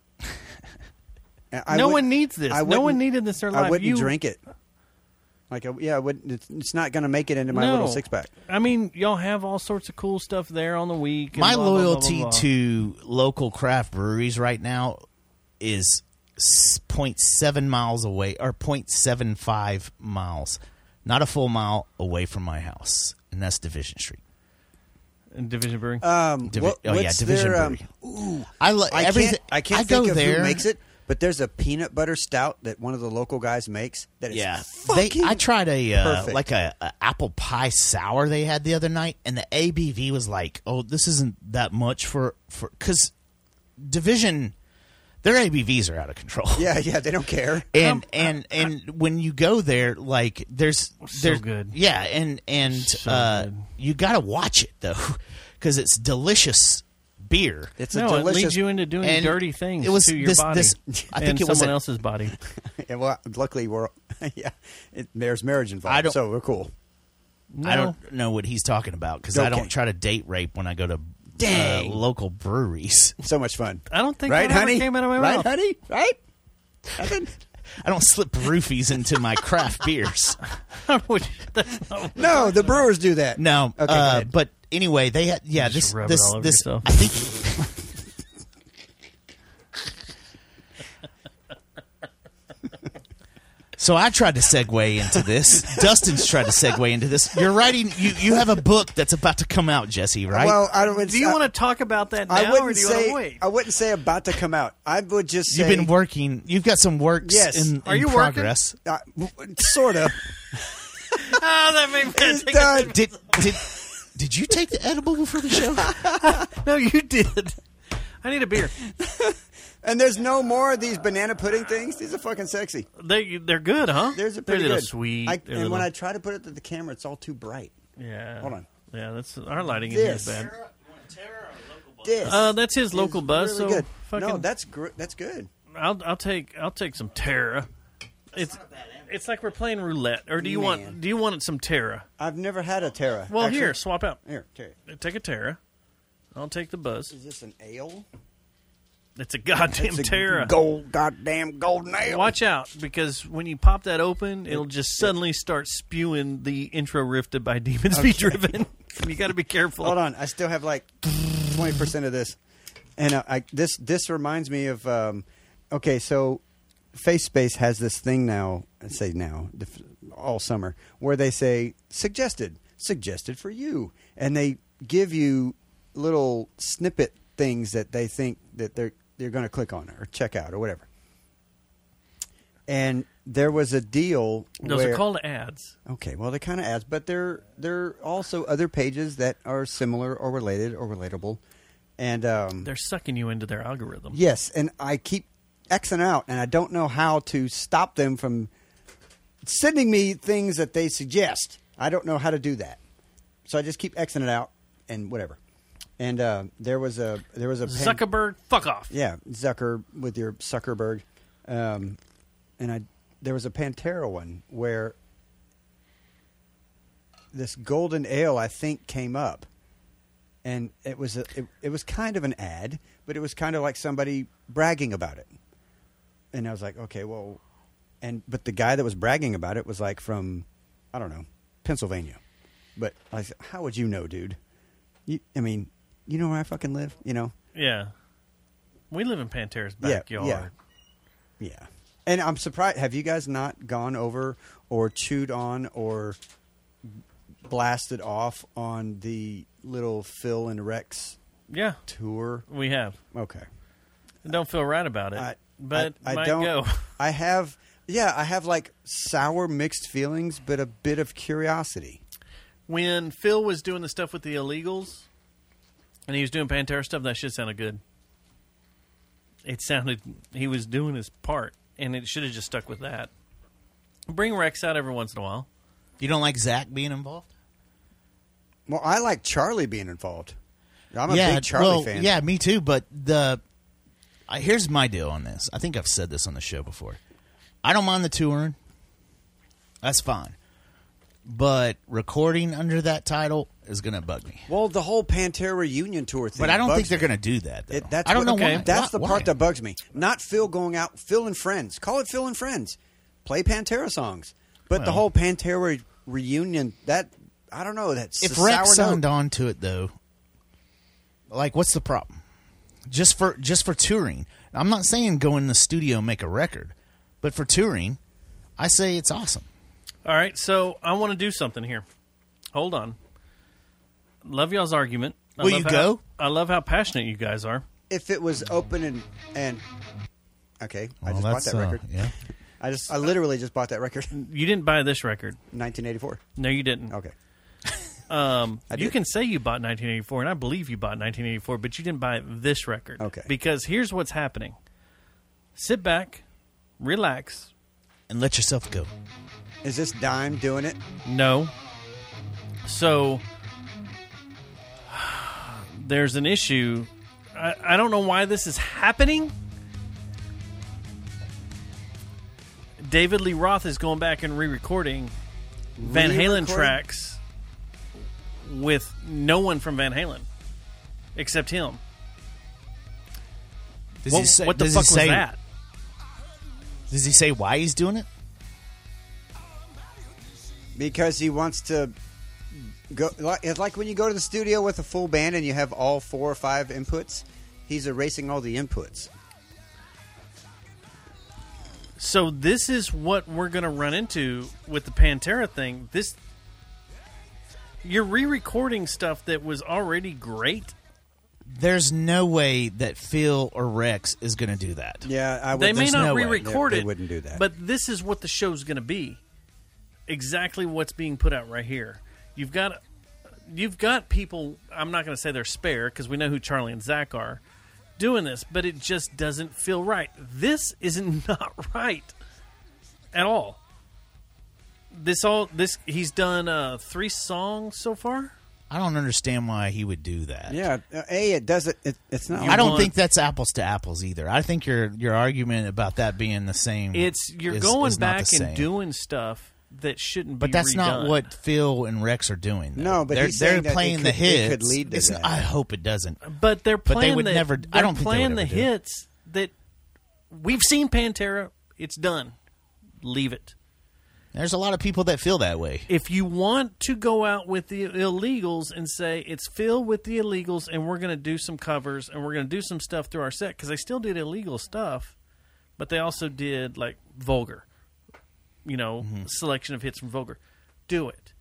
And I no would- one needs this. I No wouldn't- one needed this in their I life. wouldn't You- drink it. Like, I, yeah, I wouldn't, it's, it's not going to make it into my no. little six pack. I mean, y'all have all sorts of cool stuff there on the week. and my blah, blah, blah, blah, loyalty blah. to local craft breweries right now is s- 0.7 miles away or 0.75 miles not a full mile away from my house and that's division street And Division Brewing. Um, Divi- what- oh yeah what's division their, um, brewery i love I everything can't. I can't go think of there who makes it, But there's a peanut butter stout that one of the local guys makes that is Yeah, they, fucking I tried a uh, perfect. like a, a apple pie sour they had the other night, and the ABV was like, oh, this isn't that much for for because division their ABVs are out of control. Yeah, yeah, they don't care. Um, and and and when you go there, like there's So there's good. Yeah, and and uh, good. you got to watch it though, because it's delicious beer. It's a no, it delicious. leads you into doing and dirty things it was to your this- body this- I think and it was someone a- else's body. Yeah, well, luckily we're yeah. It, there's marriage involved, I don't- so we're cool. I No. don't know what he's talking about because I Okay. don't try to date rape when I go to uh, Dang. local breweries. So much fun. I don't think right, that ever honey? came out of my right, mouth. honey? Right? Nothing? I don't slip roofies into my craft beers. Which- that's not- no, the brewers do that. No, Okay, go uh, ahead. but anyway, they had yeah Just this rub it this all over this yourself. I think So I tried to segue into this. Dustin's tried to segue into this. You're writing. You, you have a book that's about to come out, Jesse, right? well, I don't. uh, do you want to talk about that now, I or wouldn't do you want say. to I wait? wouldn't say about to come out. I would just say. you've been working. You've got some works. Yes. In, Are in you working? progress? uh, sort of. Ah, that made me He's think- done. Did did did you take the edible before the show? No, you did. I need a beer. And there's no more of these banana pudding things. These are fucking sexy. They they're good, huh? There's a they're pretty little good. sweet. I, and they're when little- I try to put it to the camera, it's all too bright. yeah, Hold on. Yeah, that's our lighting in here is This. bad. This. Uh, that's his is local buzz. really so good. fucking, no, that's gr- that's good. I'll I'll take I'll take some Terra. it's it's like we're playing roulette. Or do you want Man. do you want some Terra? I've never had a Terra. Well, actually. here, swap out. Here, Terry. Take a Terra. I'll take the buzz. Is this an ale? It's a goddamn It's a Terra. Gold, goddamn golden ale. Watch out because when you pop that open, it'll just suddenly start spewing the intro rifted by demons be driven. you got to be careful. Hold on, I still have like twenty percent of this, and uh, I, this this reminds me of. Um, okay, so Face Space has this thing now. I say now, the f- all summer, where they say suggested, suggested for you, and they give you little snippet things that they think that they're they're going to click on or check out or whatever. And there was a deal. Those where, are called ads. Okay, well, they kind of ads, but there there are also other pages that are similar or related or relatable, and um, They're sucking you into their algorithm. yes, and I keep xing out, and I don't know how to stop them from sending me things that they suggest. I don't know how to do that, so I just keep xing it out and whatever. And uh, there was a there was a pan- Zuckerberg, fuck off. yeah, Zucker with your Zuckerberg. Um, and I there was a Pantera one where this golden ale I think came up, and it was a it, it was kind of an ad, but it was kind of like somebody bragging about it. And I was like, okay, well, and but the guy that was bragging about it was like from I don't know Pennsylvania, but I said, how would you know, dude? You, I mean, you know where I fucking live, you know. Yeah. We live in Pantera's Yeah, backyard. yeah. Yeah. And I'm surprised. Have you guys not gone over or chewed on or blasted off on the little Phil and Rex Yeah, tour? we have. Okay. I don't feel right about it, I, but I, I might don't. go. I have. Yeah, I have like sour mixed feelings, but a bit of curiosity. When Phil was doing the stuff with the illegals, and he was doing Pantera stuff, that shit sounded good. It sounded he was doing his part, and it should have just stuck with that. Bring Rex out every once in a while. You don't like Zach being involved? Well, I like Charlie being involved. I'm a yeah, big Charlie well, fan. Yeah, me too. But the I, here's my deal on this. I think I've said this on the show before. I don't mind the touring. That's fine. But recording under that title is going to bug me. Well, the whole Pantera reunion tour thing. But I don't think bugs they're me. going to do that. Though. It, that's I don't what- know why. That's Why- the part why? that bugs me. Not Phil going out, Phil and friends. Call it Phil and friends. Play Pantera songs. But the Well. whole Pantera reunion, that I don't know. That's If a Rex sour signed note. on to it though, like what's the problem? Just for just for touring. I'm not saying go in the studio and make a record, but for touring, I say it's awesome. All right, so I want to do something here. Hold on. Love y'all's argument. I Will love you how- go? I love how passionate you guys are. if it was open and and Okay, I Well, just bought that's, that uh, record. yeah. I just I literally just bought that record in You didn't buy this record. 1984. No, you didn't. Okay. Um, I you did. can say you bought 1984, and I believe you bought 1984, but you didn't buy this record. Okay. Because here's what's happening sit back, relax. and let yourself go. Is this Dime doing it? No. So there's an issue. I, I don't know why this is happening. David Lee Roth is going back and re recording Van Halen Re-recording? tracks with no one from Van Halen except him. Does What, he say, what the does fuck he was say, that? Does he say why he's doing it? Because he wants to go. like- It's like when you go to the studio with a full band and you have all four or five inputs. He's erasing all the inputs. So this is what we're going to run into with the Pantera thing. This you're re-recording stuff that was already great. There's no way that Phil or Rex is going to do that. Yeah, I would. They may there's not no way. re-record They- it. they wouldn't do that. But this is what the show's going to be. Exactly what's being put out right here. You've got you've got people. I'm not going to say they're spare because we know who Charlie and Zach are doing this, but it just doesn't feel right. This is not right at all. This all this he's done uh, three songs so far. I don't understand why he would do that. Yeah, uh, a it doesn't. It, it's not. I don't want- think that's apples to apples either. I think your your argument about that being the same. It's you're is- going is not the back and same. doing stuff that shouldn't be. But that's not redone. what Phil and Rex are doing. though. No, but they're, he's they're saying that it playing the could- it hits. could lead to It's- that. I hope it doesn't. But they're But they playing. would the, never- They're I don't think they playing would the ever do it. hits that we've seen. Pantera. It's done. Leave it. There's a lot of people that feel that way. If you want to go out with the illegals and say it's Phil with the illegals, and we're going to do some covers and we're going to do some stuff through our set because they still did illegal stuff, but they also did like vulgar, you know, Mm-hmm. selection of hits from vulgar. Do it.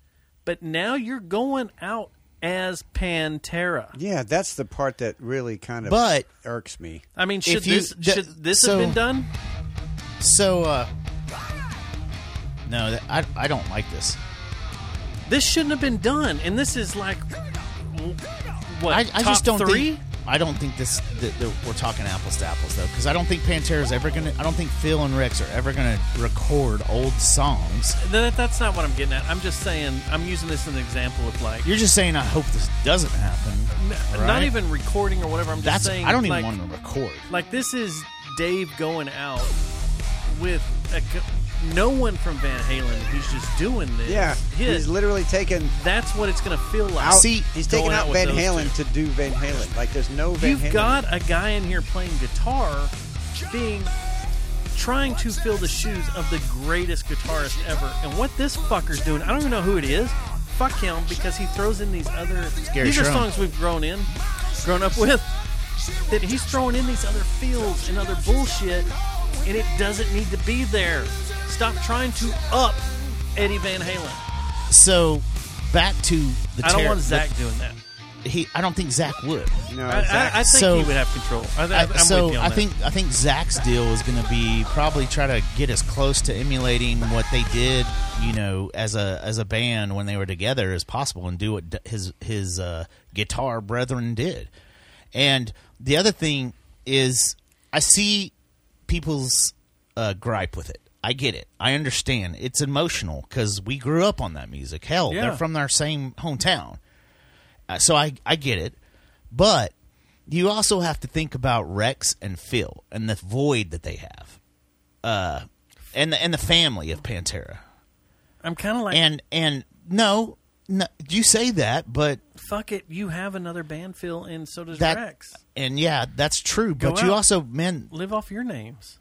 But now you're going out as Pantera. Yeah, that's the part that really kind of But- irks me. I mean, should If you- this the- should this so- have been done? So, uh, no, that, I I don't like this. This shouldn't have been done, and this is like w- what? I, I top just don't three. think. I don't think this that, that we're talking apples to apples though, because I don't think Pantera's ever gonna. I don't think Phil and Rex are ever gonna record old songs. That, that's not what I'm getting at. I'm just saying I'm using this as an example of like You're just saying I hope this doesn't happen. n- not right? even recording or whatever. I'm just That's saying I don't even like, want to record. Like this is Dave going out with a, co- no one from Van Halen. He's just doing this. Yeah, his, he's literally taken that's what it's going to feel like. out. See, he's taking going out with Van those two. Halen to do Van Halen. Like there's no Van You've Halen. got a guy in here playing guitar, being trying to fill the shoes of the greatest guitarist ever. And what this fucker's doing, I don't even know who it is. Fuck him because he throws in these other. Gary these are Sharon. songs we've grown in, grown up with. That he's throwing in these other fields and other bullshit, and it doesn't need to be there. Stop trying to up Eddie Van Halen. So back to the. I don't ter- want the- Zach doing that. he. I don't think Zach would. no, I, I, I Zach, think So- he would have control. I, I, I- am so with you on I that. think I think Zach's deal is going to be probably try to get as close to emulating what they did, you know, as a as a band when they were together as possible, and do what d- his his uh, guitar brethren did. And the other thing is, I see people's uh, gripe with it. I get it. I understand. It's emotional because we grew up on that music. Hell, Yeah. they're from our same hometown. Uh, so I, I get it. But you also have to think about Rex and Phil and the void that they have. Uh, and the, and the family of Pantera. I'm kind of like And and no, no you say that, but fuck it, you have another band, Phil, and so does that Rex. and yeah, that's true, Go but you out. also man, Live off your names.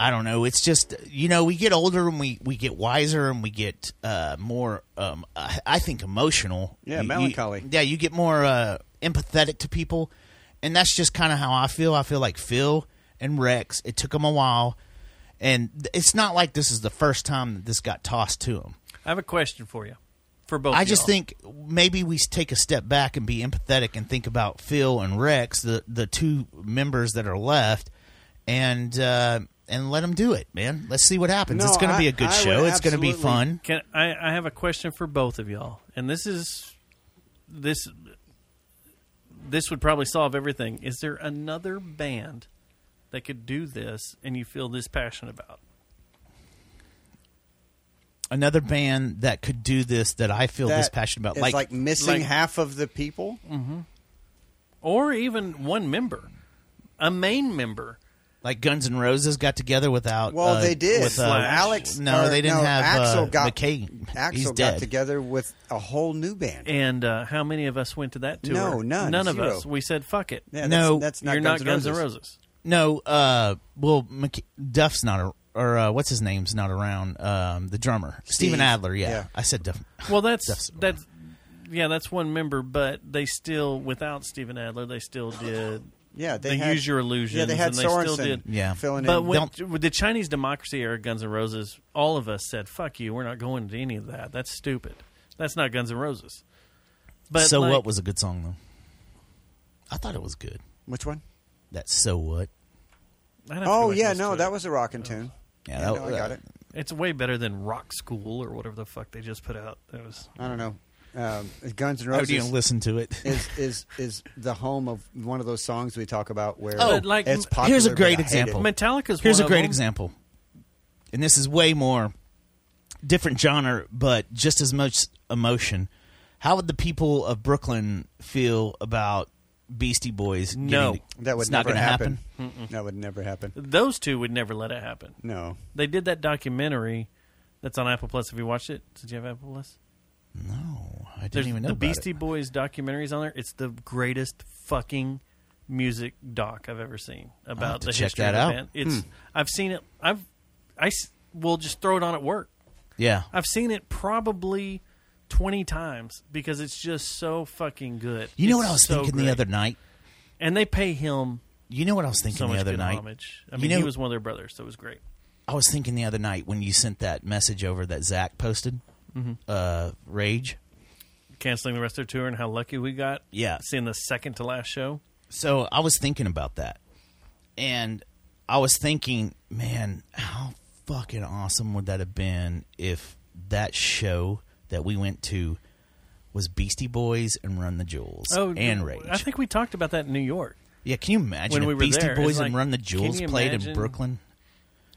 I don't know. It's just you know we get older and we, we get wiser and we get uh, more. Um, I, I think emotional. Yeah, You- you- melancholy. yeah, you get more uh, empathetic to people, and that's just kind of how I feel. I feel like Phil and Rex. It took them a while, and th- it's not like this is the first time that this got tossed to them. I have a question for you, for both. I y'all. just think maybe we s- take a step back and be empathetic and think about Phil and Rex, the the two members that are left, and uh, and let them do it, man. Let's see what happens. No, it's going to I- be a good I would show. It's going to be fun. absolutely- Can I, I have a question for both of y'all, and this is this this would probably solve everything. Is there another band that could do this and you feel this passionate about? Another band that could do this that I feel this That passionate about, is like, Mm. like missing like- half of the people. Or even one member. A main member. like Guns N' Roses got together without. Well, uh, they did. With, uh, Slash. Alex. No, or- they didn't no, have Axel uh, got McKay. Axel He's got dead. together with a whole new band. And uh, how many of us went to that tour? No, none, None of zero. us. We said, fuck it. Yeah, that's- No, that's, not You're Guns not Guns N' Roses. No, uh, well, Mc- Duff's not a, or uh, what's his name's not around. Um, the drummer, Steven Adler. Yeah. Yeah. I said Duff. Well, that's That's- that's yeah, that's one member, but they still without Steven Adler, they still did. Yeah, they, They had, Use Your Yeah, Illusions, they had and they still Sorensen did- Yeah. filling But in. when, with the Chinese Democracy era Guns N' Roses, all of us said, "Fuck you, we're not going to any of that. That's stupid. That's not Guns N' Roses." But so like, what was a good song though? I thought it was good. Which one? That so what? I'd have to go Oh back yeah, and no, listen to that it. was a rockin' tune. Yeah, Yeah, that- no, I got it. It's way better than Rock School or whatever the fuck they just put out. That was I don't know. Um, Guns N' I didn't Roses listen to it. is, is is the home of one of those songs we talk about where Oh, But like- it's popular. Here's a but great I hate it. example. Metallica's. Here's one a great of 'em. example, and this is way more different genre, but just as much emotion. How would the people of Brooklyn feel about Beastie Boys? No. getting to- That would it's not never going to happen. happen. That would never happen. Those two would never let it happen. No. They did that documentary that's on Apple Plus. Have you watched it? Did you have Apple Plus? No, I didn't There's even know the about Beastie it. Boys documentaries on there. It's the greatest fucking music doc I've ever seen about to the check history of that the out. band. It's I've seen it. I've I s- will just throw it on at work. Yeah, I've seen it probably twenty times because it's just so fucking good. you know It's what I was so thinking great. the other night. and they pay him You know what I was thinking so the much other good night. homage. I You mean, he know- was one of their brothers, so it was great. I was thinking the other night when you sent that message over that Zach posted, Mm-hmm. uh, rage. Canceling the rest of their tour and how lucky we got. Yeah. seeing the second to last show. So I was thinking about that, and I was thinking, man, how fucking awesome would that have been if that show that we went to was Beastie Boys and Run the Jewels and Rage. Oh, I think we talked about that in New York. yeah, can you imagine when if we were Beastie there, it's Boys and like, Run the can Jewels you played in imagine Brooklyn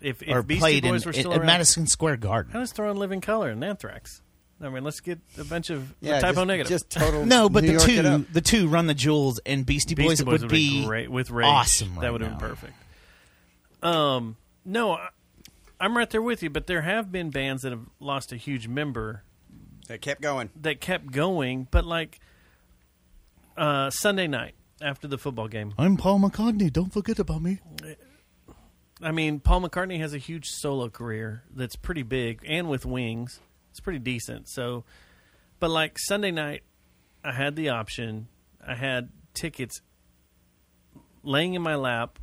If, if or Beastie played Boys in, were still in, around, Madison Square I Garden? was throwing Living Color and Anthrax. I mean, let's get a bunch of Yeah, typo just, negative. Just total. No, but New the York it up. two, the two Run the Jewels and Beastie, Beastie Boys, would be great with Rage. awesome. that right would have now. been perfect. Um, no, I, I'm right there with you. But there have been bands that have lost a huge member They kept going. that kept going. But like uh, Sunday night after the football game, I'm Paul McCartney. Don't forget about me. I mean, Paul McCartney has a huge solo career that's pretty big, and with Wings, it's pretty decent. So, but like Sunday night, I had the option. I had tickets laying in my lap,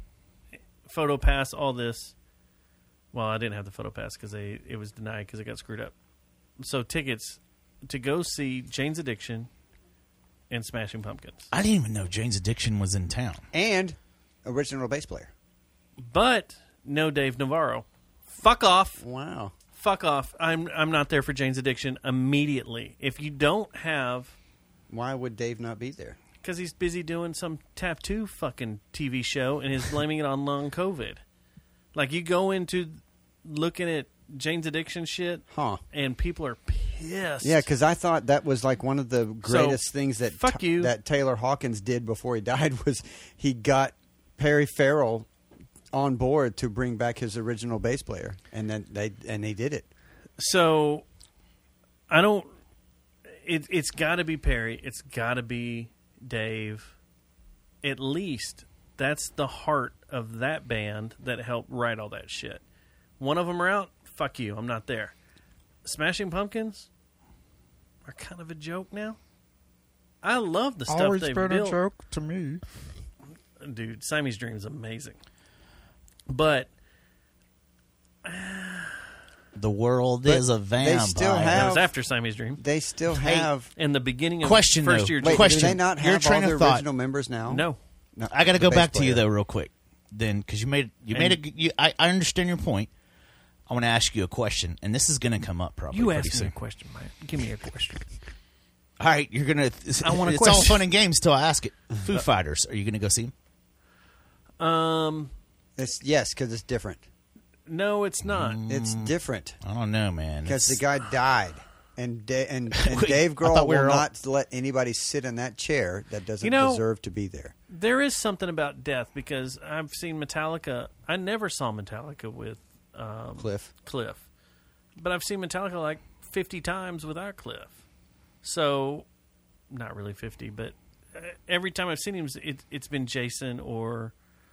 photo pass, all this. Well, I didn't have the photo pass because they it was denied because it got screwed up. So tickets to go see Jane's Addiction and Smashing Pumpkins. I didn't even know Jane's Addiction was in town. And original bass player. But no Dave Navarro. Fuck off. Wow. fuck off. I'm I'm not there for Jane's addiction immediately. If you don't have Why would Dave not be there? cuz he's busy doing some tattoo fucking TV show and is blaming it on long covid. Like you go into looking at Jane's addiction shit Huh. and people are pissed. Yeah, because I thought that was like one of the greatest things that fuck you. that Taylor Hawkins did before he died was he got Perry Farrell on board to bring back his original bass player, and then they and they did it. So I don't it it's got to be Perry. It's got to be Dave. At least that's the heart of that band that helped write all that shit. One of them are out. Fuck you. I'm not there. Smashing Pumpkins are kind of a joke now. I love the stuff they've built. to me. Dude, Siamese Dream is amazing. But The world is a vampire. still that have- was after Siamese Dream. They still have. And the beginning of Question, first though. year Wait, Question. do they not Your have all train of their thought. original members now? No. No, I got to the go bass back to you player. though, real quick. then because you made you made a g- you, I, I understand your point. I want to ask you a question, and this is going to come up probably You pretty asked me soon. a question, Mike. Give me a question. All right, you're gonna. It's, I want a it's all question. fun and games till I ask it. Foo Fighters, are you gonna go see them? Um, It's, yes, because it's different. no, it's not. It's different I don't know, man. because the It's- guy died, and da- and, and Wait, Dave I Grohl thought we will were all- not let anybody sit in that chair that doesn't You know- deserve to be there. There is something about death because I've seen Metallica. I never saw Metallica with um, Cliff. Cliff, but I've seen Metallica like fifty times without Cliff. So, not really fifty, but uh, every time I've seen him, it, it's been Jason or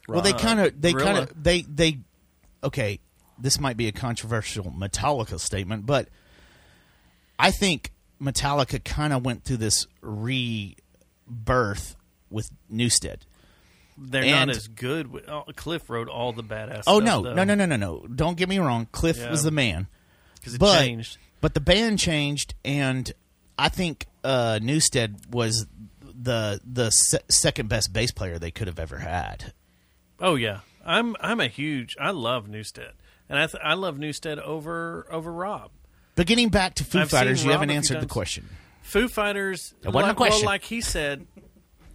uh, well, they kind of they kind Gorilla. of they they okay. This might be a controversial Metallica statement, but I think Metallica kind of went through this rebirth with Newstead. they're And- not as good. With, oh, Cliff wrote all the badass. Oh stuff, no, though, no, no, no, no, no! Don't get me wrong. Cliff Yeah. was the man, 'cause it but changed. but the band changed, and I think uh, Newstead was the the se- second best bass player they could have ever had. Oh yeah, I'm I'm a huge. I love Newstead, and I th- I love Newstead over over Rob. But getting back to Foo I've seen Fighters, you Rob a haven't few answered the times. question. Foo Fighters. That wasn't a like, question. Well, like he said,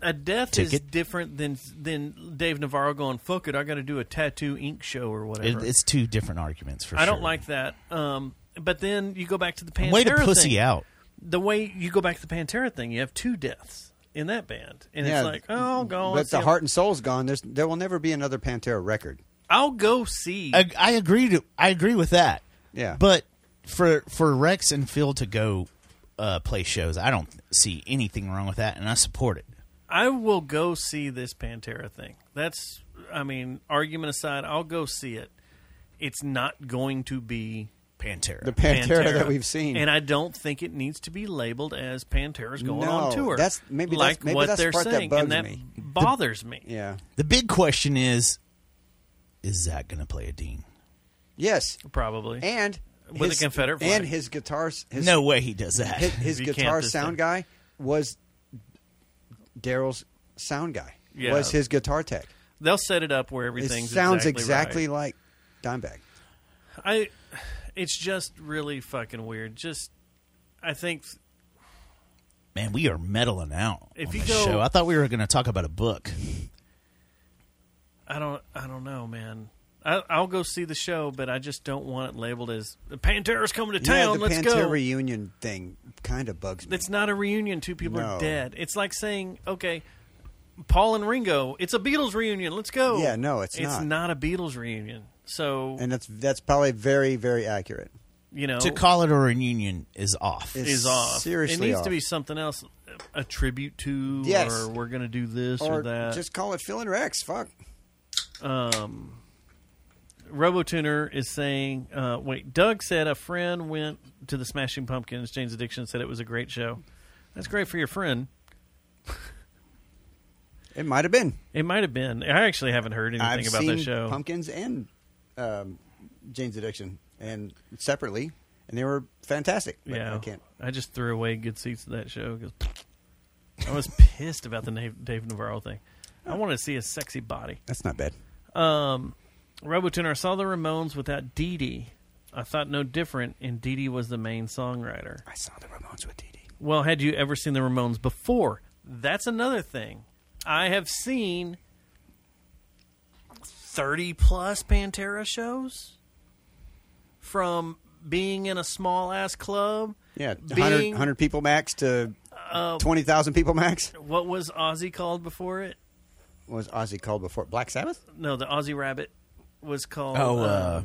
a death is Ticket. different than than Dave Navarro going fuck it. I got to do a tattoo ink show or It, whatever. it's two different arguments for I sure. don't like that. Um, but then you go back to the Pantera way to pussy thing. out. The way you go back to the Pantera thing, you have two deaths in that band, and it's like oh, go. But let's the see- heart and soul's gone. There's there will never be another Pantera record. I'll go see. I, I agree to I agree with that. Yeah. But for for Rex and Phil to go uh, play shows, I don't see anything wrong with that, and I support it. I will go see this Pantera thing. That's, I mean, argument aside, I'll go see it. It's not going to be Pantera. The Pantera, that we've seen. and I don't think it needs to be labeled as Pantera's going No, on tour. that's- maybe that's- like maybe what that's the they're part that saying, bugs and that me. bothers me. yeah. the big question is: Is Zach going to play a Dean? Yes. Probably. And With a Confederate flag. and his guitar s- his No way he does that. his, his You can't guitar this sound thing. guy was Daryl's sound guy. Yeah. Was his guitar tech. They'll set it up where It everything sounds exactly, exactly like Dimebag. I it's just really fucking weird. Just I think Man, we are meddling out If on you this go- show. I thought we were going to talk about a book. I don't I don't know, man. I, I'll go see the show, but I just don't want it labeled as the Pantera's coming to Yeah, town. the Let's Pantera go. reunion thing kind of bugs me. It's not a reunion. Two people No. are dead. It's like saying, okay, Paul and Ringo, it's a Beatles reunion. Let's go. Yeah, no, it's It's not. not a Beatles reunion. So and that's that's probably very very accurate. you know, To call it a reunion is off. It's is off. Seriously, it needs off. to be something else. A tribute to, Yes. or we're gonna do this or, or that. just call it Phil and Rex. Fuck. RoboTuner is saying, uh, wait, Doug said a friend went to the Smashing Pumpkins. Jane's Addiction said it was a great show. That's great for your friend. It might have been. It might have been. I actually haven't heard anything I've about seen that show. Pumpkins and um, Jane's Addiction, and separately, and they were fantastic. But yeah, I can't. I just threw away good seats to that show because I was pissed about the Dave, Dave Navarro thing. I wanted to see his sexy body. That's not bad. Robotuner, I saw the Ramones without Dee Dee. I thought no different, and Dee Dee was the main songwriter. I saw the Ramones with Dee Dee. Well, had you ever seen the Ramones before? That's another thing. I have seen 30 plus Pantera shows from being in a small ass club. Yeah, 100, being, Um, 100 people max to twenty thousand people max What was Ozzy called before it? was Ozzy called before Black Sabbath. No, the Aussie Rabbit was called oh, uh, uh,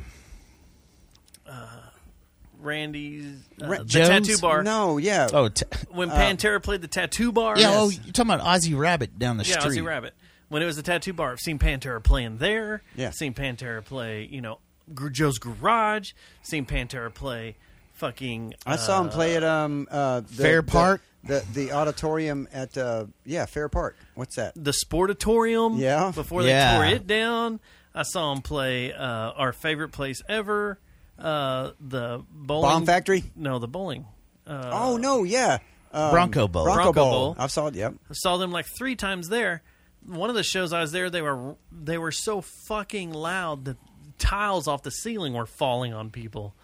Randy's uh, the Jones? Tattoo Bar. No, yeah, oh, t- When Pantera played the Tattoo Bar. yeah. Oh, you're talking about Ozzy Rabbit down the Yeah, street. Aussie Rabbit. When it was the Tattoo Bar, I've seen Pantera playing there. Yeah. Seen Pantera play, you know, Gr- Joe's Garage. Seen Pantera play fucking. uh, I saw him play at um uh, the, Fair the- Park? the, the auditorium at uh, yeah Fair Park. What's that? the Sportatorium. Yeah. Before Yeah. they tore it down, I saw him play uh, our favorite place ever, uh, the bowling Bomb Factory? No, the bowling. Uh, oh no, yeah, um, Bronco Bowl. Bronco, Bronco Bowl. Bowl. I saw it. Yep. I saw them like three times there, one of the shows I was there, they were they were so fucking loud that tiles off the ceiling were falling on people,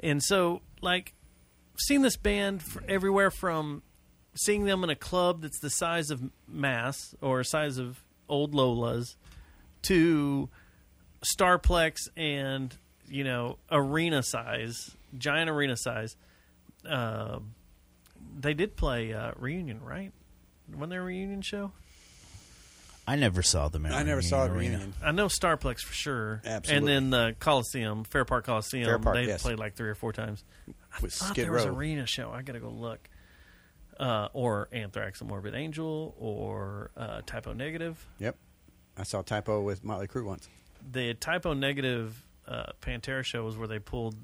and so like seen this band f everywhere from seeing them in a club that's the size of Mass or size of old Lola's to Starplex and you know arena size, giant arena size. Um, they did play uh, reunion, right? Wasn't there a reunion show? I never saw them. At I never Reunion saw it Arena. reunion. I know Starplex for sure. Absolutely. And then the Coliseum, Fair Park Coliseum. Fair Park, they yes. played like three or four times. I With thought Skid there was Row. an arena show. I gotta go look. Uh, or Anthrax and Morbid Angel, or uh, Typo Negative. Yep. I saw typo with Motley Crue once. The Typo Negative uh, Pantera show was where they pulled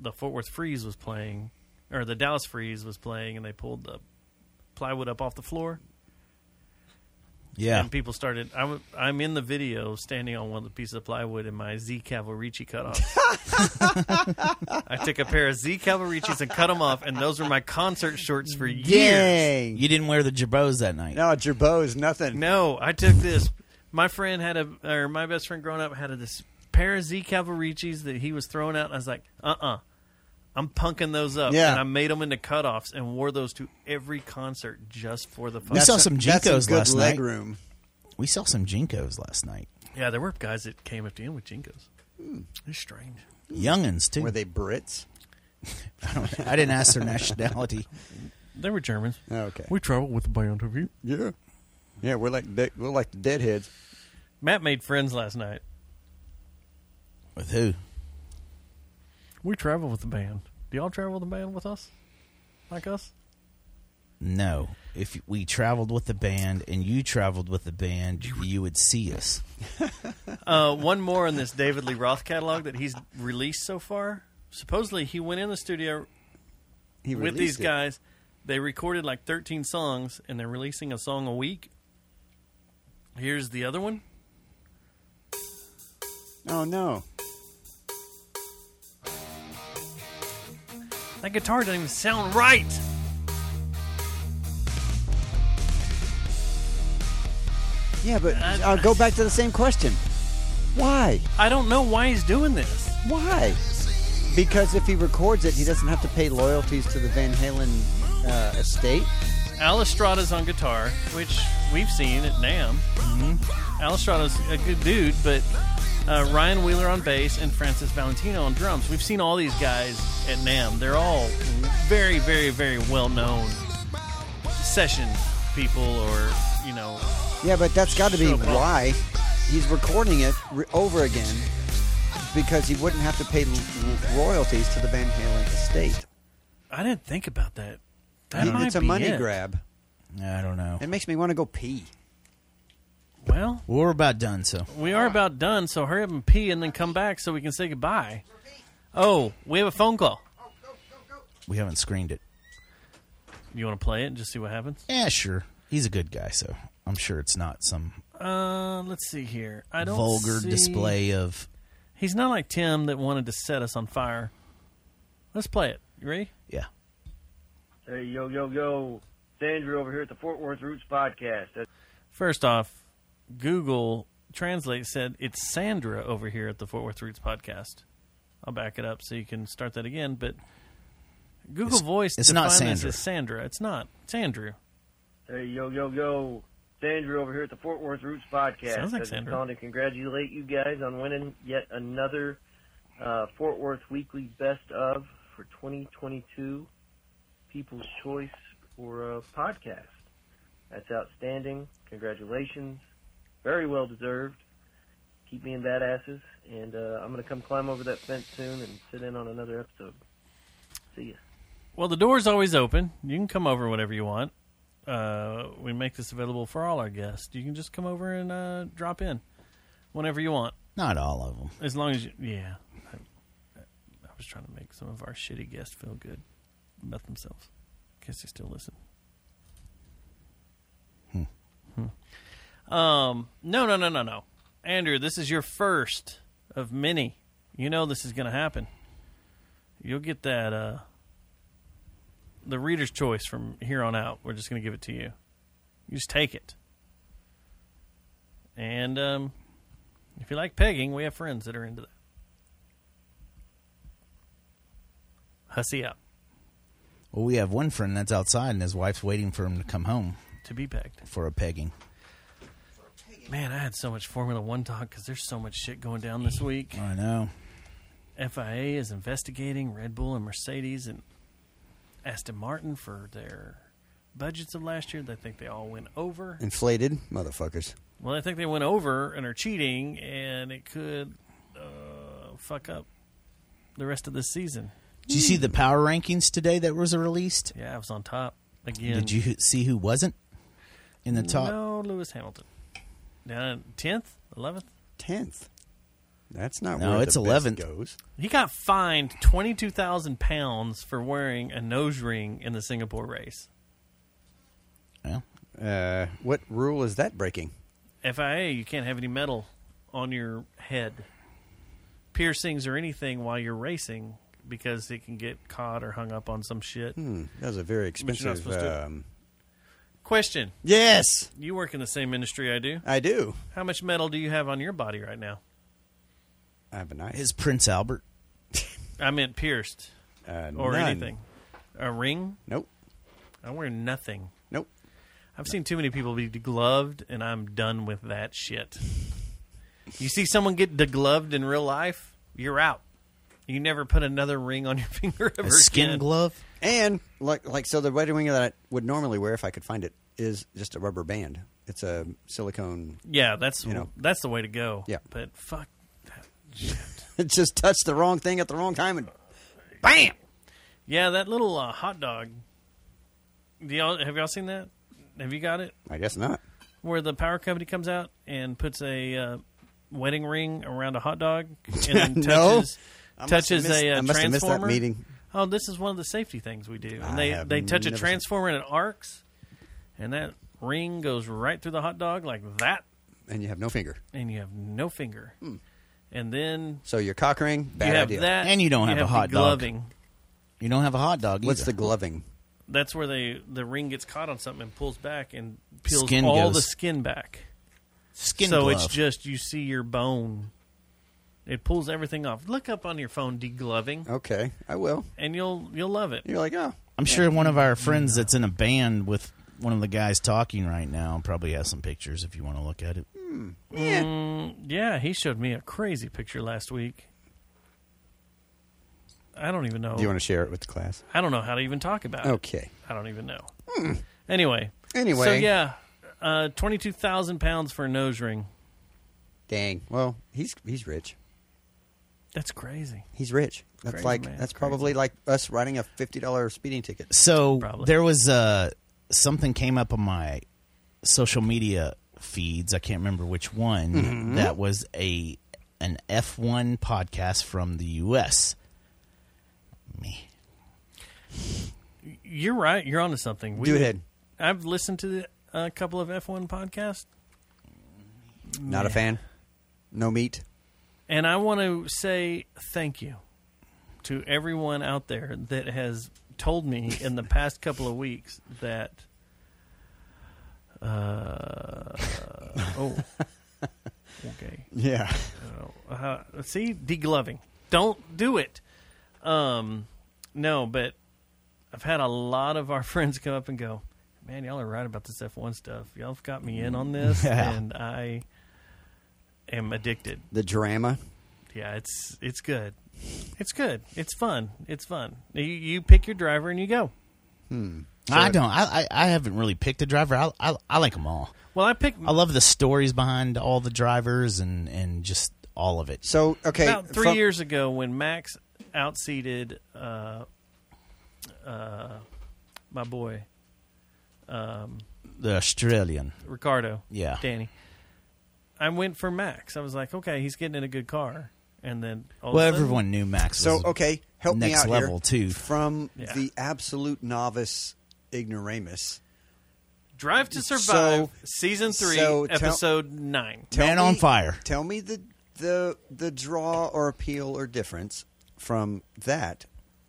the Fort Worth Freeze was playing, or the Dallas Freeze was playing, and they pulled the plywood up off the floor. Yeah, And people started. I'm, I'm in the video standing on one of the pieces of plywood in my Z Cavalrici cutoffs. I took a pair of Z Cavalricis and cut them off, and those were my concert shorts for years. you didn't wear the jabos that night. No, Gerbo is nothing. No, I took this. My friend had a, or my best friend growing up had a, this pair of Z Cavalricis that he was throwing out, and I was like, uh uh-uh. uh. i am punking those up, Yeah. and I made them into cutoffs and wore those to every concert just for the fun. We saw some that's Jinkos good last leg night. room. We saw some Jinkos last night. Yeah, there were guys that came at the end with jinkos. They're strange. Youngins too. Were they Brits? I didn't ask their nationality. They were Germans. Oh, Okay. travel with the Beyond Review. yeah. Yeah, we're like de- we're like the deadheads. Matt made friends last night. With who? We travel with the band. Do y'all travel with the band with us? Like us? No. If we traveled with the band and you traveled with the band, you would see us. Uh, one more in this David Lee Roth catalog that he's released so far. Supposedly, he went in the studio He with released these it. guys. They recorded like 13 songs, and they're releasing a song a week. Here's the other one. Oh no. That guitar doesn't even sound right. Yeah, but I- I'll go back to the same question. Why? I don't know why he's doing this. Why? Because if he records it, he doesn't have to pay loyalties to the Van Halen uh, estate. Al Estrada's on guitar, which we've seen at NAM. Al Estrada's a good dude, but uh, Ryan Wheeler on bass and Francis Valentino on drums. We've seen all these guys at NAM. They're all very, very, very well known session people, or you know, Yeah, but that's got to be Sure, but- why he's recording it re- over again because he wouldn't have to pay l- l- royalties to the Van Halen estate. I didn't think about that. That I mean, might it's a be money it. grab. I don't know. It makes me want to go pee. Well, Well, we're about done, so. we are about done, so hurry up and pee, and then come back so we can say goodbye. Oh, we have a phone call. We haven't screened it. You want to play it and just see what happens? Yeah, sure. He's a good guy, so I'm sure it's not some Uh, let's see here. I don't vulgar see- display of. He's not like Tim that wanted to set us on fire. Let's play it. You ready? Yeah. Hey, yo, yo, yo. It's Andrew over here at the Fort Worth Roots Podcast. That's First off, Google Translate said it's Sandra over here at the Fort Worth Roots podcast. I'll back it up so you can start that again. But Google It's- Voice it's not defined this Sandra. as Sandra. It's not. It's Andrew. Hey, yo, yo, yo. It's Andrew over here at the Fort Worth Roots Podcast. Sounds like I just Sandra. calling to congratulate you guys on winning yet another uh, Fort Worth Weekly Best of for 2022 People's Choice for a podcast. That's outstanding. Congratulations. Very well deserved. Keep being badasses, and uh, I'm going to come climb over that fence soon and sit in on another episode. See ya. Well, the door's always open. You can come over whenever you want. Uh, we make this available for all our guests. You can just come over and uh, drop in whenever you want. Not all of them. As long as you, yeah. I, I was trying to make some of our shitty guests feel good about themselves. Guess they still listen. Hmm. Um. No. No. No. No. No. Andrew, this is your first of many. You know this is going to happen. You'll get that. Uh. The reader's choice from here on out. We're just going to give it to you. You just take it. And um, if you like pegging, we have friends that are into that. Hussy up Well, we have one friend that's outside, and his wife's waiting for him to come home to be pegged. for a pegging. Man, I had so much Formula One talk because there's so much shit going down this week. I know. FIA is investigating Red Bull and Mercedes and Aston Martin for their budgets of last year. They think they all went over. Inflated motherfuckers. Well, I think they went over and are cheating, and it could uh, fuck up the rest of the season. Did you see the power rankings today that was released? Yeah, I was on top again. Did you see who wasn't in the top? No, Lewis Hamilton. Down tenth, eleventh. Tenth. That's not No, where it's the best 11th. goes. He got fined twenty two thousand pounds for wearing a nose ring in the Singapore race. Well, Uh, what rule is that breaking? FIA, you can't have any metal on your head, piercings or anything while you're racing because it can get caught or hung up on some shit. Hmm, that was a very not expensive. supposed to- Um, Question: yes, You work in the same industry I do. I do. How much metal do you have on your body right now? I have a knife. his Prince Albert. I meant pierced Uh, or none. anything. A ring? Nope. I wear nothing. Nope. I've seen too many people be degloved, and I'm done with that shit. You see someone get degloved in real life, you're out. You never put another ring on your finger ever A skin again. glove. And like like so, the wedding ring that I would normally wear if I could find it is just a rubber band. It's a silicone. Yeah, that's You know. that's the way to go. Yeah. but fuck that shit. It just touched the wrong thing at the wrong time and bam. yeah, that little uh, hot dog. Do y'all have y'all seen that? Have you got it? I guess not. where the power company comes out and puts a uh, wedding ring around a hot dog and then No. touches touches missed- a uh, I must have missed that transformer. meeting. Oh, this is one of the safety things we do. And I they have they touch a never seen- transformer and it arcs, and that ring goes right through the hot dog like that, And you have no finger, and you have no finger. And then so your cock ring. Hmm. Bad you have idea. that, And you don't have a hot the dog. gloving. You don't have a hot dog. What's either. the gloving? That's where they the ring gets caught on something and pulls back and peels Skin all goes. the skin back. skin so glove? it's just you see your bone. It pulls everything off. Look up on your phone degloving, Okay, I will. and you'll you'll love it. You're like, oh, I'm sure one of our friends that's in a band with one of the guys talking right now probably has some pictures if you want to look at it. Yeah, he showed me a crazy picture last week. I don't even know. do you want to share it with the class? I don't know how to even talk about it. Okay. Hmm. I don't even know. Anyway, Anyway, so yeah, uh, twenty two thousand pounds for a nose ring. Dang. Well, he's he's rich. That's crazy. He's rich. That's Crazy like man. that's Crazy. probably like us writing a fifty dollar speeding ticket. So Probably. there was uh, something came up on my social media feeds. I can't remember which one. That was a an F1 podcast from the U.S. Me. You're right. You're onto something. We, Do it. I've listened to uh, a couple of F one podcasts. Not a fan. No meat. And I want to say thank you to everyone out there that has told me in the past couple of weeks that. Uh, oh, okay. Yeah. Uh, see, degloving. Don't do it. Um, no, but I've had a lot of our friends come up and go, "Man, y'all are right about this F1 stuff. Y'all have got me in on this, Yeah. and I am addicted." The drama. Yeah, it's it's good. It's good. It's fun. It's fun. You, you pick your driver and you go. I don't. I, I I haven't really picked a driver. I I, I like them all. Well, I picked I love the stories behind all the drivers and and just all of it. So okay. about three from- years ago when Max outseated uh, uh, my boy The Australian. Ricardo. Yeah. Danny. I went for Max. I was like, okay, he's getting in a good car, and then all of a Well, sudden- everyone knew Max. So was okay, help me next out level here. too. From Yeah. the absolute novice ignoramus. Drive to Survive, So- season three, so tell- episode nine. Tell Man me- on fire. Tell me the the the draw or appeal or difference from that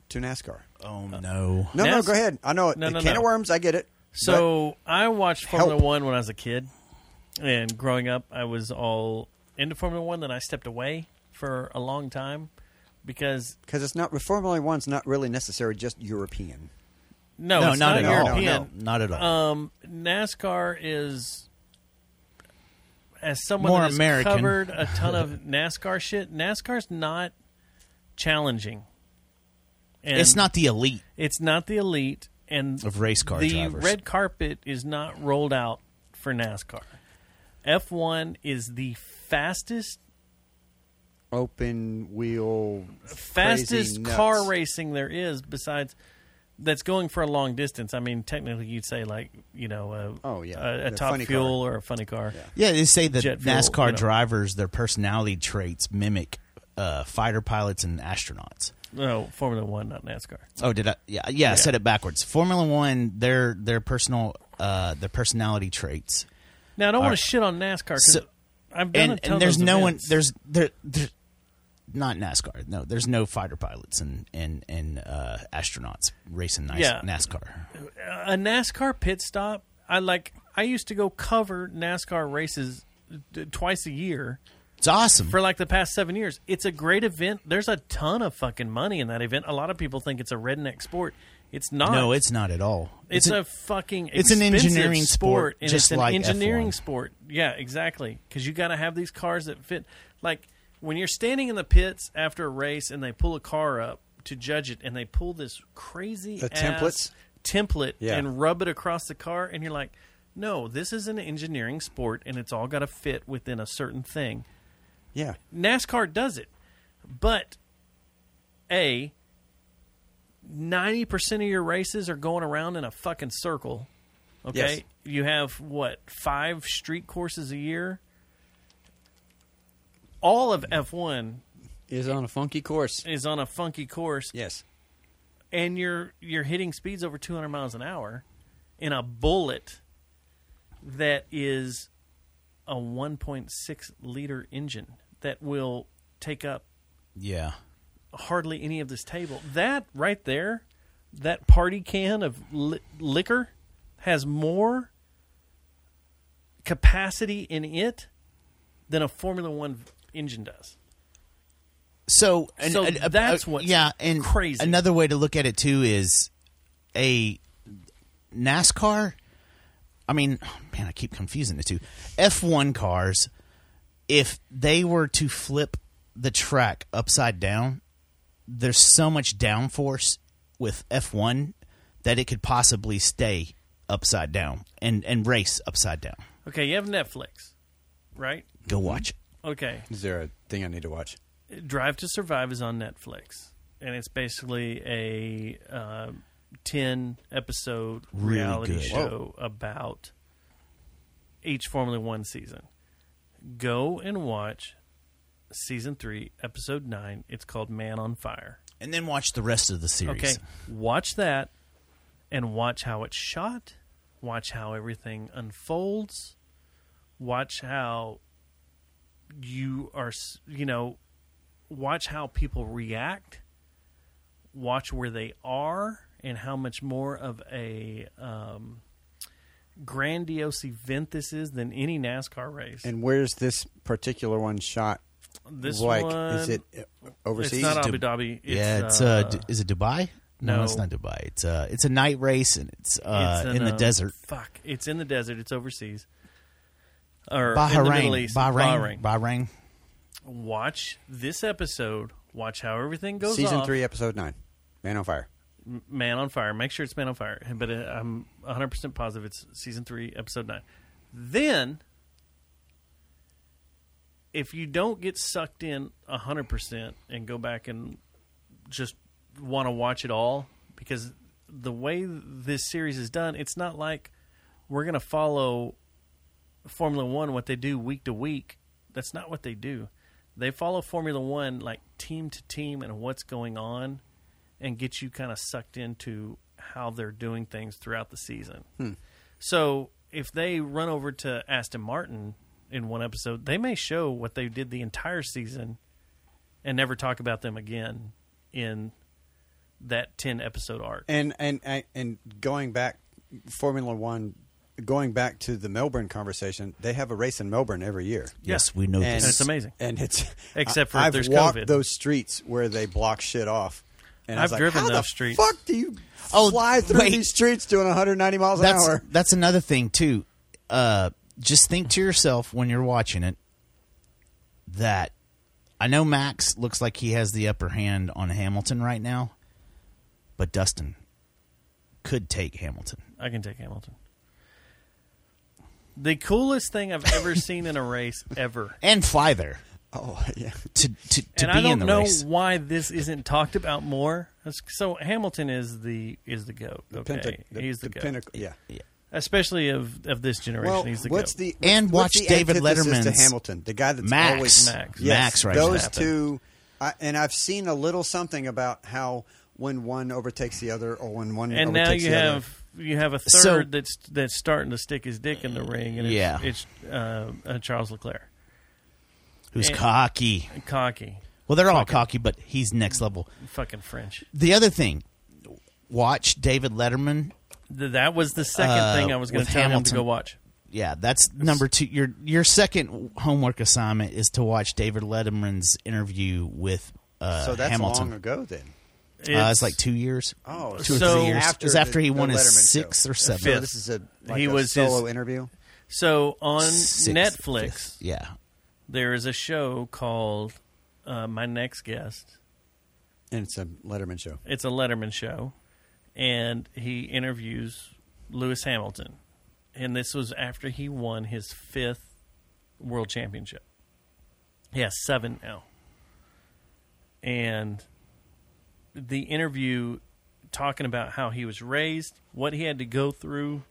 to NASCAR. Oh no. No, no, Nas- go ahead. I know it. No, no, can no. of worms. I get it. So I watched Formula Help. One when I was a kid, And growing up, I was all into Formula One. Then I stepped away for a long time because Because it's not Formula One's not really necessarily just European. no, No, it's not not, at all. European. No, not at all. Um, NASCAR is as someone More that has American. covered a ton of NASCAR shit. NASCAR's not challenging. And it's not the elite. It's not the elite and Of race car The drivers. red carpet is not rolled out for NASCAR. F one is the fastest Open wheel, crazy fastest nuts. car racing there is besides that's going for a long distance. I mean, technically, you'd say like you know, uh, Oh, yeah. a, a The top funny fuel or a funny car. Yeah, they say that Jet fuel, NASCAR you know. drivers, their personality traits mimic uh, fighter pilots and astronauts. No, Formula One, not NASCAR. Oh, did I? Yeah, yeah, I said it backwards. Formula One, their their personal uh, their personality traits, Now, I don't right. want to shit on NASCAR. 'cause So- I've done and a ton and there's of those no events. one there's there, there not NASCAR. No, there's no fighter pilots and and and uh, astronauts racing nas- Yeah. NASCAR. a NASCAR pit stop. I like. I used to go cover NASCAR races d- twice a year It's awesome. for like the past seven years. It's a great event. There's a ton of fucking money in that event. A lot of people think it's a redneck sport. It's not. no, it's not at all. It's, a, a- fucking. it's an expensive engineering sport, and just it's an like engineering F1. sport. Yeah, exactly. Because you got to have these cars that fit. Like when you're standing in the pits after a race and they pull a car up to judge it, and they pull this crazy The ass templates? template Yeah. and rub it across the car, and you're like, no, this is an engineering sport, and it's all got to fit within a certain thing. Yeah, NASCAR does it, but a ninety percent of your races are going around in a fucking circle. Okay, Yes. you have what five street courses a year. All of F one is on a funky course. is on a funky course, Yes, and you're you're hitting speeds over two hundred miles an hour in a bullet that is a one point six liter engine that will take up yeah. hardly any of this table. That right there, that party can of li- liquor has more capacity in it than a Formula One v- engine does. So, and, So and, uh, that's uh, what's yeah, and crazy. Another way to look at it too is a NASCAR. I mean, man, I keep confusing the two. F one cars, if they were to flip the track upside down, there's so much downforce with F one that it could possibly stay upside down and and race upside down. Okay, you have Netflix, right? Go watch it. Okay, is there a thing I need to watch? Drive to Survive is on Netflix, and it's basically a uh, ten episode Really reality good. show about each Formula One season. Go and watch season three, episode nine. It's called Man on Fire. and then watch the rest of the series. Okay, watch that, and watch how it's shot. Watch how everything unfolds. Watch how you are, s- you know, watch how people react. Watch where they are and how much more of a um, grandiose event this is than any NASCAR race. And where's this particular one shot? this like, one, is it uh, It's overseas? not Abu Dhabi. It's, yeah, it's uh, D- is it Dubai? No, no. it's not Dubai. It's uh, it's a night race and it's uh, It's in, the uh, desert. Fuck, it's in the desert. It's overseas or er, in the Middle Bahrain, East. Bahrain, Bahrain, Watch this episode. Watch how everything goes. Season off. three, episode nine, Man on Fire. Man on Fire. Make sure it's Man on Fire. But uh, I'm 100 percent positive it's season three, episode nine. Then, if you don't get sucked in 100 percent and go back and just want to watch it all, because the way this series is done, it's not like we're going to follow Formula One what they do week to week. That's not what they do. They follow Formula One like team to team and what's going on, and get you kind of sucked into how they're doing things throughout the season. So if they run over to Aston Martin in one episode, they may show what they did the entire season and never talk about them again in that ten episode arc. And and I- and going back, Formula One going back to the Melbourne conversation, they have a race in Melbourne every year. Yes, we know And- this. And it's amazing. And it's Except for I, if have there's walked COVID. those streets where they block shit off. And I was I've like, driven How those the streets. Fuck do you Oh, fly through wait. these streets doing 190 miles an that's hour? that's another thing too. Uh, just think to yourself when you're watching it that I know Max looks like he has the upper hand on Hamilton right now, but Dustin could take Hamilton. I can take Hamilton. The coolest thing I've ever seen in a race ever. and fly there Oh yeah, to to, to and be I don't in the know race. why this isn't talked about more. That's- So Hamilton is the is the goat. Okay, Penta- the- he's the, the goat, pinnacle. Yeah. especially of of this generation. Well, he's the what's goat. the what's, And what's watch the David antithesis to Letterman's Hamilton, the guy that's Max. always Max. Yes, Max rides Those Verstappen. two, I, and I've seen a little something about how when one overtakes the other, or when one Oh, and now overtakes you the have you have a third So- that's that's starting to stick his dick in the ring, and it's, Yeah. it's uh, uh, Charles Leclerc, Who's and- cocky? cocky, Well, they're all cocky, but he's next level. fucking French. The other thing, watch David Letterman. Th- that was the second Uh, thing I was going with to tell him to Hamilton. go watch. Yeah, that's number two. Your your second homework assignment is to watch David Letterman's interview with uh, other. So that's Hamilton. long ago then. Uh, it's like two years. Oh, two or so- three years. it was after after he the- won the his Letterman show. sixth or seventh. So this is a like He a was solo his- interview. So on Sixth, Netflix, fifth. Yeah, there is a show called uh, My Next Guest. And it's a Letterman show. It's a Letterman show, and he interviews Lewis Hamilton, and this was after he won his fifth world championship. He has seven now, and the interview talking about how he was raised, what he had to go through,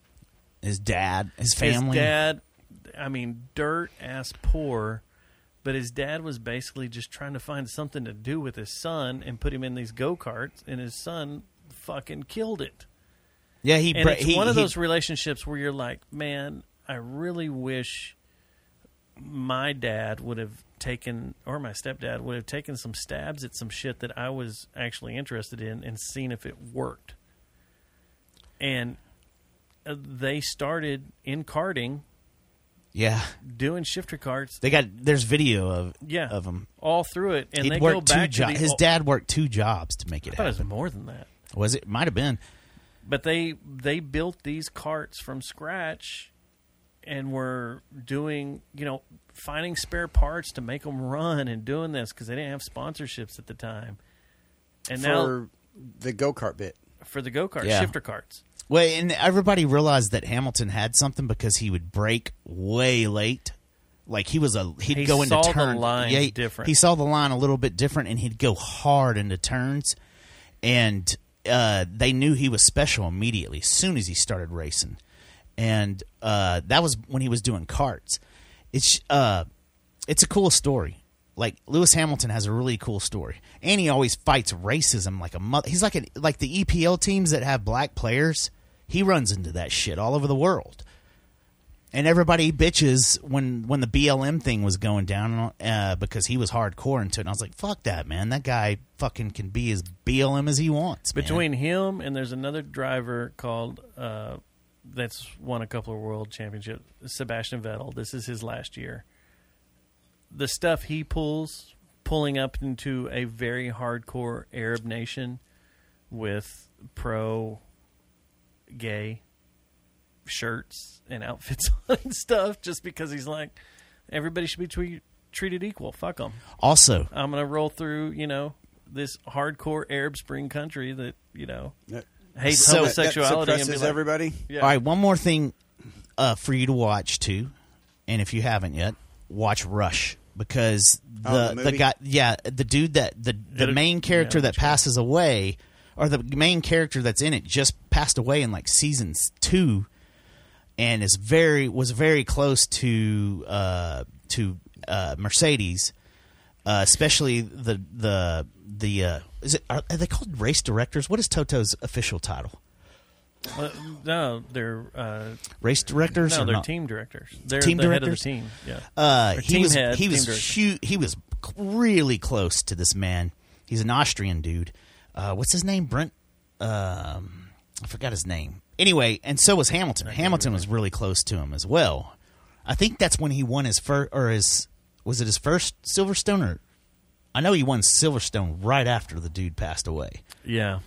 his dad, his family. his dad, I mean, dirt ass poor, but his dad was basically just trying to find something to do with his son and put him in these go karts, and his son fucking killed it. yeah, he. And bra- it's he- one of he- those relationships where you're like, man, I really wish my dad would have taken or my stepdad would have taken some stabs at some shit that I was actually interested in and seen if it worked. And uh, they started in karting Yeah, doing shifter carts. they got. There's video of Yeah, of him. all through it, and He'd they go worked two back to jobs. the, His oh, dad worked two jobs to make it I thought it happen. was more than that, Was it? Might have been. but they they built these carts from scratch, and were doing you know finding spare parts to make them run and doing this because they didn't have sponsorships at the time, and now for the go kart bit. for the go kart Yeah. shifter carts. Well, and everybody realized that Hamilton had something because he would break way late. Like he was a he'd He go into saw the turn lines he- different. He saw the line a little bit different, and he'd go hard into turns. And uh, they knew he was special immediately, as soon as he started racing. And uh, that was when he was doing carts. It's uh, it's a cool story. Like Lewis Hamilton has a really cool story, and he always fights racism like a mother. He's like an like the EPL teams that have black players. He runs into that shit all over the world, and everybody bitches when when the BLM thing was going down uh, because he was hardcore into it. And I was like, fuck that, man. That guy fucking can be as BLM as he wants. man. Between him and there's another driver called uh, that's won a couple of world championships, Sebastian Vettel. This is his last year. The stuff he pulls, pulling up into a very hardcore Arab nation with pro gay shirts and outfits on and stuff, just because he's like, everybody should be tre- treated equal. Fuck them. also, I'm gonna roll through, you know, this hardcore Arab Spring country that you know That, hates So- homosexuality and that be suppresses like, everybody. yeah. all right, one more thing uh, for you to watch too, and if you haven't yet, watch Rush because Oh, the the the, movie? guy, yeah, the dude that the the It'll- main character yeah, that passes away, or the main character that's in it just passed away in like seasons two, and is very was very close to uh, to uh, Mercedes, uh, especially the the the uh, is it are, are they called race directors? What is Toto's official title? Uh, no, they're uh, Race directors? no, or they're not? team directors. They're Team the head of the directors? team. Yeah, Uh, Or he team was head, he team was director. hu- he was c- really close to this man. He's an Austrian dude. Uh, what's his name? Brent. Um, I forgot his name. Anyway, and so was Hamilton. Hamilton was really close to him as well. I think that's when he won his first, or his was it his first Silverstone? Or I know he won Silverstone right after the dude passed away. Yeah.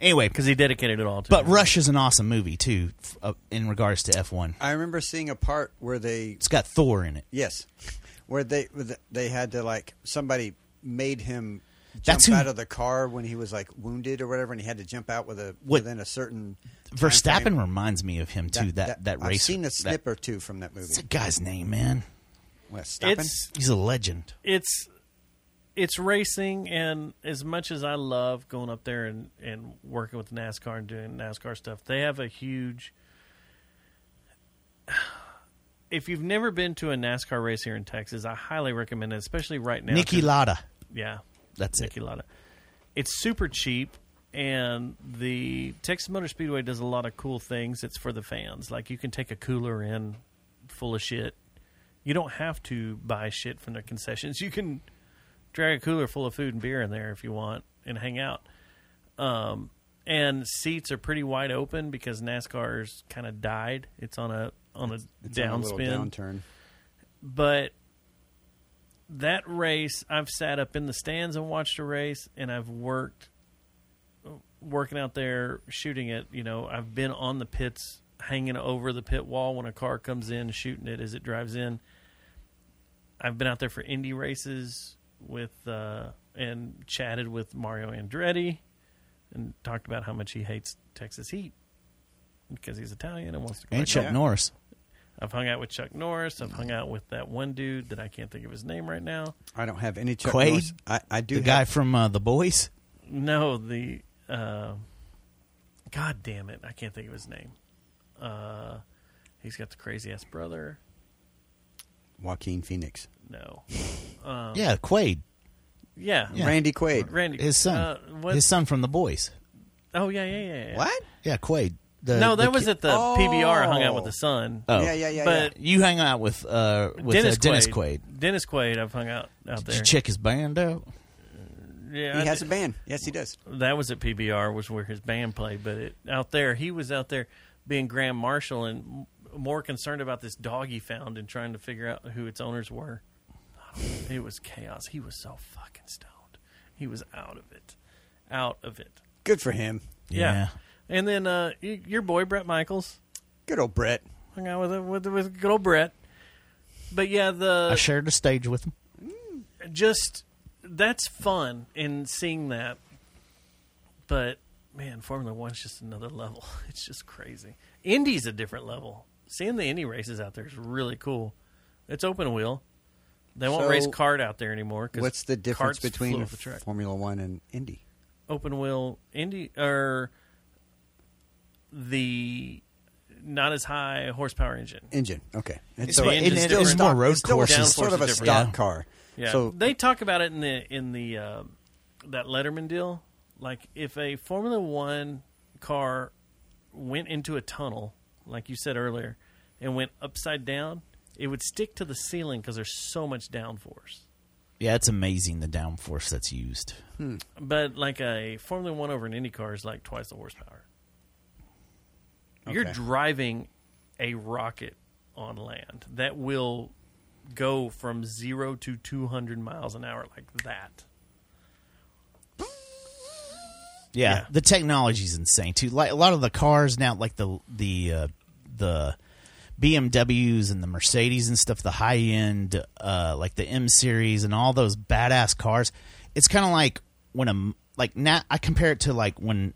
Anyway, because he dedicated it all to. But him. Rush is an awesome movie too, f- uh, in regards to F one. I remember seeing a part where they It's got Thor in it. yes, where they where the- they had to like somebody made him jump That's who- out of the car when he was like wounded or whatever, and he had to jump out with a What- within a certain time Verstappen frame. reminds me of him too. That that, that, I've racer. seen a that- snip or two from that movie. What's that guy's name, man? Verstappen? it's He's a legend. it's it's racing, and as much as I love going up there and and working with NASCAR and doing NASCAR stuff, they have a huge. If you've never been to a NASCAR race here in Texas, I highly recommend it, especially right now. Nicky 'cause- Lauda. yeah, That's it. Nicky Lauda. It's super cheap, and the Texas Motor Speedway does a lot of cool things. It's for the fans. Like you can take a cooler in full of shit. You don't have to buy shit from their concessions. You can drag a cooler full of food and beer in there if you want and hang out. Um, and seats are pretty wide open because NASCAR's kind of died. It's on a on a It's on a little downspin downturn. but that race i've sat up in the stands and watched a race and i've worked working out there shooting it you know i've been on the pits hanging over the pit wall when a car comes in shooting it as it drives in i've been out there for indie races with uh and chatted with mario andretti and talked about how much he hates texas heat because he's italian and wants to go And back Chuck home. Norris. I've hung out with Chuck Norris. I've hung out with that one dude that I can't think of his name right now. I don't have any Chuck Quaid? Norris. I, I do The have, guy from uh, The Boys. No, the uh, God damn it, I can't think of his name. Uh, he's got the crazy ass brother. Joaquin Phoenix, No, Oh. yeah, Quaid. yeah, Randy Quaid. Randy, His son. Uh, what? His son from The Boys. Oh yeah, yeah, yeah. yeah. What? Yeah, Quaid. The, No, the that was ki- at the PBR. I hung out with Oh. the son. Oh. Yeah, yeah, yeah. But- You hang out with uh with Dennis, uh, Dennis Quaid. Dennis Quaid. I've hung out out Did there. you check his band out? yeah, yeah. I he has did. a band. Yes, he does. that was at PBR, was where his band played. But it, out there, he was out there being Grand Marshal and m- more concerned about this dog he found and trying to figure out who its owners were. It was chaos. He was so fucking stoned. He was out of it, out of it. Good for him. Yeah. And then uh, y- your boy Brett Michaels Good old Brett. hung out with with, with good old Brett. But yeah, the I shared a stage with him. just that's fun in seeing that. But man, Formula One's just another level. It's just crazy. Indy's a different level. Seeing the Indy races out there is really cool. It's open wheel. They won't So, race kart out there anymore. 'cause What's the difference karts flew between off the track. Formula One and Indy? open wheel Indy or the not as high horsepower engine? Engine. Okay. It's so more- it's it- still it's stock- more road it's still course and sort of stuff. a stock Yeah. car. Yeah, So they talk about it in the in the uh, that Letterman deal. Like if a Formula One car went into a tunnel, like you said earlier, and went upside down, it would stick to the ceiling because there's so much downforce. Yeah, it's amazing the downforce that's used. But like a Formula One over an Indy car is like twice the horsepower. You're Okay. driving a rocket on land that will go from zero to 200 miles an hour like that. Yeah, Yeah. the technology's insane too. Like a lot of the cars now, like the the uh, the BMWs and the Mercedes and stuff, the high end, uh, like the M series and all those badass cars. It's kind of like when a like na- I compare it to like when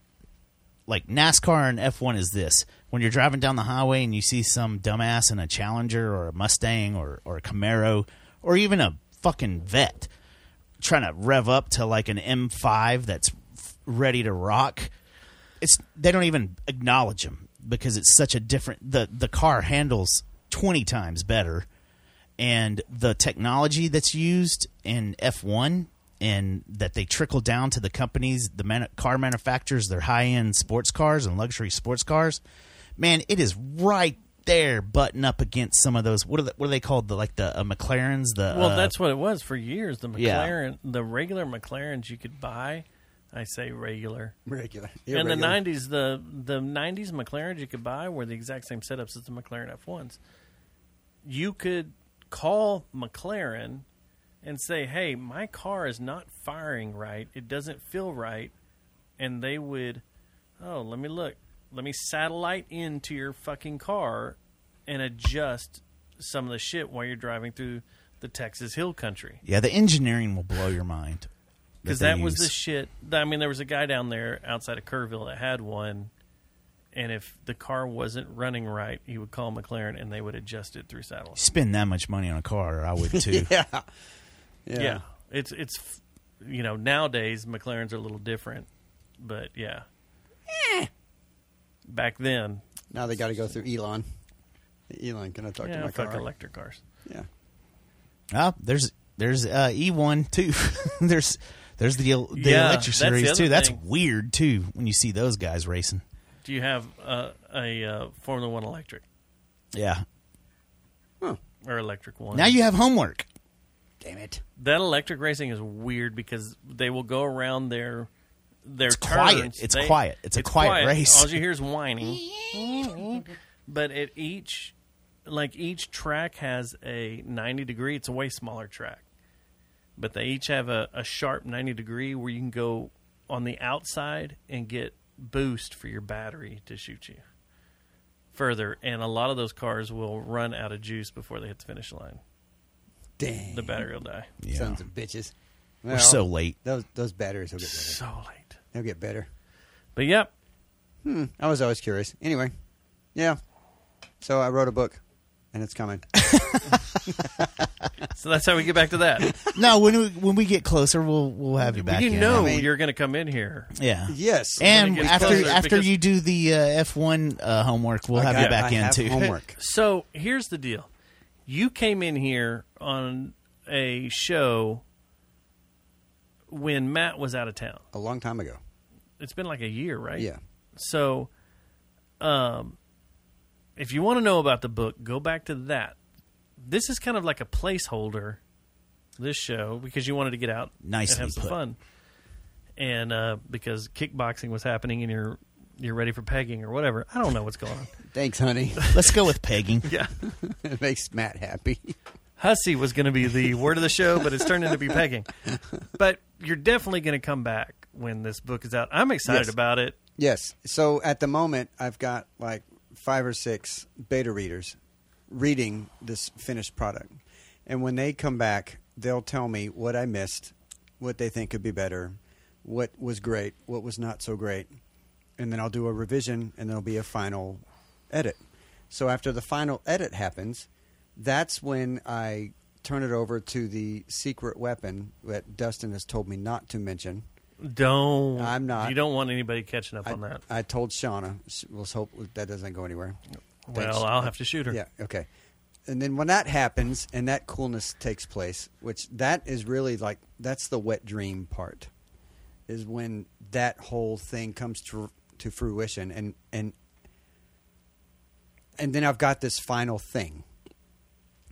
like NASCAR and F one is this when you're driving down the highway and you see some dumbass in a Challenger or a Mustang or or a Camaro or even a fucking Vet trying to rev up to like an M5 that's f- ready to rock. It's they don't even acknowledge him because it's such a different the the car handles 20 times better and the technology that's used in F1 and that they trickle down to the companies, the man- car manufacturers, their high-end sports cars and luxury sports cars. Man, it is right there butting up against some of those what are, the, what are they called the like the uh, McLarens the Well, uh, that's what it was for years. The Yeah. McLaren, the regular McLarens you could buy. I say regular. Regular. In the Irregular. nineties, the the nineties McLarens you could buy were the exact same setups as the McLaren F ones. You could call McLaren and say, "Hey, my car is not firing right. It doesn't feel right," and they would, "Oh, let me look. Let me satellite into your fucking car and adjust some of the shit while you're driving through the Texas hill country." Yeah, the engineering will blow your mind. because they that was the use. shit. I mean, there was a guy down there outside of Kerrville that had one, and if the car wasn't running right, he would call McLaren and they would adjust it through satellite. spend that much money on a car. I would too. yeah. Yeah. it's it's f- you know nowadays McLarens are a little different, but yeah, back then Now they got to go through Elon. Elon, can I talk to yeah, my fuck car? electric cars. Yeah. Oh, Ah, there's there's uh, E E1 too. there's there's the el- the Yeah, electric that's the series other too. That's thing. weird too when you see those guys racing. Do you have uh, a uh, Formula One electric Yeah. Huh. or electric one? Now you have homework. Damn it. that electric racing is weird because they will go around their their It's turns. quiet. It's They- quiet. It's a quiet race. All you hear is whining. but at each like each track has a 90 degree it's a way smaller track but they each have a, a sharp 90 degree where you can go on the outside and get boost for your battery to shoot you further and a lot of those cars will run out of juice before they hit the finish line Dang. the battery will die Yeah. Sons of bitches. We're so late. Those those batteries will get better. so late They'll get better. but yep I was always curious. Anyway, yeah. So I wrote a book, and it's coming. So that's how we get back to that. No, when we when we get closer, we'll we'll have you back. you in. know I mean- you're going to come in here. Yeah. yes. And When it gets after closer, after because- you do the uh, F one uh, homework, we'll I have got- you back I in have too. Homework. So here's the deal: you came in here on a show when Matt was out of town. A long time ago. It's been like a year, right? Yeah. So, um, if you want to know about the book, go back to that. This is kind of like a placeholder. This show because you wanted to get out and Nicely have some put. fun, and uh, because kickboxing was happening, and you're you're ready for pegging or whatever. I don't know what's going on. Thanks, honey. Let's go with pegging. yeah, it makes Matt happy. hussy was going to be the word of the show, but it's turned into be pegging. But you're definitely going to come back when this book is out. I'm excited Yes. about it. Yes. So at the moment, I've got like five or six beta readers reading this finished product. And when they come back, they'll tell me what I missed, what they think could be better, what was great, what was not so great. And then I'll do a revision and there'll be a final edit. So after the final edit happens, that's when I turn it over to the secret weapon that Dustin has told me not to mention. Don't. I'm not. You don't want anybody catching up I, on that. I told Shauna. Sh- Let's hope that doesn't go anywhere. Thanks. well, I'll have to shoot her. yeah, okay. And then when that happens and that coolness takes place, which that is really like that's the wet dream part, is when that whole thing comes to to fruition and and and then I've got this final thing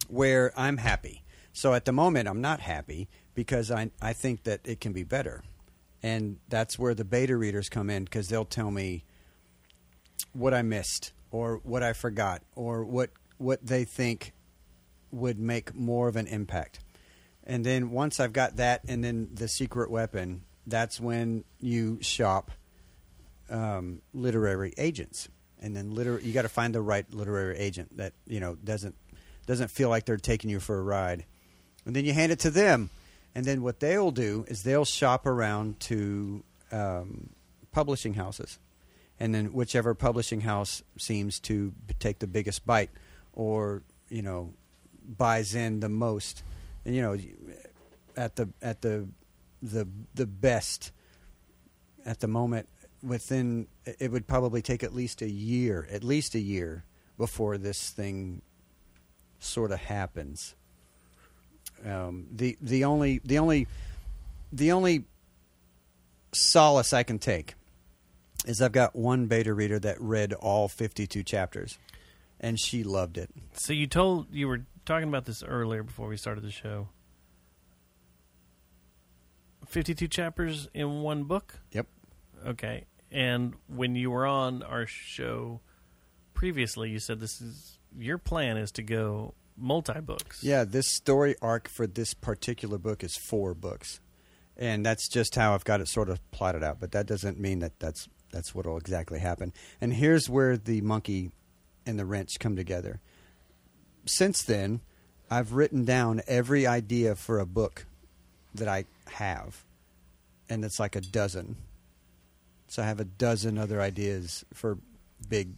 where I'm happy. So at the moment, I'm not happy because I, I think that it can be better. And that's where the beta readers come in because they'll tell me what I missed or what I forgot or what, what they think would make more of an impact. And then once I've got that and then the secret weapon, that's when you shop um, literary agents, and then liter- you got to find the right literary agent that you know doesn't doesn't feel like they're taking you for a ride, and then you hand it to them, and then what they'll do is they'll shop around to um, publishing houses, and then whichever publishing house seems to b- take the biggest bite, or you know buys in the most, and you know at the at the the the best at the moment within it would probably take at least a year at least a year before this thing sort of happens um, the the only the only the only solace I can take is I've got one beta reader that read all 52 chapters and she loved it So you told you were talking about this earlier before we started the show. 52 chapters in one book? Yep. Okay. And when you were on our show previously, you said this is your plan is to go multi books. Yeah, this story arc for this particular book is four books, and that's just how I've got it sort of plotted out. But that doesn't mean that that's that's what'll exactly happen. And here's where the monkey and the wrench come together. Since then, I've written down every idea for a book that I have, and it's like a dozen. So I have a dozen other ideas for big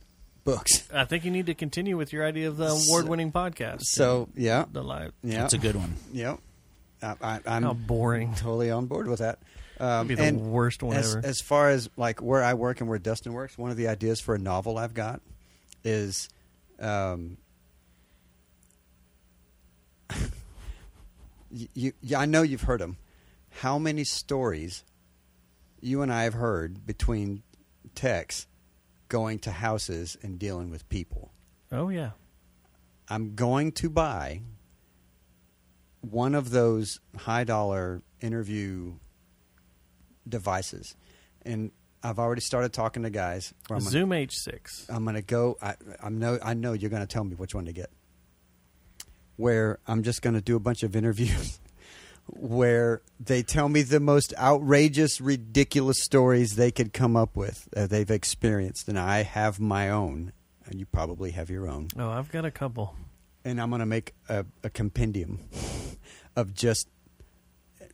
books. I think you need to continue with your idea of the award winning podcast. So yeah, the live. yeah, That's a good one. Yep. I, I, I'm How boring. Totally on board with that. That'd Um, be the and worst one as, ever. As far as like where I work and where Dustin works, one of the ideas for a novel I've got is, um, you, you, yeah, I know you've heard them. How many stories you and I have heard between texts going to houses and dealing with people? Oh, yeah. I'm going to buy one of those high dollar interview devices. And I've already started talking to guys. where I'm gonna- Zoom H6. I'm going to go. I, I'm no, I know you're going to tell me which one to get. Where I'm just going to do a bunch of interviews where they tell me the most outrageous, ridiculous stories they could come up with that they've experienced. And I have my own. And you probably have your own Oh, I've got a couple. and I'm going to make a, a compendium of just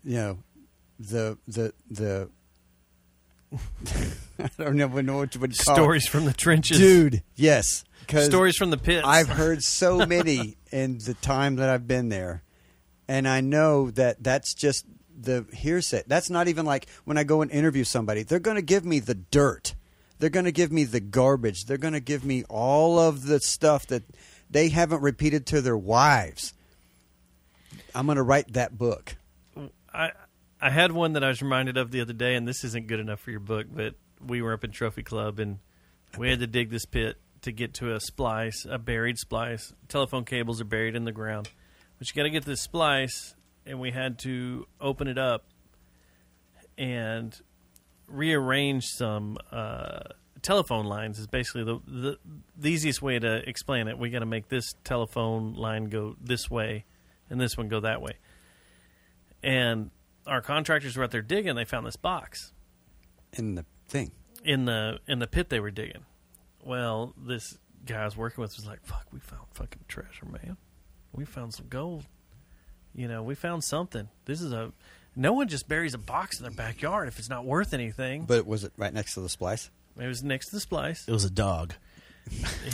you know the the the I don't know what what you would call it. Stories from the trenches. dude. Yes, 'cause Stories from the pits. I've heard so many in the time that I've been there, and I know that that's just the hearsay. That's not even like when I go and interview somebody; they're going to give me the dirt, they're going to give me the garbage, they're going to give me all of the stuff that they haven't repeated to their wives. I'm going to write that book. I I had one that I was reminded of the other day, and this isn't good enough for your book, but we were up in Trophy Club and we had to dig this pit to get to a splice, a buried splice. Telephone cables are buried in the ground, but you got to get to this splice, and we had to open it up and rearrange some uh, telephone lines. Is basically the, the the easiest way to explain it. We got to make this telephone line go this way, and this one go that way and our contractors were out there digging. They found this box In the thing, in the in the pit they were digging. Well, this guy I was working with was like, "Fuck, we found fucking treasure, man. We found some gold. You know, we found something. This is a no one just buries a box in their backyard if it's not worth anything." but was it right next to the splice? it was next to the splice. It was a dog.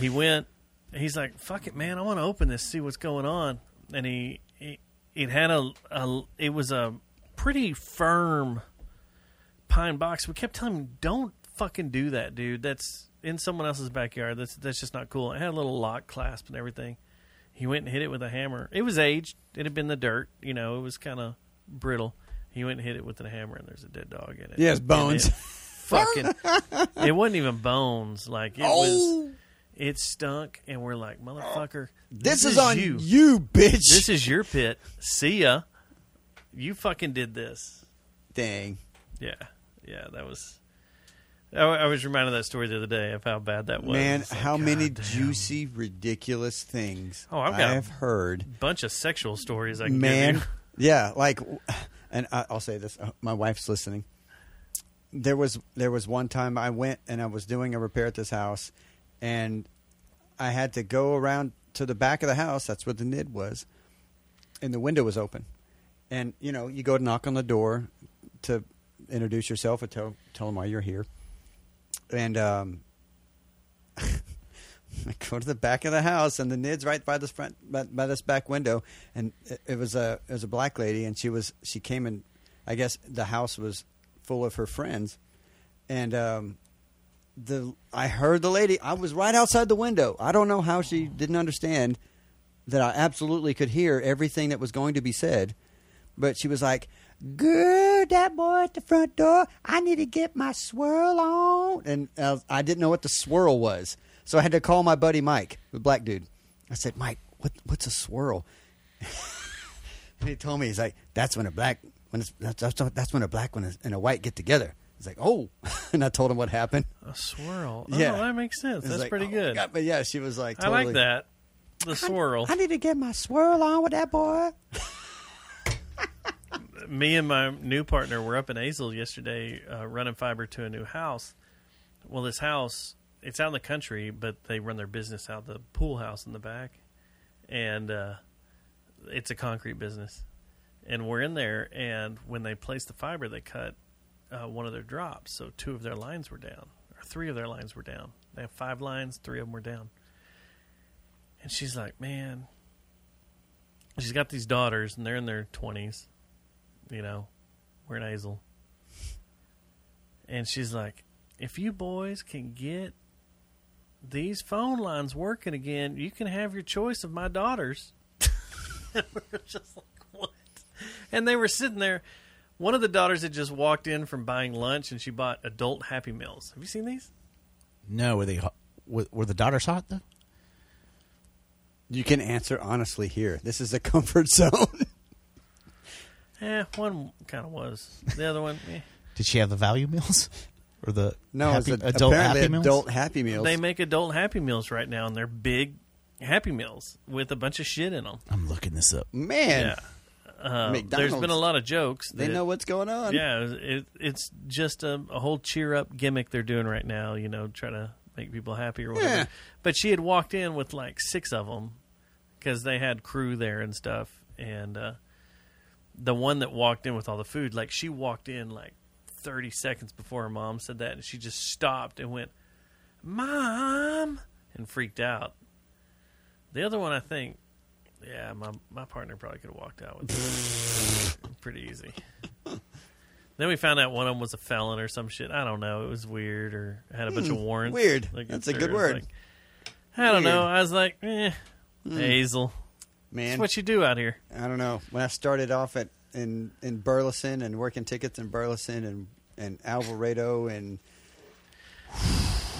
he went. He's like, "Fuck it, man! I want to open this, see what's going on." And he, he it had a, a, it was a pretty firm pine box. We kept telling him, "Don't fucking do that, dude. That's in someone else's backyard. That's that's just not cool." It had a little lock clasp and everything. He went and hit it with a hammer. It was aged. It had been the dirt. You know, it was kind of brittle. He went and hit it with a hammer, and there's a dead dog in it. Yes, And it bones. Fucking, it wasn't even bones. Like it was Oh. it stunk, and we're like, motherfucker, This, is, on you, bitch. This is your pit. See ya. You fucking did this. thing. Yeah, yeah, that was. I, I was reminded of that story the other day of how bad that was. Man, It's like, how many "God damn." juicy, ridiculous things Oh, I've I got a- have heard. bunch of sexual stories? I can Man, give you. yeah, like, and I, I'll say this: uh, my wife's listening. There was there was one time I went and I was doing a repair at this house, and I had to go around to the back of the house. That's where the nid was, and the window was open. And you know, you go to knock on the door to introduce yourself and tell tell them why you're here. And um, I go to the back of the house, and the nid's right by this front by, by this back window. And it, it was a it was a black lady, and she was she came in. I guess the house was full of her friends, and um, the I heard the lady. I was right outside the window. I don't know how she didn't understand that I absolutely could hear everything that was going to be said, but she was like, "Girl, that boy at the front door. I need to get my swirl on," and uh, I didn't know what the swirl was, so I had to call my buddy Mike, the black dude. I said, "Mike, what what's a swirl?" And he told me he's like, "That's when a black when it's, that's, that's, that's when a black one and a white get together. It's like, oh, and I told him what happened. A swirl. Oh, Yeah. that makes sense. It's That's like, pretty oh my good. God. But yeah, she was like, I like totally- that. The swirl. I need to get my swirl on with that boy. me and my new partner were up in Azle yesterday uh, running fiber to a new house. Well, this house, it's out in the country, but they run their business out the pool house in the back. And uh, it's a concrete business. And we're in there, and when they placed the fiber, they cut uh, one of their drops. So two of their lines were down, or three of their lines were down. They have five lines, three of them were down. And she's like, man, she's got these daughters, and they're in their 20s you know, we're in Hazel. And she's like, if you boys can get these phone lines working again, you can have your choice of my daughters. And we we're just like, what? And they were sitting there. One of the daughters had just walked in from buying lunch and she bought adult Happy Meals. Have you seen these? No, were they ho- were, were the daughters hot though? You can answer honestly here. This is a comfort zone. Eh, one kind of was. The other one, eh. Did she have the value meals or the No, happy, it's a, adult apparently happy meals? adult happy meals. they make adult Happy Meals right now and they're big Happy Meals with a bunch of shit in them. I'm looking this up. Man, Yeah. Uh, there's McDonald's. been a lot of jokes. they that- know what's going on. Yeah, it, it, it's just a, a whole cheer up gimmick they're doing right now. You know, trying to make people happy or whatever. Yeah. But she had walked in with like six of them because they had crew there and stuff. And uh, the one that walked in with all the food, like she walked in like 30 seconds before her mom said that, and she just stopped and went, "Mom," and freaked out. The other one, I think. Yeah, my my partner probably could have walked out with it. pretty easy. Then we found out one of them was a felon or some shit. I don't know. It was weird or had a bunch of warrants. Hmm, weird. That's a or good it was word. like- I don't know. Weird. Hmm. I was like, eh, Hazel. That's Man, what you do out here. I don't know. When I started off at in in Burleson and working tickets in Burleson and and Alvarado and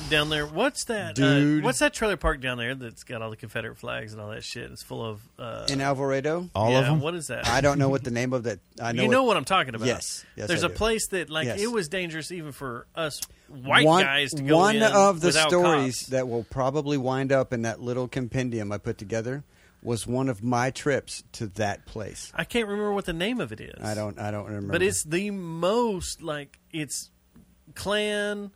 Down there, what's that? Uh, Dude. what's that trailer park down there that's got all the Confederate flags and all that shit? It's full of. Uh, in Alvarado, All yeah, of them. What is that? I don't know what the name of that. I know you know what, I'm talking about. Yes. Yes, There's I a do. place that, like, Yes. it was dangerous even for us white one, guys to go one in of the without stories cops. that will probably wind up in that little compendium I put together was one of my trips to that place. I can't remember what the name of it is. I don't. I don't remember. But it's the most like it's Klan,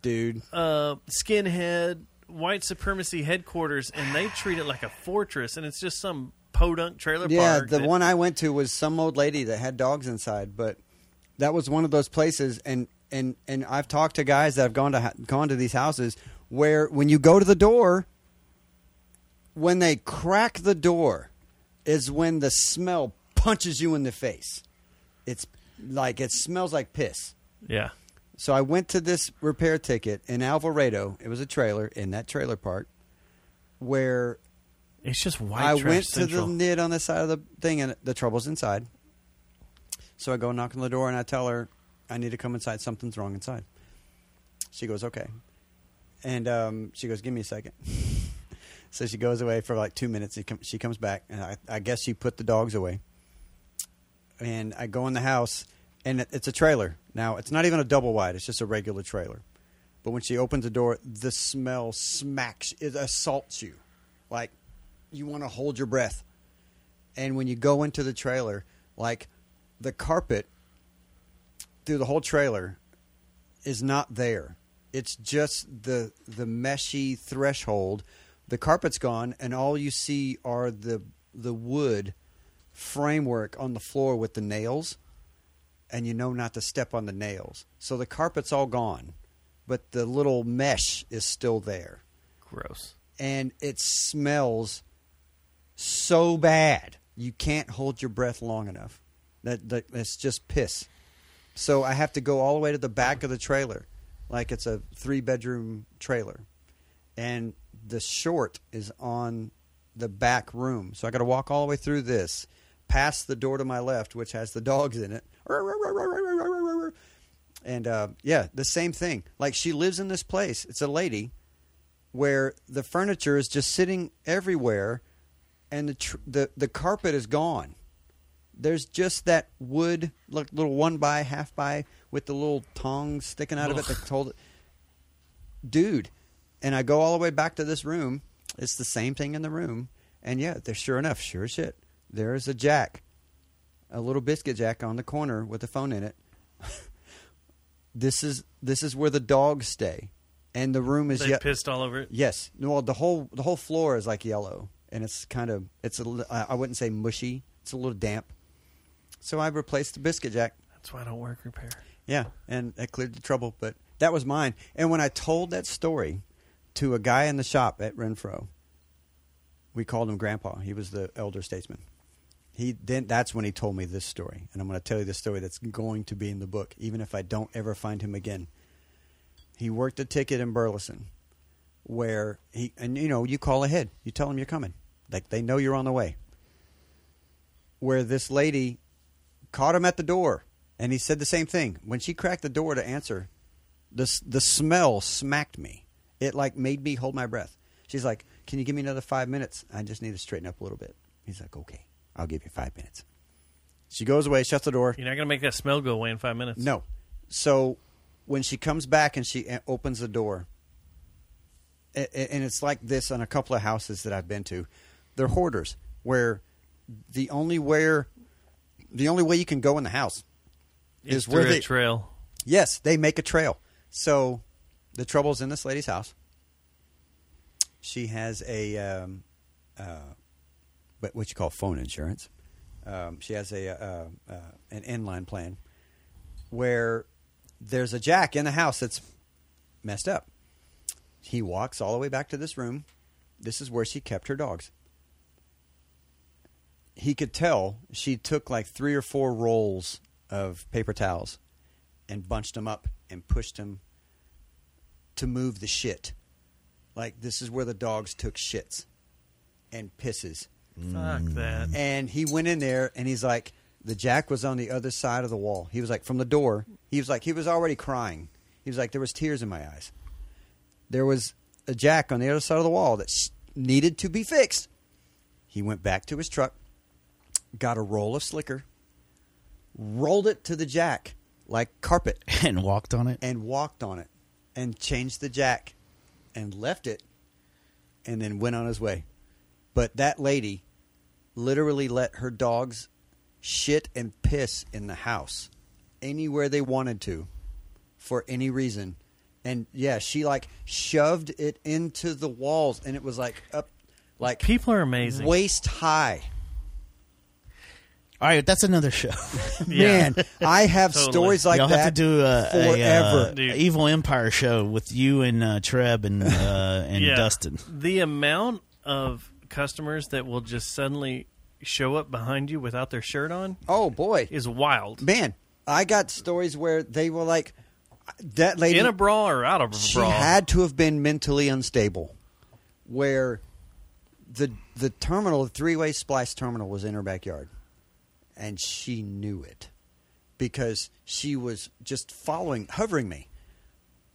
dude. uh, skinhead, white supremacy headquarters, and they treat it like a fortress, and it's just some podunk trailer Yeah, park. the that- one I went to was some old lady that had dogs inside, but that was one of those places. And and and I've talked to guys that have gone to ha- gone to these houses where when you go to the door, when they crack the door, is when the smell punches you in the face. It's like it smells like piss. Yeah, So I went to this repair ticket in Alvarado. It was a trailer in that trailer park where it's just white. I trash went central. to the nid on the side of the thing, and the trouble's inside. So I go knock on the door, and I tell her, "I need to come inside. Something's wrong inside." She goes, "Okay," and um, she goes, "Give me a second. so she goes away for like two minutes. She, com- she comes back, and I, I guess she put the dogs away. And I go in the house, and it- it's a trailer. Now it's not even a double wide; it's just a regular trailer. But when she opens the door, the smell smacks, it assaults you, like you want to hold your breath. And when you go into the trailer, like the carpet through the whole trailer is not there. It's just the the meshy threshold. The carpet's gone, and all you see are the the wood framework on the floor with the nails, and you know not to step on the nails. So the carpet's all gone, but the little mesh is still there, Gross. and it smells so bad you can't hold your breath long enough. That, that it's just piss. So I have to go all the way to the back of the trailer, like it's a three bedroom trailer, and the short is on the back room. So I got to walk all the way through this, past the door to my left, which has the dogs in it, and uh, yeah, the same thing. Like she lives in this place. It's a lady where the furniture is just sitting everywhere, and the tr- the the carpet is gone There's just that wood, like little one by, half by, with the little tongs sticking out of it that's hold it. Dude, and I go all the way back to this room. It's the same thing in the room, and yeah, there. Sure enough, sure as shit, there is a jack, a little biscuit jack on the corner with a phone in it. this is this is where the dogs stay, and the room is They yet pissed all over it. Yes. No, Well, the whole the whole floor is like yellow, and it's kind of it's a li- I I wouldn't say mushy. It's a little damp. So I replaced the biscuit jack. That's why I don't work repair. Yeah, and that cleared the trouble. But that was mine. And when I told that story to a guy in the shop at Renfro, we called him Grandpa. He was the elder statesman. He then that's when he told me this story, and I'm going to tell you the story that's going to be in the book, even if I don't ever find him again. He worked a ticket in Burleson, where he and you know you call ahead, you tell them you're coming, like they know you're on the way. Where this lady caught him at the door, and he said the same thing. When she cracked the door to answer, the s- the smell smacked me. It like made me hold my breath. She's like, "Can you give me another five minutes? I just need to straighten up a little bit." He's like, "Okay, I'll give you five minutes." She goes away, shuts the door. You're not gonna make that smell go away in five minutes. No. So when she comes back and she uh, opens the door, a- a- and it's like this on a couple of houses that I've been to, they're hoarders where the only where the only way you can go in the house It's is where through a they trail. yes they make a trail. So the trouble's in this lady's house. She has a um, uh, what- what you call phone insurance. Um, she has a uh, uh, an inline plan where there's a jack in the house that's messed up. He walks all the way back to this room. This is where she kept her dogs. He could tell she took like three or four rolls of paper towels and bunched them up and pushed them to move the shit. Like this is where the dogs took shits and pisses. Fuck Mm. that. And he went in there and he's like, the jack was on the other side of the wall. He was like, from the door. He was like, he was already crying. He was like, there was tears in my eyes. There was a jack on the other side of the wall that s- needed to be fixed. He went back to his truck, got a roll of slicker, rolled it to the jack like carpet and walked on it. and walked on it and changed the jack and left it and then went on his way. But that lady literally let her dogs shit and piss in the house anywhere they wanted to for any reason. And yeah, she like shoved it into the walls and it was like up like People are amazing. waist high. All right, that's another show. Yeah. Man, I have Totally. stories like Y'all that have to do uh, a, forever. a, uh, Dude. Evil Empire show with you and uh, Treb and uh, and Yeah. Dustin. The amount of customers that will just suddenly show up behind you without their shirt on oh boy. is wild. man, I got stories where they were like, that lady, In a brawl or out of a she brawl. had to have been mentally unstable, where the the terminal, the three way splice terminal, was in her backyard, and she knew it because she was just following, hovering me,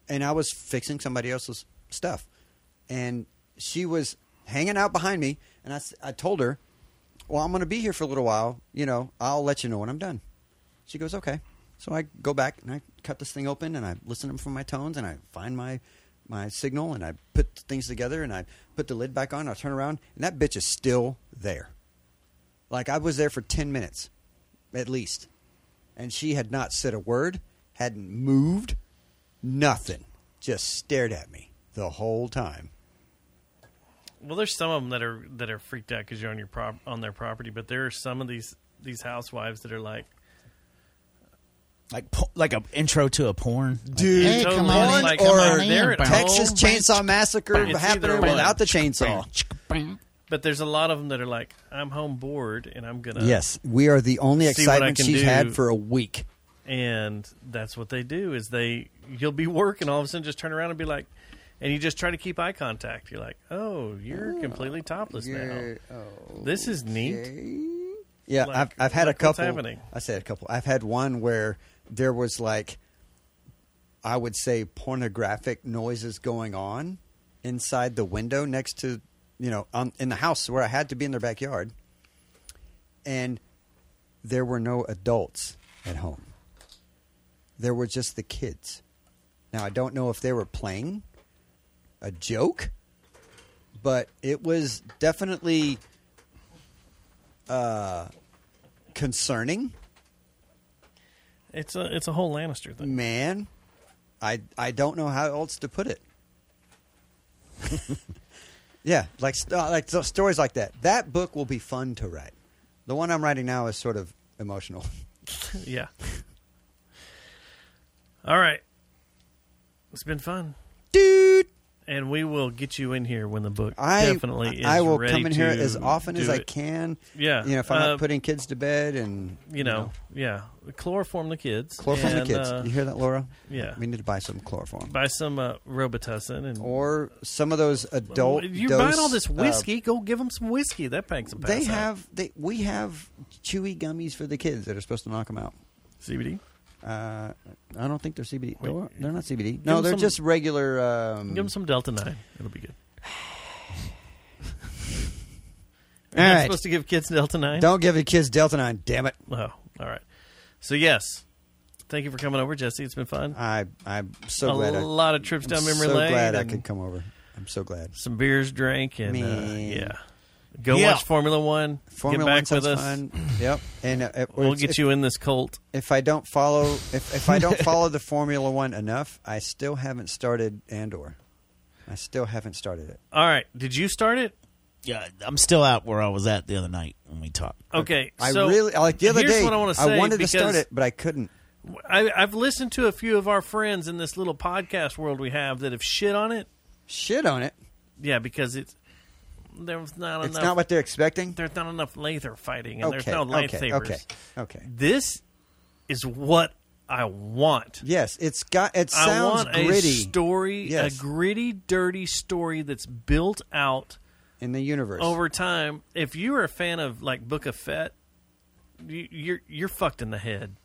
and I was fixing somebody else's stuff, and she was hanging out behind me, and I, s- I told her, well, I'm going to be here for a little while, you know, I'll let you know when I'm done. She goes, okay. So I go back and I cut this thing open and I listen to them for my tones and I find my my signal and I put things together and I put the lid back on. I turn around and that bitch is still there. Like I was there for ten minutes, at least, and she had not said a word, hadn't moved, nothing, just stared at me the whole time. Well, there's some of them that are that are freaked out because you're on your prop on their property, but there are some of these these housewives that are like, Like po- like a intro to a porn, Like, Dude, hey, Totally. come on in, Like, come or on in, they're at bounce. home. Texas Chainsaw Massacre It's happening either one. without the chainsaw. but there's a lot of them that are like, I'm home bored and I'm gonna Yes, we are the only See what I excitement can she's do. had for a week. and that's what they do is they you'll be working all of a sudden just turn around and be like, and you just try to keep eye contact. You're like, oh, you're completely topless now. this is neat. Yeah, Like, I've I've had a like, what's couple. happening? I said a couple. I've had one where there was like, I would say pornographic noises going on inside the window next to, you know, on, in the house where I had to be in their backyard, and there were no adults at home. There were just the kids. Now, I don't know if they were playing a joke, but it was definitely uh, concerning. It's a it's a whole Lannister thing. Man, I I don't know how else to put it. yeah, like st- uh, like so- stories like that. That book will be fun to write. The one I'm writing now is sort of emotional. yeah. All right. It's been fun. Dude. And we will get you in here when the book I definitely is I will ready come in here to as often as do I it. can. Yeah. you know if I'm Uh, not putting kids to bed and You know, yeah. Chloroform the kids. chloroform the and, kids. uh, you hear that, Laura? Yeah. we need to buy some chloroform Buy some uh, Robitussin and or some of those adult. You're dose, buying all this uh, whiskey. go give them some whiskey. That makes them. they have they we have chewy gummies for the kids that are supposed to knock them out. CBD. Uh, I don't think they're CBD. Wait. They're, they're not CBD. them No, they're some- just regular. Um, Give them some Delta Nine. It'll be good. all You're not right. supposed to give kids Delta Nine. Don't give your kids Delta Nine. Damn it! Oh, all right. So yes, thank you for coming over, Jesse. It's been fun. I I'm so A glad. I- lot of trips down I'm memory so lane glad I and- could come over. I'm so glad. Some beers drank and uh, Man. yeah. Go Yeah. watch Formula One. Formula Get back One sounds with us. fun. Yep. And uh, it- We'll it's- get if, you in this cult. If I don't follow, if if I don't follow the Formula One enough, I still haven't started Andor. I still haven't started it. All right. Did you start it? Yeah, I'm still out where I was at the other night when we talked. Okay. I so really like the other here's day. What I, wanna say wanted to start because- it, but I couldn't. I, I've listened to a few of our friends in this little podcast world we have that have shit on it. Shit on it. Yeah, because it's there was not It's enough. not what they're expecting. there's not enough laser fighting, and Okay, there's no okay, lightsabers. okay, okay. This is what I want. Yes, it's got. It I sounds want gritty. a story, Yes. a gritty, dirty story that's built out in the universe. over time. If you are a fan of like Book of Fett, you, you're you're fucked in the head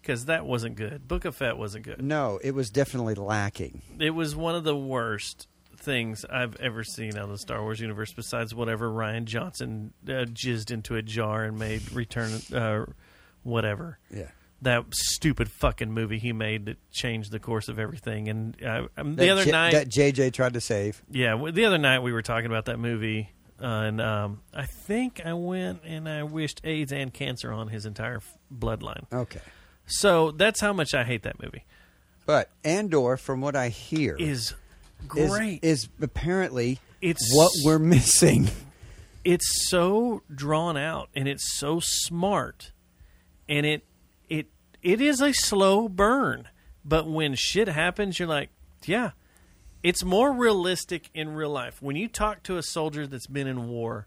because that wasn't good. Book of Fett wasn't good. No, it was definitely lacking. It was one of the worst things I've ever seen out of the Star Wars universe, besides whatever Ryan Johnson uh, jizzed into a jar and made Return, uh, whatever. Yeah. That stupid fucking movie he made that changed the course of everything. And uh, um, the That other J- night, that JJ tried to save. yeah, w- the other night we were talking about that movie, uh, and um, I think I went and I wished AIDS and cancer on his entire f- bloodline. Okay, So that's how much I hate that movie. but Andor, from what I hear, Is is- great. Is, apparently It's- what we're missing. it's so drawn out and it's so smart and it it it is a slow burn but when shit happens you're like yeah it's more realistic in real life when you talk to a soldier that's been in war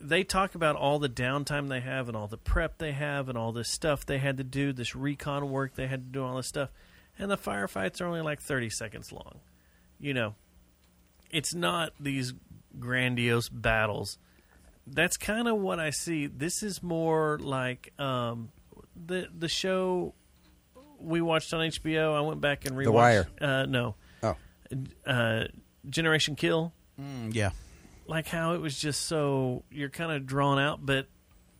they talk about all the downtime they have and all the prep they have and all this stuff they had to do this recon work they had to do all this stuff and the firefights are only like 30 seconds long you know it's not these grandiose battles. That's kind of what I see. This is more like um, the the show we watched on HBO. I went back and rewatched. Wire. Uh, no, Oh, uh, Generation Kill. Mm, yeah. Like how it was just so you're kind of drawn out, but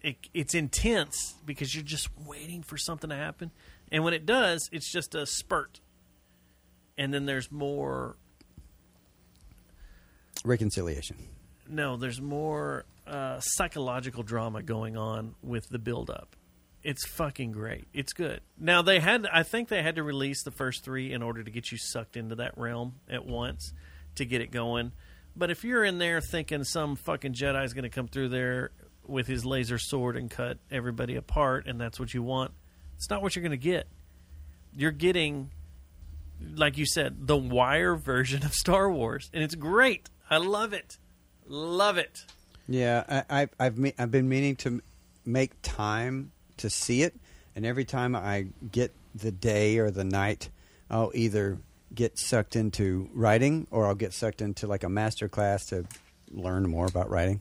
it, it's intense because you're just waiting for something to happen, and when it does, it's just a spurt, and then there's more reconciliation. no, there's more uh, psychological drama going on with the buildup. It's fucking great. It's good. Now they had, I think they had to release the first three in order to get you sucked into that realm at once to get it going. But if you're in there thinking some fucking Jedi's going to come through there with his laser sword and cut everybody apart, and that's what you want, it's not what you're going to get. You're getting like you said, the wire version of Star Wars, and it's great. I love it, love it. Yeah, I, I, I've me- I've been meaning to m- make time to see it, and every time I get the day or the night, I'll either get sucked into writing or I'll get sucked into like a master class to learn more about writing.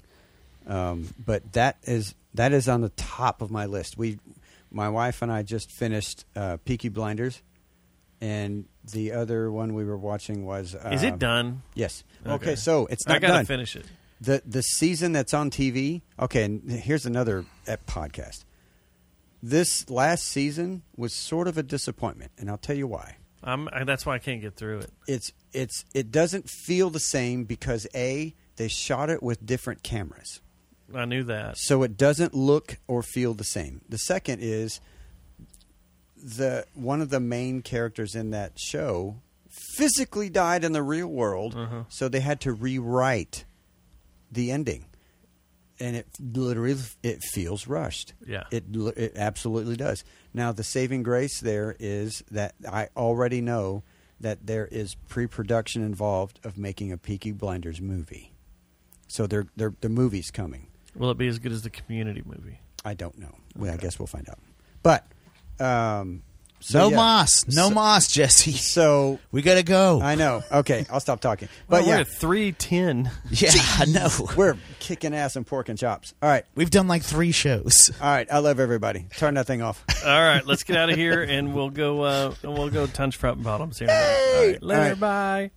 Um, but that is that is on the top of my list. We, my wife and I just finished uh, Peaky Blinders, and the other one we were watching was uh, Is it done? Yes. Okay, so it's not I gotta done finish it. the the season that's on TV. Okay, and here's another uh, e, podcast. This last season was sort of a disappointment, and I'll tell you why. I'm, I, that's why I can't get through it. It's it's it doesn't feel the same because a they shot it with different cameras. I knew that. So it doesn't look or feel the same. The second is the one of the main characters in that show physically died in the real world, Uh-huh. so they had to rewrite the ending, and it literally it feels rushed. Yeah. it li- it absolutely does. Now the saving grace there is that I already know that there is pre-production involved of making a Peaky Blinders movie, so they're, they're, the movie's coming. Will it be as good as the Community movie? I don't know. Well, I guess we'll find out. But um, so no yeah. moss, no So- Uh, moss, Jesse. So We gotta go. I know. Okay, I'll stop talking. Well, But we're yeah, at three ten. yeah, I know. we're kicking ass and pork and chops. All right, We've done like three shows. all right. I love everybody. Turn that thing off. All right, let's get out of here, and we'll go. Uh, we'll go Tunch Prop Bottoms here. in a minute. All right, later, All right. bye.